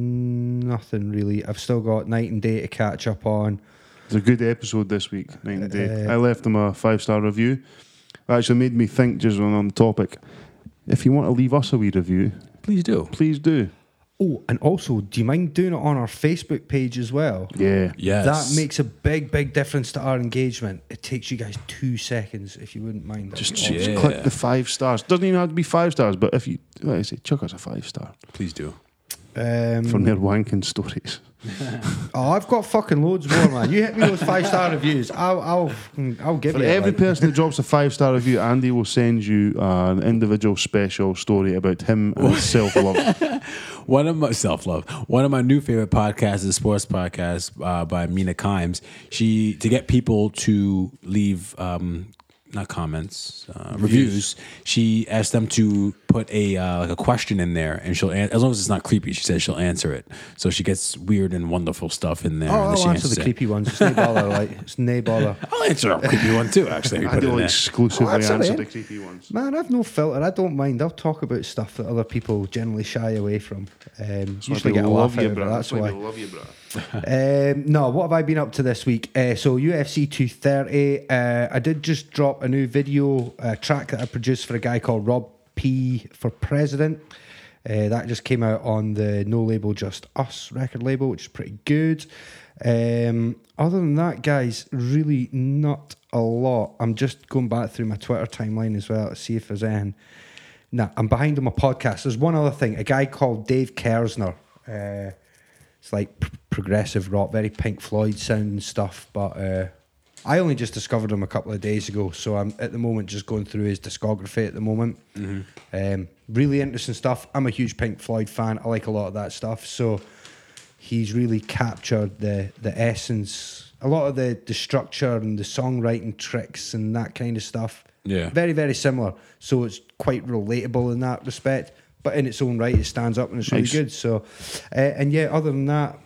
Speaker 3: nothing really. I've still got night and day to catch up on.
Speaker 2: It's a good episode this week, night and day. I left them a five star review. It actually made me think just on, on topic. If you want to leave us a wee review,
Speaker 1: Please do.
Speaker 2: please do.
Speaker 3: Oh, and also, do you mind doing it on our Facebook page as well?
Speaker 2: Yeah,
Speaker 1: Yes.
Speaker 3: That makes a big, big difference to our engagement. It takes you guys two seconds, if you wouldn't mind. That's
Speaker 2: Just,
Speaker 3: all.
Speaker 1: Yeah.
Speaker 2: just click the five stars. Doesn't even have to be five stars, but if you, like I say, chuck us a five star
Speaker 1: Please do.
Speaker 3: um,
Speaker 2: from their wanking stories.
Speaker 3: Oh, I've got fucking loads more, man. You hit me with five star reviews. I'll, I'll, fucking- I'll give
Speaker 2: For
Speaker 3: you it,
Speaker 2: every
Speaker 3: like.
Speaker 2: person that drops a five star review, Andy will send you uh, an individual special story about him and his self love.
Speaker 1: One of my self love. One of my new favorite podcasts is sports podcast uh, by Mina Kimes. She to get people to leave um, not comments uh, reviews. She asks them to put a uh, like a question in there, and she'll an- as long as it's not creepy. She says she'll answer it. So she gets weird and wonderful stuff in there.
Speaker 3: Oh,
Speaker 1: and then she
Speaker 3: I'll answer
Speaker 1: answers
Speaker 3: the
Speaker 1: it.
Speaker 3: creepy ones. It's no bother. Like it's no bother.
Speaker 1: I'll answer a creepy one too. Actually, if you put
Speaker 2: Andy
Speaker 1: it in
Speaker 2: will
Speaker 1: there.
Speaker 2: exclusively
Speaker 3: Oh, that's all
Speaker 2: answer
Speaker 3: right.
Speaker 2: the creepy ones.
Speaker 3: Man, I've no filter. I don't mind. I'll talk about stuff that other people generally shy away from. Um,
Speaker 2: That's why
Speaker 3: usually
Speaker 2: they
Speaker 3: get a laugh
Speaker 2: love
Speaker 3: out
Speaker 2: you,
Speaker 3: of it.
Speaker 2: bro.
Speaker 3: That's
Speaker 2: why
Speaker 3: why.
Speaker 2: they love you, bro.
Speaker 3: Um, no, what have I been up to this week? Uh, so UFC 230. Uh, I did just drop a new video uh, track that I produced for a guy called Rob P for President. Uh, that just came out on the No Label Just Us record label, which is pretty good. Um, other than that, guys, really not a lot. I'm just going back through my Twitter timeline as well to see if there's any. Nah, I'm behind on my podcast. There's one other thing. A guy called Dave Kersner. Uh, it's like pr- progressive rock, very Pink Floyd sound and stuff. But uh, I only just discovered him a couple of days ago, so I'm at the moment just going through his discography at the moment. Um, really interesting stuff. I'm a huge Pink Floyd fan. I like a lot of that stuff. So he's really captured the the essence, a lot of the the structure and the songwriting tricks and that kind of stuff.
Speaker 1: Yeah.
Speaker 3: very very similar. So it's quite relatable in that respect. But in its own right, it stands up and it's really
Speaker 2: Nice.
Speaker 3: good good. So, uh, and yeah, other than that,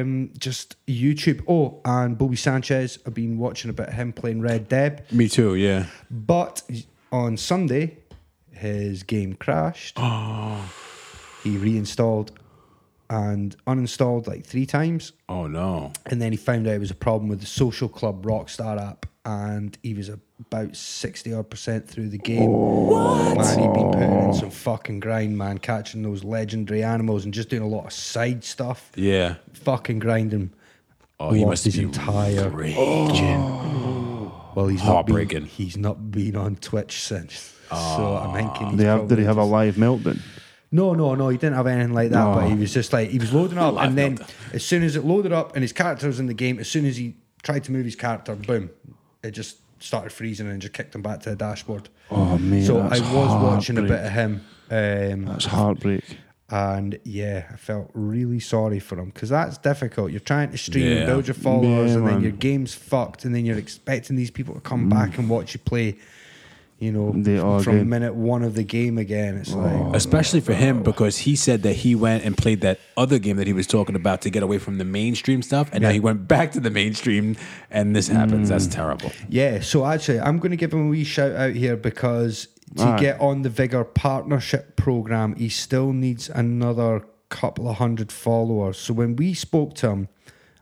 Speaker 3: um, just YouTube. Oh, and Bobby Sanchez. I've been watching a bit of him playing Red Dead,
Speaker 1: Me too. Yeah.
Speaker 3: but on Sunday, his game crashed. He reinstalled and uninstalled like three times.
Speaker 1: Oh no.
Speaker 3: And then he found out it was a problem with the Social Club Rockstar app, and he was about 60 odd percent through the game. What? Man, he'd been
Speaker 1: Oh.
Speaker 3: putting in some fucking grind, man, catching those legendary animals and just doing a lot of side stuff.
Speaker 1: Yeah.
Speaker 3: Fucking grinding.
Speaker 1: Oh, he
Speaker 3: Lost
Speaker 1: must
Speaker 3: his
Speaker 1: be
Speaker 3: entire- Oh,
Speaker 1: raging.
Speaker 3: Well, he's Not
Speaker 1: Oh. Heartbreaking. Ah.
Speaker 3: been, he's not been on Twitch since. So I'm thinking. he's
Speaker 2: They have, did he
Speaker 3: probably
Speaker 2: have a
Speaker 3: just-
Speaker 2: live meltdown?
Speaker 3: No, no, no. He didn't have anything like that. But he was just like he was loading up, and then as soon as it loaded up, and his character was in the game, as soon as he tried to move his character, boom, it just started freezing and just kicked him back to the dashboard.
Speaker 2: Oh, man,
Speaker 3: So I
Speaker 2: that's
Speaker 3: was watching a bit of
Speaker 2: heartbreak.
Speaker 3: him, um,
Speaker 2: That's heartbreak.
Speaker 3: and yeah, I felt really sorry for him because that's difficult. You're trying to stream
Speaker 1: Yeah.
Speaker 3: and build your followers,
Speaker 2: Yeah,
Speaker 3: and then
Speaker 2: man. Mm.
Speaker 3: your game's fucked, and then you're expecting these people to come back and watch you play. You know,
Speaker 2: They are
Speaker 3: from
Speaker 2: good. Oh.
Speaker 3: minute one of the game again, it's like
Speaker 1: Especially for him because he said that he went and played that other game that he was talking about to get away from the mainstream stuff, and now he went back to the mainstream, and this happens. That's terrible.
Speaker 3: Yeah, so actually, I'm going to give him a wee shout out here because to
Speaker 2: Aye.
Speaker 3: get on the Vigor Partnership Program, he still needs another couple of hundred followers. So when we spoke to him,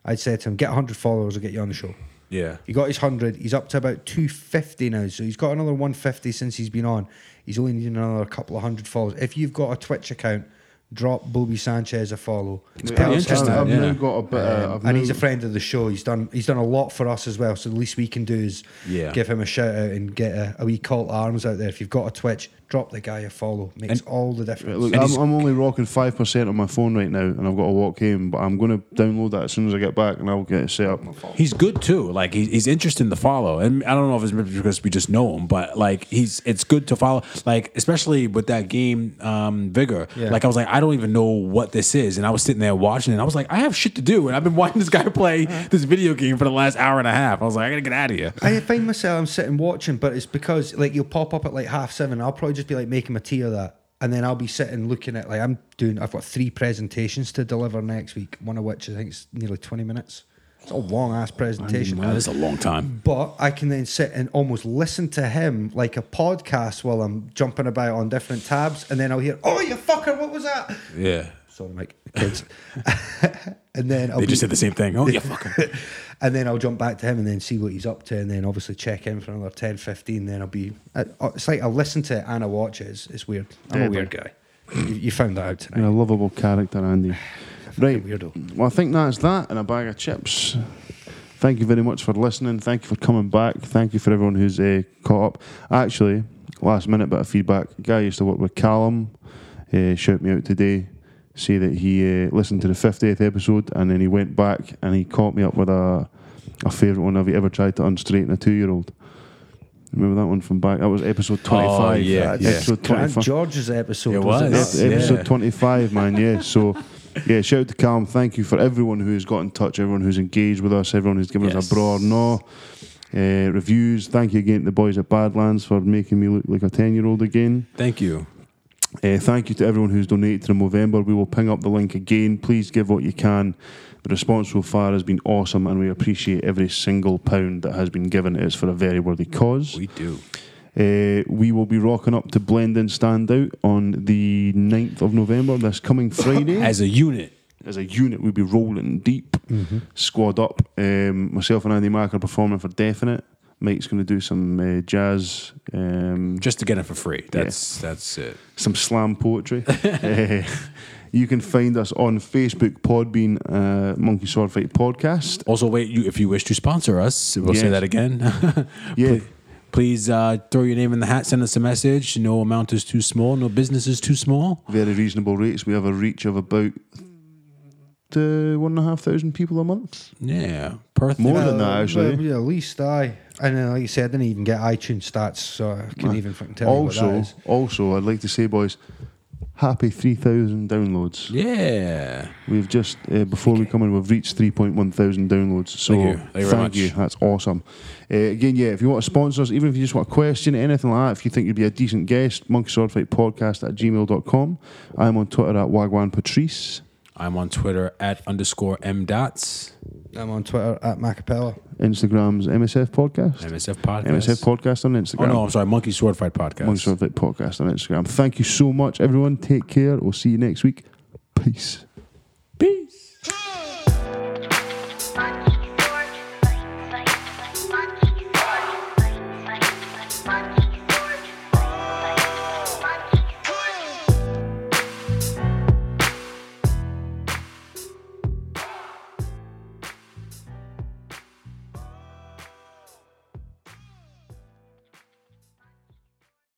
Speaker 3: I said to him, get 100 followers, I'll get you on the show.
Speaker 1: Yeah.
Speaker 3: He got his 100. He's up to about 250 now. So he's got another 150 since he's been on. He's only needing another couple of hundred followers. If you've got a Twitch account, drop Bobby Sanchez a follow. It's
Speaker 1: pretty interesting,
Speaker 2: I've
Speaker 1: yeah.
Speaker 2: now got a bit
Speaker 3: um,
Speaker 2: of. uh, I've
Speaker 3: and
Speaker 2: now-
Speaker 3: he's a friend of the show. He's done he's done a lot for us as well. So the least we can do is
Speaker 1: Yeah.
Speaker 3: give him a shout out and get a, a wee call to arms out there. If you've got a Twitch, drop the guy a follow. Makes all the difference.
Speaker 2: Look, I'm, I'm only rocking 5% on my phone right now, and I've got to walk in, but I'm going to download that as soon as I get back, and I'll get it set up.
Speaker 1: He's good too. Like he, he's interesting to follow, and I don't know if it's maybe because we just know him, but like he's it's good to follow. Like especially with that game, um, vigor.
Speaker 3: Yeah.
Speaker 1: Like I was like, I don't even know what this is, and I was sitting there watching, it, and I was like, I have shit to do, and I've been watching this guy play this video game for the last hour and a half. I was like, I gotta get out of here.
Speaker 3: I find myself I'm sitting watching, but it's because like you'll pop up at like half seven. I'll probably just be like making my tea or that, and then I'll be sitting looking at like I'm doing. I've got three presentations to deliver next week. One of which I think is nearly twenty minutes. It's a long ass presentation.
Speaker 1: Wow, That's a long time.
Speaker 3: But I can then sit and almost listen to him like a podcast while I'm jumping about on different tabs, and then I'll hear, "Oh, you fucker, what was that?"
Speaker 1: Yeah,
Speaker 3: Sorry, Mike, kids. and then I'll
Speaker 1: they
Speaker 3: be,
Speaker 1: just said the same thing. Oh yeah, fuck him.
Speaker 3: and then I'll jump back to him and then see what he's up to, and then obviously check in for another 10, 15, Then I'll be. uh, uh, It's like I'll listen to it and I watch it. It's, it's weird. I'm a
Speaker 2: Deadly.
Speaker 3: weird guy. You, you found that out tonight.
Speaker 2: You're a lovable character, Andy. Right.
Speaker 3: weirdo.
Speaker 2: Well, I think that's that and a bag of chips. Thank you very much for listening. Thank you for coming back. Thank you for everyone who's uh, caught up. Actually, last minute bit of feedback. guy I used to work with, Callum, uh, shout me out today. say that he uh, listened to the 50th episode and then he went back and he caught me up with a, a favourite one. Have you ever tried to unstraighten a two year old? Remember that one from back? That was episode 25.
Speaker 1: Oh, yeah, yeah.
Speaker 2: Episode 25.
Speaker 3: George's episode.
Speaker 1: It
Speaker 3: was.
Speaker 1: was.
Speaker 2: Ep-
Speaker 1: Yeah.
Speaker 2: episode 25, man. Yeah. So, yeah, shout out to Calm. Thank you for everyone who's got in touch, everyone who's engaged with us, everyone who's given us
Speaker 1: Yes.
Speaker 2: a broad no. Uh, reviews. Thank you again to the boys at Badlands for making me look like a 10 year old again.
Speaker 1: Thank you.
Speaker 2: Uh, thank you to everyone who's donated to the Movember. We will ping up the link again. Please give what you can. The response so far has been awesome, and we appreciate every single pound that has been given. It's for a very worthy cause.
Speaker 1: We do.
Speaker 2: Uh, we will be rocking up to Blend and Stand Out on the 9th of November, this coming Friday.
Speaker 1: As a unit.
Speaker 2: As a unit, we'll be rolling deep, squad up. Um, myself and Andy Mack are performing for Definite. Mike's going to do some uh, jazz, um,
Speaker 1: Just to get it for free. That's that's it.
Speaker 2: some slam poetry. Eh, you can find us on Facebook, Podbean, uh, Monkey Sword Fight Podcast.
Speaker 1: Also, wait. You, if you wish to sponsor us, we'll
Speaker 2: Yes.
Speaker 1: say that again.
Speaker 2: Yeah.
Speaker 1: Pl- Please uh, throw your name in the hat. Send us a message. No amount is too small. No business is too small.
Speaker 2: Very reasonable rates. We have a reach of about uh, one and a half thousand people a month.
Speaker 1: Yeah, Perth.
Speaker 2: More than that, actually.
Speaker 3: Uh, Well, at least I. And then, like you said, I didn't even get iTunes stats, so I couldn't even fucking tell you what that
Speaker 2: also,
Speaker 3: is.
Speaker 2: also, I'd like to say, boys, happy 3,000 downloads.
Speaker 1: Yeah.
Speaker 2: We've just, uh, before we come in, we've reached 3.1 thousand downloads. So
Speaker 1: Thank you. Thank you very much.
Speaker 2: That's awesome. Uh, again, yeah, if you want to sponsor us, even if you just want a question, anything like that, if you think you'd be a decent guest, monkeyswordfightpodcast at gmail.com. I'm on Twitter at Wagwan Patrice.
Speaker 1: I'm on Twitter at underscore m dots
Speaker 3: I'm on Twitter at Macapella.
Speaker 2: Instagram's MSF Podcast.
Speaker 1: MSF podcast.
Speaker 2: MSF Podcast on Instagram.
Speaker 1: Oh no, I'm sorry. Monkey Sword Fight podcast.
Speaker 2: Monkey Sword Fight Podcast on Instagram. Thank you so much, everyone. Take care. We'll see you next week. Peace.
Speaker 1: Peace.
Speaker 7: Hey!